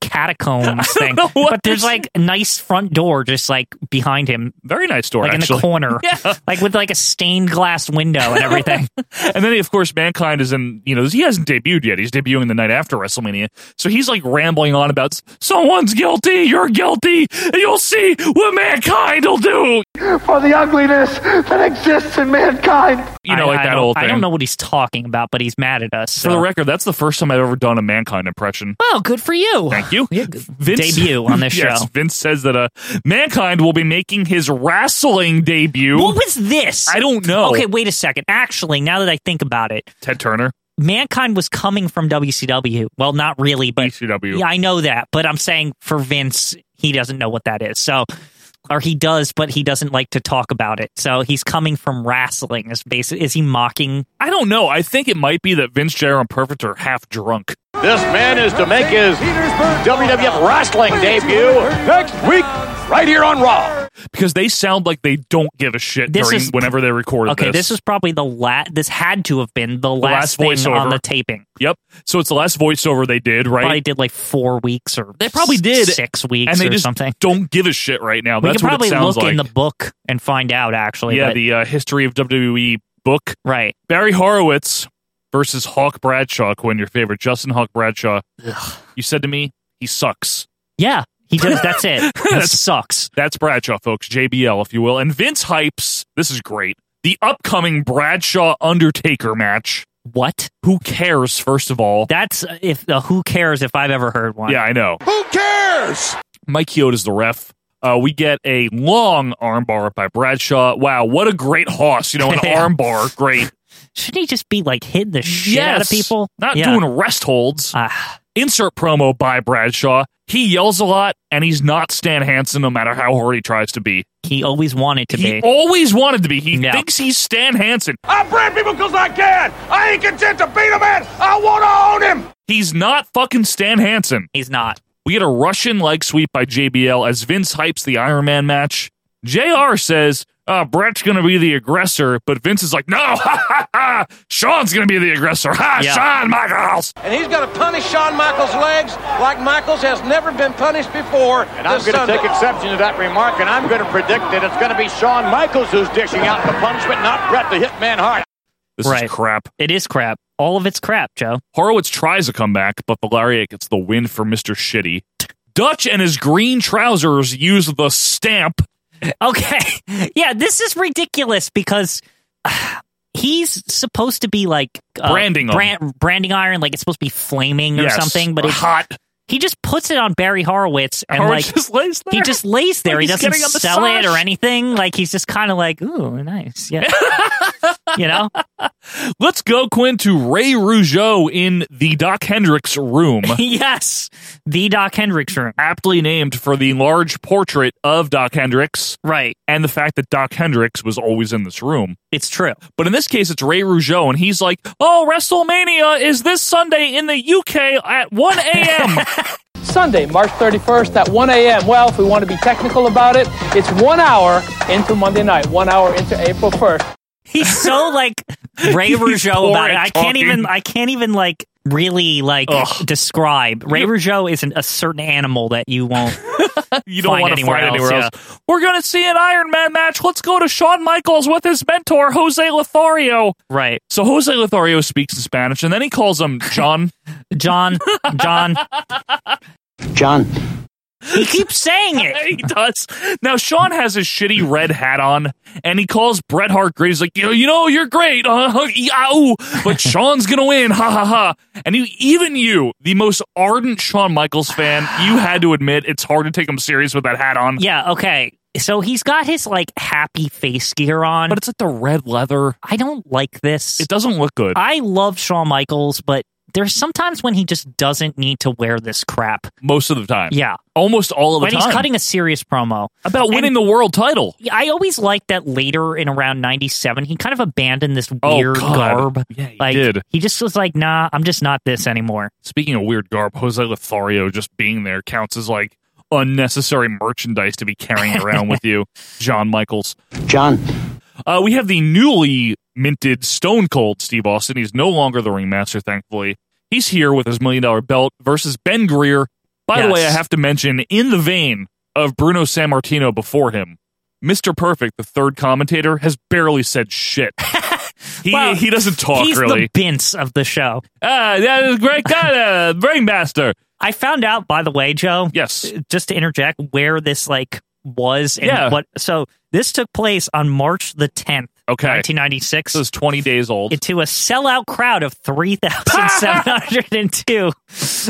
S1: [LAUGHS]
S2: catacombs thing.
S1: know what
S2: But there's
S1: this-
S2: like a nice front door just like behind him.
S1: Very nice door,
S2: Like in
S1: actually.
S2: the corner.
S1: [LAUGHS] Yeah.
S2: Like with like a stained glass window and everything.
S1: And then, of course, Mankind is in, you know, he hasn't debuted yet. He's debuting the night after WrestleMania. So he's like rambling on about someone's guilty, you're guilty, and you'll see what Mankind will do.
S5: For the ugliness that exists in mankind.
S1: [LAUGHS] You know,
S2: I-
S1: like
S2: I
S1: that
S2: don't-
S1: old thing.
S2: I don't know what he's talking about, but he's mad at us.
S1: For the
S2: so.
S1: record, that's the first time I've ever done a Mankind impression.
S2: Oh, good for you.
S1: Thank
S2: [SIGHS]
S1: you. Vince,
S2: Debut on
S1: [LAUGHS]
S2: this
S1: Yes,
S2: show.
S1: Vince says that uh, Mankind will be making his wrestling debut.
S2: What was this?
S1: I don't know.
S2: Okay, wait a second. Actually, now that I think about it,
S1: Ted Turner.
S2: Mankind was coming from WCW. Well, not really,
S1: E
S2: but
S1: ECW.
S2: yeah, I know that. But I'm saying for Vince, he doesn't know what that is. So, or he does, but he doesn't like to talk about it. So he's coming from wrestling. Is basic? Is he mocking?
S1: I don't know. I think it might be that Vince, Jr. and Perfect are half drunk.
S14: This man is to make his WWF wrestling debut next week right here on Raw.
S1: because they sound like they don't give a shit
S2: This
S1: during
S2: is-
S1: whenever they record
S2: Okay, this is probably the la This had to have been the
S1: last
S2: last, thing on
S1: voiceover.
S2: the taping.
S1: yep. So it's the last voiceover they did, right?
S2: Probably did like four weeks or
S1: they probably did
S2: six weeks
S1: and they
S2: or
S1: just
S2: something.
S1: Don't give a shit right now.
S2: We
S1: That's
S2: could
S1: what it
S2: probably
S1: sounds
S2: look
S1: like.
S2: in the book and find out. Actually,
S1: yeah,
S2: but-
S1: the uh, history of WWE book.
S2: right.
S1: Barry Horowitz versus Hawk Bradshaw. Quinn, your favorite, Justin Hawk Bradshaw. You said to me, he sucks.
S2: Yeah, he does.
S1: [LAUGHS]
S2: That's it. That
S1: That's-
S2: sucks.
S1: That's Bradshaw, folks. JBL, if you will. And Vince hypes. This is great. The upcoming Bradshaw Undertaker match.
S2: What?
S1: Who cares? First of all,
S2: That's if uh, who cares if I've ever heard one.
S1: yeah, I know.
S14: Who cares?
S1: Mike Chioda's the ref. Uh, we get a long armbar by Bradshaw. Wow, what a great hoss! You know,
S2: [LAUGHS]
S1: an armbar, great.
S2: Shouldn't he just be like hitting the shit out
S1: Yes.
S2: of people?
S1: not
S2: Yeah.
S1: doing rest holds.
S2: Ah,
S1: Insert promo by Bradshaw. He yells a lot, and he's not Stan Hansen, no matter how hard he tries to be.
S2: he always wanted to
S1: He
S2: be.
S1: always wanted to be. He
S2: Yeah.
S1: thinks he's Stan Hansen.
S14: I brand people because I can. I ain't content to beat a man. I want to own him.
S1: He's not fucking Stan Hansen.
S2: He's not.
S1: We get a Russian leg sweep by JBL as Vince hypes the Iron Man match. JR says, uh, Brett's going to be the aggressor, but Vince is like, no, [LAUGHS] ha, ha, ha, Sean's going to be the aggressor. Ha,
S2: Yeah.
S1: Shawn Michaels.
S5: And he's going to punish Shawn Michaels' legs like Michaels has never been punished before.
S14: And I'm going to take exception to that remark, and I'm going to predict that it's going to be Shawn Michaels who's dishing out the punishment, not Brett the Hitman Hart.
S1: This
S2: Right.
S1: is crap.
S2: It is crap. All of it's crap, Joe.
S1: Horowitz tries a comeback, but Valeria gets the win for Mr. Shitty. Dutch and his green trousers use the stamp.
S2: Okay. [LAUGHS] yeah, this is ridiculous because [SIGHS] ah, he's supposed to be like uh,
S1: Branding 'em.
S2: brand, branding iron, like it's supposed to be flaming
S1: Yes.
S2: or something, but it's
S1: hot.
S2: He just puts it on Barry Horowitz and
S1: Horowitz
S2: like
S1: just [LAUGHS] lays there.
S2: he just lays there.
S1: Like
S2: he
S1: he's
S2: doesn't
S1: getting a
S2: sell it or
S1: massage.
S2: anything. Like he's just kind of like, ooh,
S1: [LAUGHS]
S2: nice. Yeah. you know?
S1: Let's go, Quinn, to Ray Rougeau in the Doc Hendricks
S2: [LAUGHS]
S1: room.
S2: yes. The Doc Hendricks room.
S1: aptly named for the large portrait of Doc Hendricks
S2: Right.
S1: and the fact that Doc Hendricks was always in this room.
S2: It's true.
S1: But in this case, it's Ray Rougeau, and he's like, Oh, WrestleMania is this Sunday in the UK at 1
S2: [LAUGHS]
S1: a.m.
S16: Sunday, March 31st at 1 a.m. Well, if we want to be technical about it, it's one hour into Monday night, one hour into April 1st.
S2: He's
S1: [LAUGHS]
S2: so like Ray
S1: He's
S2: Rougeau
S1: poor
S2: about it.
S1: at
S2: I can't even
S1: talking.
S2: I can't even like really like
S1: Ugh.
S2: describe. Ray Rougeau isn't a certain animal that
S1: [LAUGHS]
S2: you won't
S1: you don't
S2: Find
S1: want to
S2: anywhere
S1: find
S2: else,
S1: anywhere else. We're going to see an Iron Man match. Let's go to Shawn Michaels with his mentor, Jose Lothario.
S2: Right.
S1: So Jose Lothario speaks in Spanish, and then he calls him John.
S2: [LAUGHS] John John
S3: John.
S2: He keeps saying it.
S1: [LAUGHS] he does. Now Sean has his shitty red hat on, and he calls Bret Hart great. He's like, you, you know, you're great, uh, huh, ee, ah, ooh,
S2: [LAUGHS]
S1: but Sean's gonna win, ha ha ha. And you, even you, the most ardent Shawn Michaels fan, you had to admit it's hard to take him serious with that hat on.
S2: Yeah, okay. So he's got his like happy face gear on.
S1: but it's like the red leather.
S2: I don't like this.
S1: It doesn't look good.
S2: I love Shawn Michaels, but There's sometimes when he just doesn't need to wear this crap.
S1: Most of the time.
S2: Yeah.
S1: Almost all of the
S2: when
S1: time.
S2: he's cutting a serious promo
S1: about winning the world title.
S2: I always liked that later in around '97, he kind of abandoned this weird
S1: Oh, God.
S2: garb.
S1: Yeah, he
S2: like,
S1: did.
S2: He just was like, "Nah, I'm just not this anymore."
S1: Speaking of weird garb, Jose Lothario just being there counts as like unnecessary merchandise to be carrying around with
S2: [LAUGHS]
S1: you, John Michaels.
S7: John.
S1: Uh, we have the newly minted Stone Cold Steve Austin. He's no longer the ringmaster, thankfully. He's here with his million dollar belt versus Ben Greer. By the
S2: Yes.
S1: way, I have to mention, in the vein of Bruno Sammartino before him, Mr. Perfect, the third commentator, has barely said shit.
S2: [LAUGHS]
S1: He,
S2: Well,
S1: he doesn't talk
S2: he's
S1: really.
S2: the Bince of the show.
S1: Ah, that is great guy, uh, Brainmaster.
S2: I found out, by the way, Joe.
S1: Yes.
S2: Just to interject, where this like was and
S1: Yeah.
S2: what. So this took place on March the 10th.
S1: Okay.
S2: 1996.
S1: This is 20 days old.
S2: To a sellout crowd of
S1: [LAUGHS]
S2: 3,702.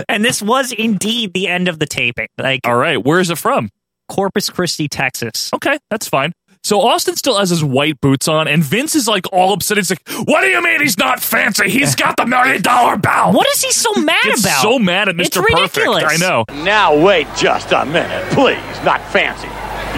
S2: and this was indeed the end of the taping. Like,
S1: All right, where is it from?
S2: Corpus Christi, Texas.
S1: Okay, that's fine. So Austin still has his white boots on, and Vince is like all upset. He's like, "What do you mean he's not fancy?
S2: [LAUGHS]
S1: He's got the million dollar belt."
S2: What is he so mad
S1: Gets
S2: about?
S1: So mad at Mr.
S2: It's
S1: Perfect.
S2: ridiculous.
S1: I know.
S22: Now wait just a minute, please. Not fancy.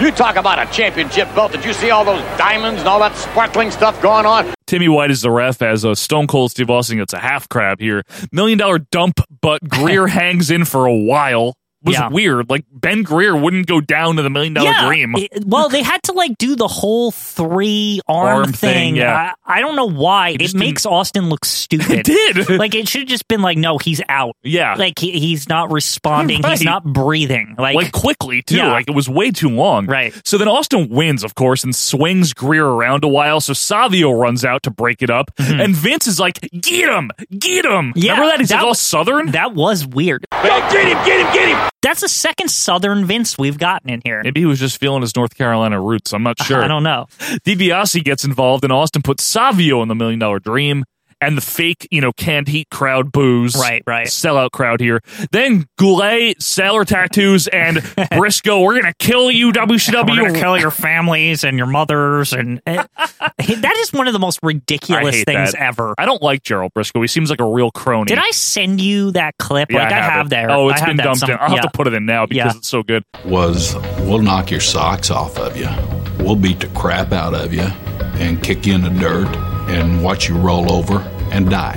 S22: You talk about a championship belt. Did you see all those diamonds and all that sparkling stuff going on?
S1: Timmy White is the ref as a Stone Cold Steve Austin gets a half crab here. Million dollar dump,
S2: [LAUGHS]
S1: but Greer hangs in for a while. Was
S2: Yeah.
S1: weird. Like Ben Greer wouldn't go down to the million dollar dream.
S2: it- well, they had to like do the whole three arm,
S1: Arm thing, yeah.
S2: I, I don't know why. It
S1: just
S2: makes Austin look stupid.
S1: [LAUGHS] It did.
S2: [LAUGHS] like it should have just been like, no, he's out.
S1: Yeah.
S2: like he, he's not responding.
S1: Right.
S2: He's not breathing. Like,
S1: like quickly too.
S2: Yeah.
S1: Like it was way too long. Right. So then Austin wins, of course, and swings Greer around a while. So Savio runs out to break it up, and Vince is like, "Get him, get him!"
S2: Mm-hmm. Yeah,
S1: Remember that? He's
S2: that
S1: like all
S2: was-
S1: southern.
S2: that was weird.
S22: get him! Get him! Get him!
S2: That's the second Southern Vince we've gotten in here.
S1: Maybe he was just feeling his North Carolina roots. I'm not sure.
S2: I don't know.
S1: DiBiase gets involved, and Austin puts Savio in the Million Dollar Dream. And the fake, you know, canned heat crowd booze.
S2: Right, right.
S1: Sellout crowd here. Then Goulet, sailor tattoos,
S2: [LAUGHS]
S1: and Briscoe, we're going to kill you, WCW.
S2: We're gonna kill your families and your mothers, and
S1: [LAUGHS]
S2: and- that is one of the most
S1: I
S2: ridiculous
S1: hate
S2: things
S1: that.
S2: ever.
S1: I don't like Gerald Briscoe. He seems like a real crony.
S2: Did I send you that clip?
S1: Yeah,
S2: like I have,
S1: it.
S2: that.
S1: Oh,
S2: it's
S1: it's been dumped in. I'll have to put it in now because
S2: Yeah.
S1: it's so good.
S23: was we'll knock your socks off of you. We'll beat the crap out of you and kick you in the dirt and watch you roll over and die.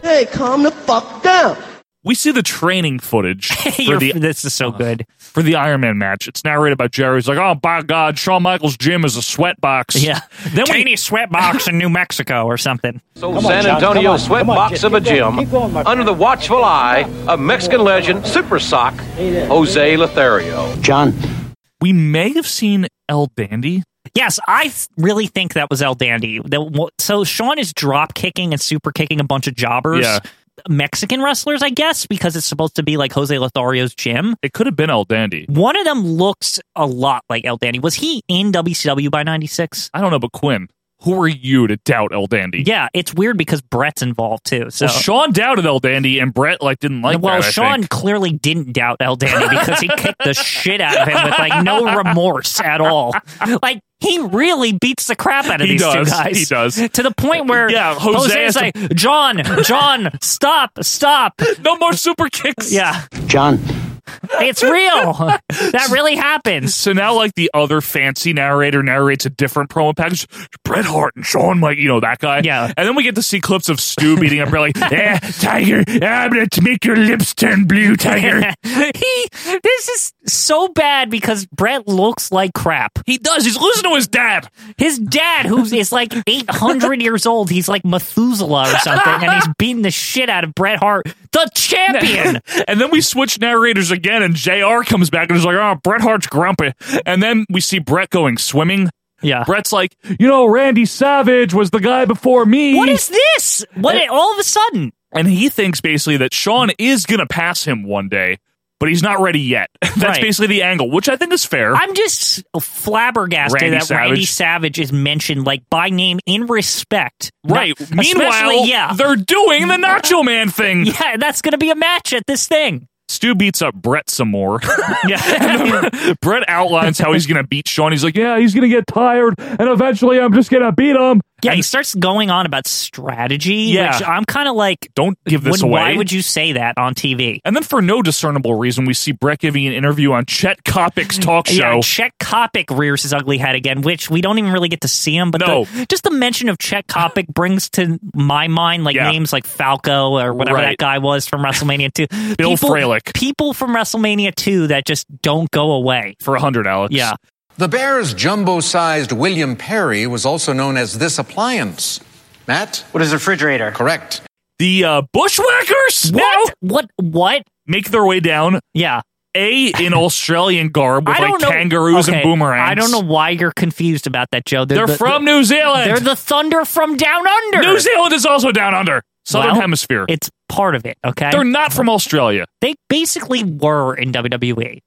S24: Hey, calm the fuck down.
S1: We see the training
S2: [LAUGHS]
S1: footage for
S2: You're-
S1: the
S2: this is
S1: [LAUGHS]
S2: so good
S1: for the Iron Man match. It's narrated by Jerry. He's like, "Oh by God, Shawn Michaels' gym is a sweat box."
S2: [LAUGHS] Yeah.
S1: Then we-
S2: Tiny sweatbox in New Mexico or something.
S22: So San Antonio sweatbox of a gym, under the watchful eye of Mexican legend Super Sock Jose Lothario.
S23: John.
S1: we may have seen El Dandy.
S2: Yes, I th- really think that was El Dandy. That w- so Sean is drop kicking and super kicking a bunch of jobbers.
S1: Yeah.
S2: Mexican wrestlers, I guess, because it's supposed to be like Jose Lothario's gym.
S1: It could have been El Dandy.
S2: One of them looks a lot like El Dandy. Was he in WCW by 96?
S1: I don't know, but Quinn, who are you to doubt El Dandy?
S2: Yeah, it's weird because Brett's involved too. So
S1: well, Sean doubted El Dandy, and Brett like didn't like.
S2: well,
S1: that, I
S2: Sean
S1: think.
S2: clearly didn't doubt El Dandy because he kicked the shit out of him with
S1: [LAUGHS]
S2: like no remorse at all. Like he really beats the crap out of
S1: He
S2: these
S1: does,
S2: two guys.
S1: he does.
S2: to the point where
S1: Yeah, Jose
S2: Jose's
S1: has
S2: like,
S1: to-
S2: John, John, stop, stop.
S1: [LAUGHS] no more super kicks.
S2: Yeah,
S23: John.
S1: [LAUGHS]
S2: it's real. that really happens. [LAUGHS]
S1: So now, like the other fancy narrator narrates a different promo package. Bret Hart and Sean, like you know that guy. Yeah. And then we get to see clips of Stu beating up Bret, like, [LAUGHS] "Eh, Tiger, I'm gonna make your lips turn blue,
S2: [LAUGHS]
S1: Tiger."
S2: he this is so bad because Brett looks like crap.
S1: He does. He's losing to his dad.
S2: His dad, who is like 800 years old, he's like Methuselah or something, and he's beating the shit out of Bret Hart, the champion.
S1: [LAUGHS] and then we switch narrators again, and Jr. comes back and is like, "Oh, Bret Hart's grumpy." And then we see Bret going swimming.
S2: Yeah.
S1: Bret's like, "You know, Randy Savage was the guy before me."
S2: What is this? What all of a sudden?
S1: and he thinks basically that Sean is going to pass him one day, but he's not ready yet. [LAUGHS] That's
S2: Right.
S1: basically the angle, which I think is fair.
S2: I'm just flabbergasted
S1: Randy
S2: that Randy
S1: Savage.
S2: Savage is mentioned like by name in respect.
S1: right.
S2: Not-
S1: Meanwhile,
S2: especially- yeah,
S1: they're doing the Nacho Man thing.
S2: yeah, that's gonna be a match at this thing.
S1: Stu beats up Brett some
S2: [LAUGHS]
S1: more. [LAUGHS]
S2: Yeah,
S1: Brett outlines how he's going to beat Sean. He's like, "Yeah, he's going to get tired, and eventually, I'm just going to beat him."
S2: Yeah, he starts going on about strategy.
S1: Yeah.
S2: which I'm kind of like,
S1: don't give this
S2: when-
S1: away.
S2: Why would you say that on TV?
S1: And then, for no discernible reason, we see Brett giving an interview on Chet Kopik's talk show.
S2: Yeah, Chet Kopic rears his ugly head again, which we don't even really get to see him. But
S1: No.
S2: the- just the mention of
S1: [GASPS]
S2: Chet Kopic brings to my mind like names like Falco or whatever
S1: Right.
S2: that guy was from WrestleMania Two.
S1: [LAUGHS] Bill
S2: people,
S1: Frelick.
S2: People from WrestleMania Two that just don't go away
S1: for a hundred, Alex.
S2: Yeah,
S7: The Bears' jumbo sized William Perry was also known as this appliance. Matt? What is a refrigerator? Correct.
S1: the uh, Bushwhackers
S2: What? What? What?
S1: make their way down.
S2: Yeah.
S1: A in Australian garb with
S2: I
S1: like
S2: don't know.
S1: kangaroos
S2: Okay,
S1: and boomerangs.
S2: I don't know why you're confused about that, Joe.
S1: They're
S2: the-
S1: from New Zealand.
S2: They're the Thunder from down under.
S1: New Zealand is also down under. Southern
S2: Well,
S1: hemisphere.
S2: It's part of it. Okay,
S1: They're not from Australia.
S2: They basically were in WWE.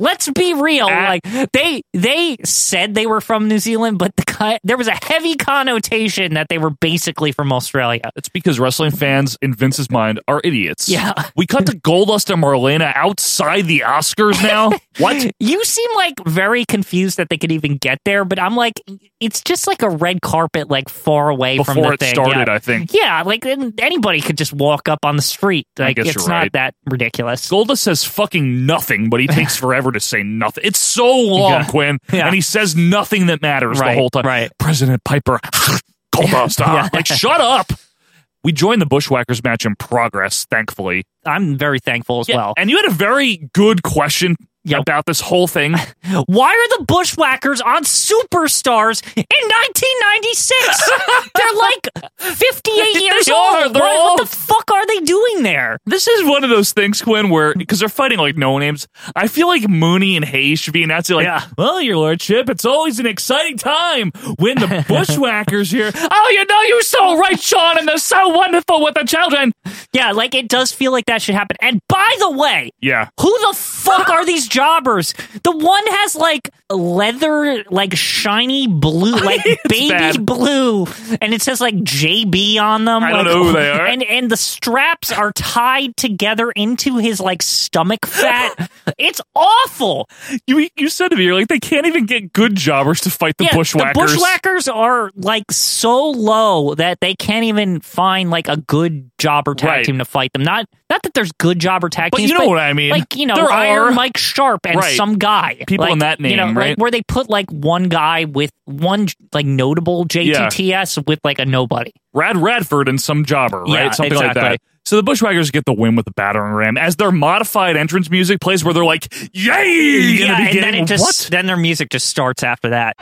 S2: Let's be real.
S1: Ah.
S2: like they they said they were from New Zealand, but the co- there was a heavy connotation that they were basically from Australia.
S1: It's because wrestling fans, in Vince's mind, are idiots.
S2: Yeah.
S1: We cut to Goldust and Marlena outside the Oscars now.
S2: [LAUGHS]
S1: what?
S2: You seem like very confused that they could even get there, but I'm like, it's just like a red carpet, like far away from
S1: Before
S2: the
S1: it
S2: thing.
S1: started,
S2: yeah.
S1: I think.
S2: Yeah, like and anybody could just walk up on the street. Like
S1: guess
S2: it's
S1: you're
S2: not
S1: right.
S2: that ridiculous.
S1: Goldust says fucking nothing,
S2: [LAUGHS]
S1: but he takes forever to say nothing. It's so long,
S2: Yeah.
S1: Quinn,
S2: Yeah.
S1: and he says nothing that matters the
S2: Right,
S1: whole time.
S2: right.
S1: President Piper, [LAUGHS] Goldust, ah.
S2: Yeah.
S1: like shut up. We joined the Bushwhackers match in progress, thankfully.
S2: I'm very thankful as
S1: Yeah,
S2: well.
S1: And you had a very good question about this whole
S2: [LAUGHS]
S1: thing.
S2: Why are the Bushwhackers on Superstars in
S1: [LAUGHS]
S2: 1996? They're like 58
S1: They
S2: years
S1: are.
S2: old.
S1: They're
S2: What,
S1: all-
S2: what the fuck are they doing there?
S1: This is one of those things, Quinn, where because they're fighting like no names, I feel like Mooney and Hayes should be announcing like,
S2: Yeah.
S1: "Well, your lordship, it's always an exciting time when
S2: [LAUGHS]
S1: the bushwhackers here." Oh, you know, you're so right, Sean, and they're so wonderful with the children.
S2: Yeah, like it does feel like that should happen. And by the way,
S1: Yeah,
S2: who the fuck are these jobbers? The one has like leather, like
S1: [LAUGHS]
S2: shiny blue, like baby
S1: bad.
S2: blue, and it says like JB on them.
S1: I don't
S2: like,
S1: know who they are.
S2: And and the straps are tied together into his like stomach
S1: [LAUGHS]
S2: fat. it's awful.
S1: you you said to me, you're like, they can't even get good jobbers to fight the
S2: yeah,
S1: bushwhackers.
S2: The bushwhackers are like so low that they can't even find like a good jobber tag
S1: Right.
S2: team to fight them. Not not that there's good jobber tag
S1: But
S2: teams,
S1: you know what I mean.
S2: Like you know,
S1: There
S2: Iron
S1: are.
S2: Mike Sharp and
S1: Right.
S2: some guy.
S1: People
S2: like,
S1: in that
S2: you know,
S1: name,
S2: like,
S1: right?
S2: where they put like one guy with one like notable JTTS with like a nobody.
S1: Rad Radford and some jobber, right?
S2: Yeah,
S1: Something like that.
S2: exactly.
S1: So the Bushwhackers get the win with the battering ram as their modified entrance music plays, where they're like, "Yay!" in the
S2: Yeah, and
S1: beginning.
S2: then it just
S1: what?
S2: then their music just starts after that.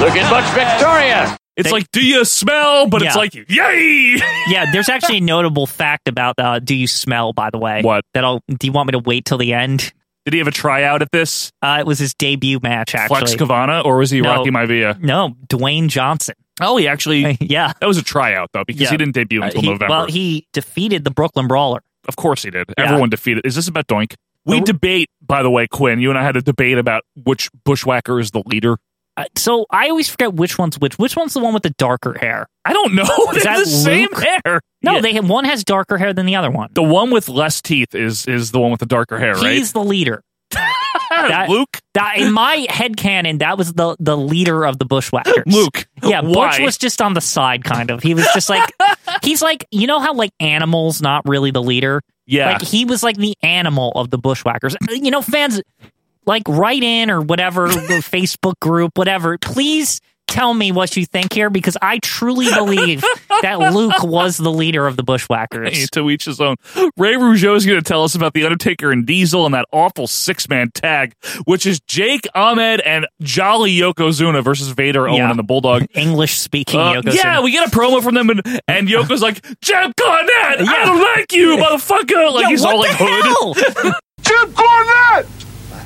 S22: Looking much victorious.
S1: It's like, do you smell? But it's
S2: Yeah.
S1: like, yay! [LAUGHS]
S2: yeah, there's [LAUGHS] actually a notable fact about uh, "Do You Smell?" By the way,
S1: What?
S2: that I'll. Do you want me to wait till the end?
S1: Did he have a tryout at this?
S2: Uh, it was his debut match, actually.
S1: Flex Cavana, or was he
S2: No.
S1: Rocky Maivia?
S2: No, Dwayne Johnson.
S1: Oh, he actually.
S2: [LAUGHS] yeah.
S1: That was a tryout though, because
S2: Yeah.
S1: he didn't debut
S2: Uh,
S1: until
S2: he-
S1: November.
S2: Well, he defeated the Brooklyn Brawler.
S1: of course he did.
S2: Yeah.
S1: Everyone defeated. Is this about Doink? We
S2: Oh.
S1: debate, by the way, Quinn. You and I had a debate about which bushwhacker is the leader.
S2: Uh, so I always forget which one's which. Which one's the one with the darker hair?
S1: I don't know. [LAUGHS] Is
S2: that
S1: the same
S2: Luke?
S1: hair?
S2: No,
S1: Yeah.
S2: they have, one has darker hair than the other one.
S1: the one with less teeth is is the one with the darker hair, right?
S2: He's
S1: [LAUGHS]
S2: the leader. that-
S1: Luke.
S2: That, in my head canon, that was the the leader of the Bushwhackers.
S1: [LAUGHS] Luke,
S2: Yeah,
S1: why?
S2: Butch was just on the side, kind of. He was
S1: [LAUGHS]
S2: just like, he's like, you know how like animals not really the leader.
S1: Yeah. [LAUGHS]
S2: like he was like the animal of the bushwhackers. Uh, You know, fans like write in
S1: [LAUGHS]
S2: or whatever the Facebook group, whatever. Please tell me what you think here because I truly believe that Luke was the leader of the bushwhackers.
S1: to each his own. Ray Rougeau is going to tell us about The Undertaker and Diesel and that awful six man tag, which is Jake Ahmed and Jolly Yokozuna versus Vader, Owen,
S2: Yeah.
S1: and the Bulldog.
S2: English speaking
S1: Uh,
S2: Yokozuna.
S1: yeah, we get a promo from them, and, and Yoko's like, Jeb Cornette, I don't like you, motherfucker. Like,
S2: Yeah,
S1: he's
S2: what
S1: all
S2: the
S1: like hood.
S2: hell?
S1: [LAUGHS]
S13: Jim Cornette!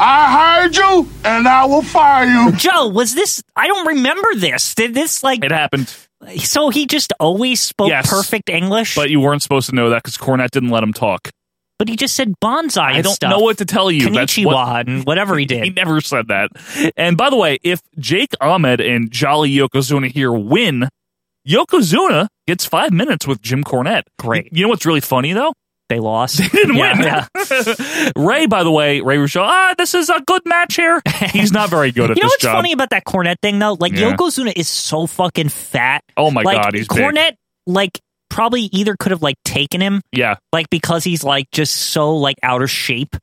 S13: I hired you and I will fire you.
S2: Joe, was this? I don't remember this. Did this like?
S1: It happened,
S2: So he just always spoke
S1: Yes.
S2: perfect English,
S1: but you weren't supposed to know that because Cornette didn't let him talk.
S2: but he just said bonsai.
S1: I
S2: and
S1: don't
S2: stuff.
S1: know what to tell you. That's
S2: Konnichiwa
S1: what,
S2: and whatever he
S1: He
S2: did.
S1: never said that. And by the way, if Jake Ahmed and Jolly Yokozuna here win, Yokozuna gets five minutes with Jim Cornette.
S2: Great.
S1: You know what's really funny though? [LAUGHS]
S2: They lost.
S1: didn't [LAUGHS] win. Ray, by the way, Ray Rochelle, ah, this is a good match
S2: [LAUGHS]
S1: here. He's not very good at
S2: you know
S1: this
S2: what's
S1: job.
S2: funny about that cornet thing though? Like
S1: Yeah.
S2: Yokozuna is so fucking fat.
S1: Oh my
S2: Like,
S1: God, he's big.
S2: cornet. Like probably either could have like taken him.
S1: Yeah.
S2: Like because he's like just so like out of shape.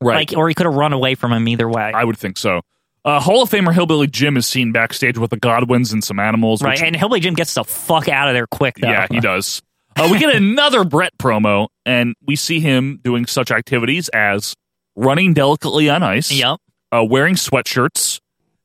S1: Right.
S2: Like or he could have run away from him either way.
S1: I would think so. Uh, Hall of Famer Hillbilly Jim is seen backstage with the Godwins and some animals.
S2: Right,
S1: which-
S2: and Hillbilly Jim gets the fuck out of there quick though.
S1: [LAUGHS] Yeah, he does. Uh, we get another Brett promo, and we see him doing such activities as running delicately on ice. Yep. Uh, wearing sweatshirts.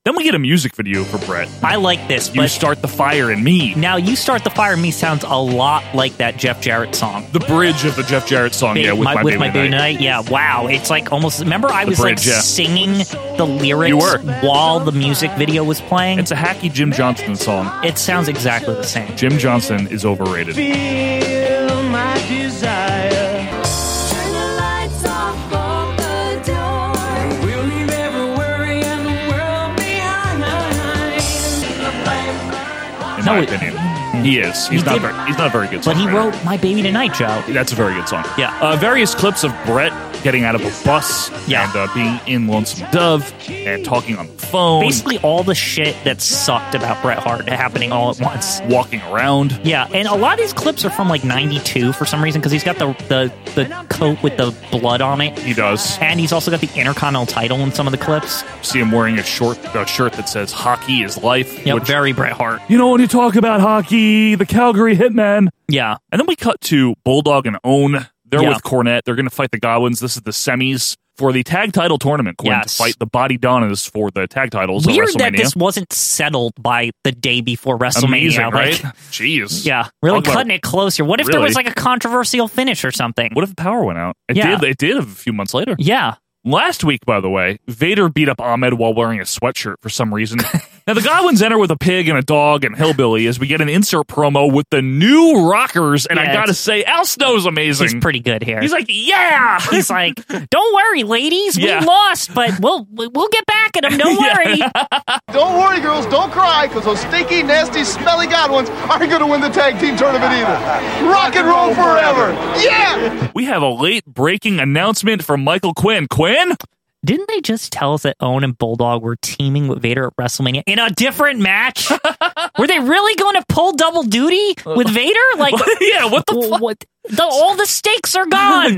S1: Then we get a music video for Brett.
S2: I like this.
S1: You start the fire in me.
S2: Now you start the fire in me sounds a lot like that Jeff Jarrett song.
S1: The bridge of the Jeff Jarrett song. yeah, with my, baby tonight.
S2: Yeah, wow. It's like almost. Remember, I
S1: The
S2: was
S1: bridge,
S2: like
S1: yeah.
S2: singing the lyrics
S1: You were.
S2: while the music video was playing. It's
S1: a hacky Jim Johnston song.
S2: It sounds exactly the same.
S1: Jim Johnson is overrated.
S8: Feel my desire. Turn the lights off, bolt the door. We'll leave every worry in the world behind.
S1: in my opinion. He is. He's not. Very, he's not a very good. Song
S2: But he
S1: writer.
S2: wrote "My Baby Tonight," Joe.
S1: That's a very good song. Yeah. Uh, various clips of Brett getting out of a bus and uh, being in Lonesome Dove and talking on the phone.
S2: Basically, all the shit that sucked about Bret Hart happening all at once.
S1: Walking around.
S2: Yeah, and a lot of these clips are from like '92 for some reason because he's got the, the the coat with the blood on it.
S1: He does,
S2: and he's also got the Intercontinental title in some of the clips.
S1: See him wearing a short uh, shirt that says "Hockey is life."
S2: Yeah, very Bret Hart.
S1: You know when you talk about hockey, the Calgary Hitman.
S2: Yeah.
S1: And then we cut to Bulldog and Own. They're
S2: Yeah.
S1: with Cornette. They're going to fight the Godwins. This is the semis for the tag title tournament. Going
S2: Yes.
S1: to fight the Body Donnas for the tag titles. at
S2: Weird that
S1: WrestleMania.
S2: this wasn't settled by the day before WrestleMania,
S1: Amazing,
S2: like-
S1: right? Jeez.
S2: Yeah, really
S1: Talk about-
S2: cutting it closer. What if there
S1: Really?
S2: was like a controversial finish or something? What
S1: if the power went out? It
S2: yeah,
S1: did. It did a few months later.
S2: Yeah.
S1: Last week, by the way, Vader beat up Ahmed while wearing a sweatshirt for some
S2: [LAUGHS]
S1: reason. now the Godwins enter with a pig and a dog and hillbilly as we get an insert promo with the new Rockers, and
S2: Yeah,
S1: I gotta
S2: it's-
S1: say, Al Snow's amazing.
S2: he's pretty good here.
S1: He's like,
S2: [LAUGHS]
S1: yeah. [LAUGHS]
S2: he's like, don't worry, ladies,
S1: Yeah.
S2: we lost, but we'll we'll get back at
S1: [LAUGHS]
S2: him. Don't worry.
S9: Don't worry, girls, don't cry, because those stinky, nasty, smelly Godwins aren't going to win the tag team tournament either. Rock and roll forever! Yeah!
S1: we have a late breaking announcement from Michael Quinn. Quinn, [LAUGHS]
S2: Didn't they just tell us that Owen and Bulldog were teaming with Vader at WrestleMania in a
S1: [LAUGHS]
S2: different match? were they really going to pull double duty with Vader? Like,
S1: yeah, what the
S2: fuck? all the stakes are gone.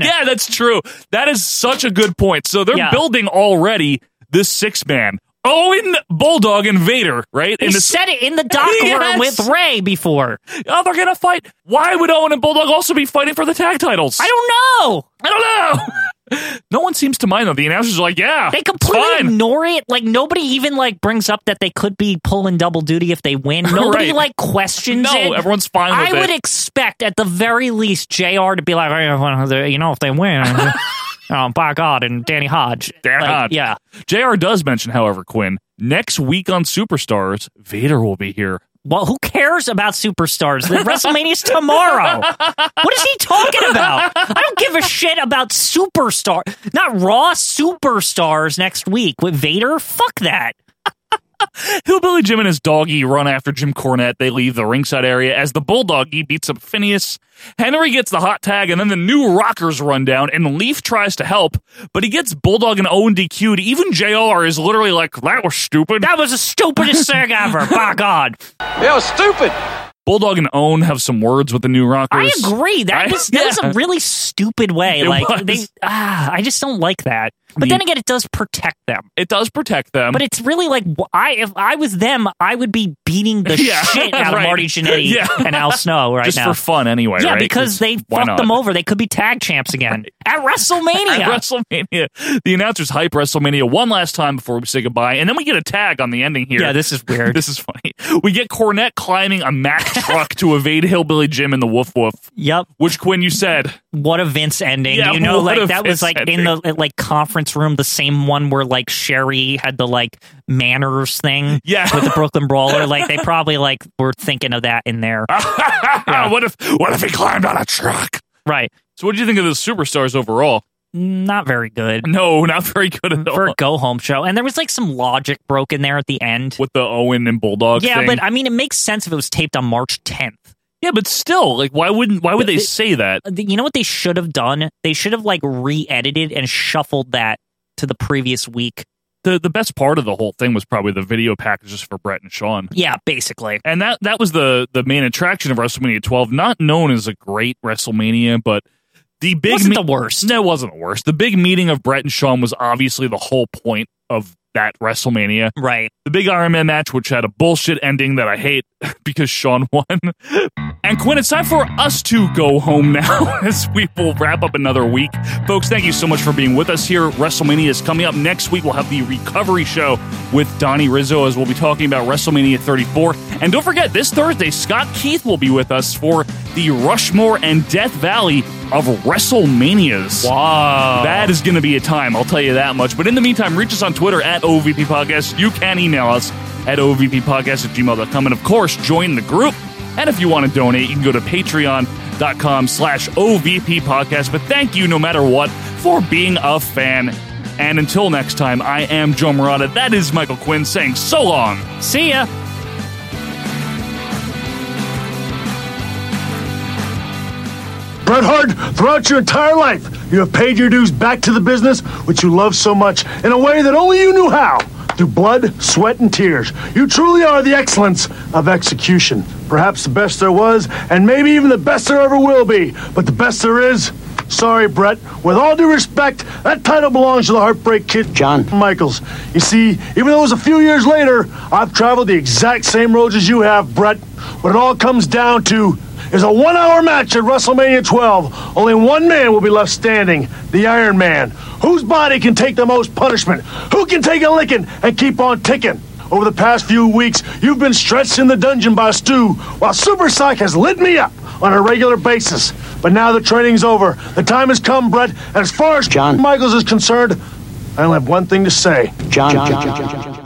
S1: [LAUGHS] yeah, that's true. That is such a good point. So they're
S2: Yeah.
S1: building already this six man. Owen, Bulldog, and Vader, right?
S2: They
S1: In this-
S2: said it in the dock room
S1: [LAUGHS] Yes.
S2: with Ray before.
S1: Oh, they're gonna fight. Why would Owen and Bulldog also be fighting for the tag titles?
S2: I don't know.
S1: I don't know. [LAUGHS] no one seems to mind though. The announcers are like, yeah,
S2: They
S1: it's
S2: completely
S1: fine.
S2: ignore it. Like nobody even like brings up that they could be pulling double duty if
S1: [LAUGHS]
S2: they win. Nobody
S1: Right.
S2: like questions
S1: No,
S2: it.
S1: everyone's fine with
S2: I would
S1: it.
S2: expect at the very least Jr. to be like, "Hey, well, they- you know, if
S1: [LAUGHS]
S2: they win, oh by God, and Danny Hodge,
S1: Damn
S2: Like,
S1: hot.
S2: yeah.
S1: Jr. does mention, however, Quinn next week on Superstars, Vader will be here.
S2: Well, who cares about superstars? The
S1: [LAUGHS]
S2: WrestleMania's tomorrow. What is he talking about? I don't give a shit about superstar, not Raw superstars next week with Vader. Fuck that.
S1: Hillbilly Jim and his doggy run after Jim Cornette. They leave the ringside area as the bulldog he beats up Phineas. Henry gets the hot tag, and then the new Rockers run down, and Leaf tries to help, but he gets Bulldog and Owen DQ'd. Even JR is literally like, that was stupid.
S2: That was the stupidest
S1: [LAUGHS]
S2: thing ever. By God.
S1: That was stupid. Bulldog and Owen have some words with the new
S2: I
S1: Rockers.
S2: agree. That was that was a really stupid way.
S1: It
S2: like
S1: was.
S2: they, ah, I just don't like that. But then again, it does protect them.
S1: It does protect them.
S2: But it's really like wh- I, if I was them, I would be beating the
S1: [LAUGHS] Yeah,
S2: shit out
S1: right.
S2: of Marty Jannetty
S1: Yeah.
S2: and
S1: [LAUGHS]
S2: Al Snow right
S1: Just
S2: now
S1: for fun anyway,
S2: Yeah,
S1: right?
S2: because
S1: 'Cause
S2: they
S1: why
S2: fucked
S1: not?
S2: them over. They could be tag champs again at WrestleMania.
S1: At WrestleMania. The announcers hype WrestleMania one last time before we say goodbye, and then we get a tag on the ending here.
S2: Yeah, this is
S1: [LAUGHS]
S2: weird.
S1: this is funny. We get Cornette climbing a
S2: [LAUGHS]
S1: Mack truck to evade Hillbilly Jim and the Woof Woof.
S2: Yep.
S1: Which Quinn, you said. [LAUGHS]
S2: What a Vince ending.
S1: Yeah,
S2: you know,
S1: what a
S2: like that
S1: Vince
S2: was like in the at, like conference room, the same one where like Sherry had the like manners thing
S1: Yeah.
S2: with the Brooklyn Brawler.
S1: [LAUGHS]
S2: Like they probably like were thinking of that in there.
S1: Ah. what if what if he climbed on a truck?
S2: Right.
S1: So what do you think of the superstars overall?
S2: Not very good.
S1: No, not very good at all.
S2: For a go home show. And there was like some logic broken there at the end.
S1: With the Owen and Bulldog
S2: Yeah,
S1: thing.
S2: but I mean it makes sense if it was taped on March tenth.
S1: Yeah, but still, like, why wouldn't? Why would they say that?
S2: Uh, You know what they should have done? They should have like re-edited and shuffled that to the previous week.
S1: The the best part of the whole thing was probably the video packages for Brett and Sean.
S2: Yeah, basically.
S1: And that that was the the main attraction of WrestleMania 12, not known as a great WrestleMania, but the big
S2: Wasn't the worst.
S1: No, it wasn't the worst. The big meeting of Brett and Shawn was obviously the whole point of that WrestleMania.
S2: Right.
S1: The big Iron Man match, which had a bullshit ending that I hate [LAUGHS] because Sean won. And Quinn, it's time for us to go home now [LAUGHS] as we will wrap up another week. Folks, thank you so much for being with us here. WrestleMania is coming up next week. We'll have the recovery show with Donnie Rizzo as we'll be talking about WrestleMania 34. And don't forget, this Thursday, Scott Keith will be with us for the Rushmore and Death Valley of WrestleManias. Wow. That is going to be a time, I'll tell you that much. But in the meantime, reach us on Twitter at OVP Podcast. You can email us at OVPpodcast at gmail.com. And of course, join the group. And if you want to donate, you can go to patreon.com slash OVP Podcast. But thank you, no matter what, for being a fan. And until next time, I am Joe Morata. That is Michael Quinn saying so long.
S2: See ya.
S9: Bret Hart, throughout your entire life, you have paid your dues back to the business which you love so much in a way that only you knew how through blood, sweat, and tears. You truly are the excellence of execution. Perhaps the best there was, and maybe even the best there ever will be, but the best there is. Sorry, Brett. With all due respect, that title belongs to the Heartbreak Kid, John Michaels. You see, even though it was a few years later, I've traveled the exact same roads as you have, Brett. What it all comes down to is a one hour match at WrestleMania 12. Only one man will be left standing the Iron Man. Whose body can take the most punishment? Who can take a licking and keep on ticking? Over the past few weeks, you've been stretched in the dungeon by Stu, while Super Psych has lit me up on a regular basis. But now the training's over. The time has come, Brett. As far as John Michaels is concerned, I only have one thing to say. John. John, John, John, John.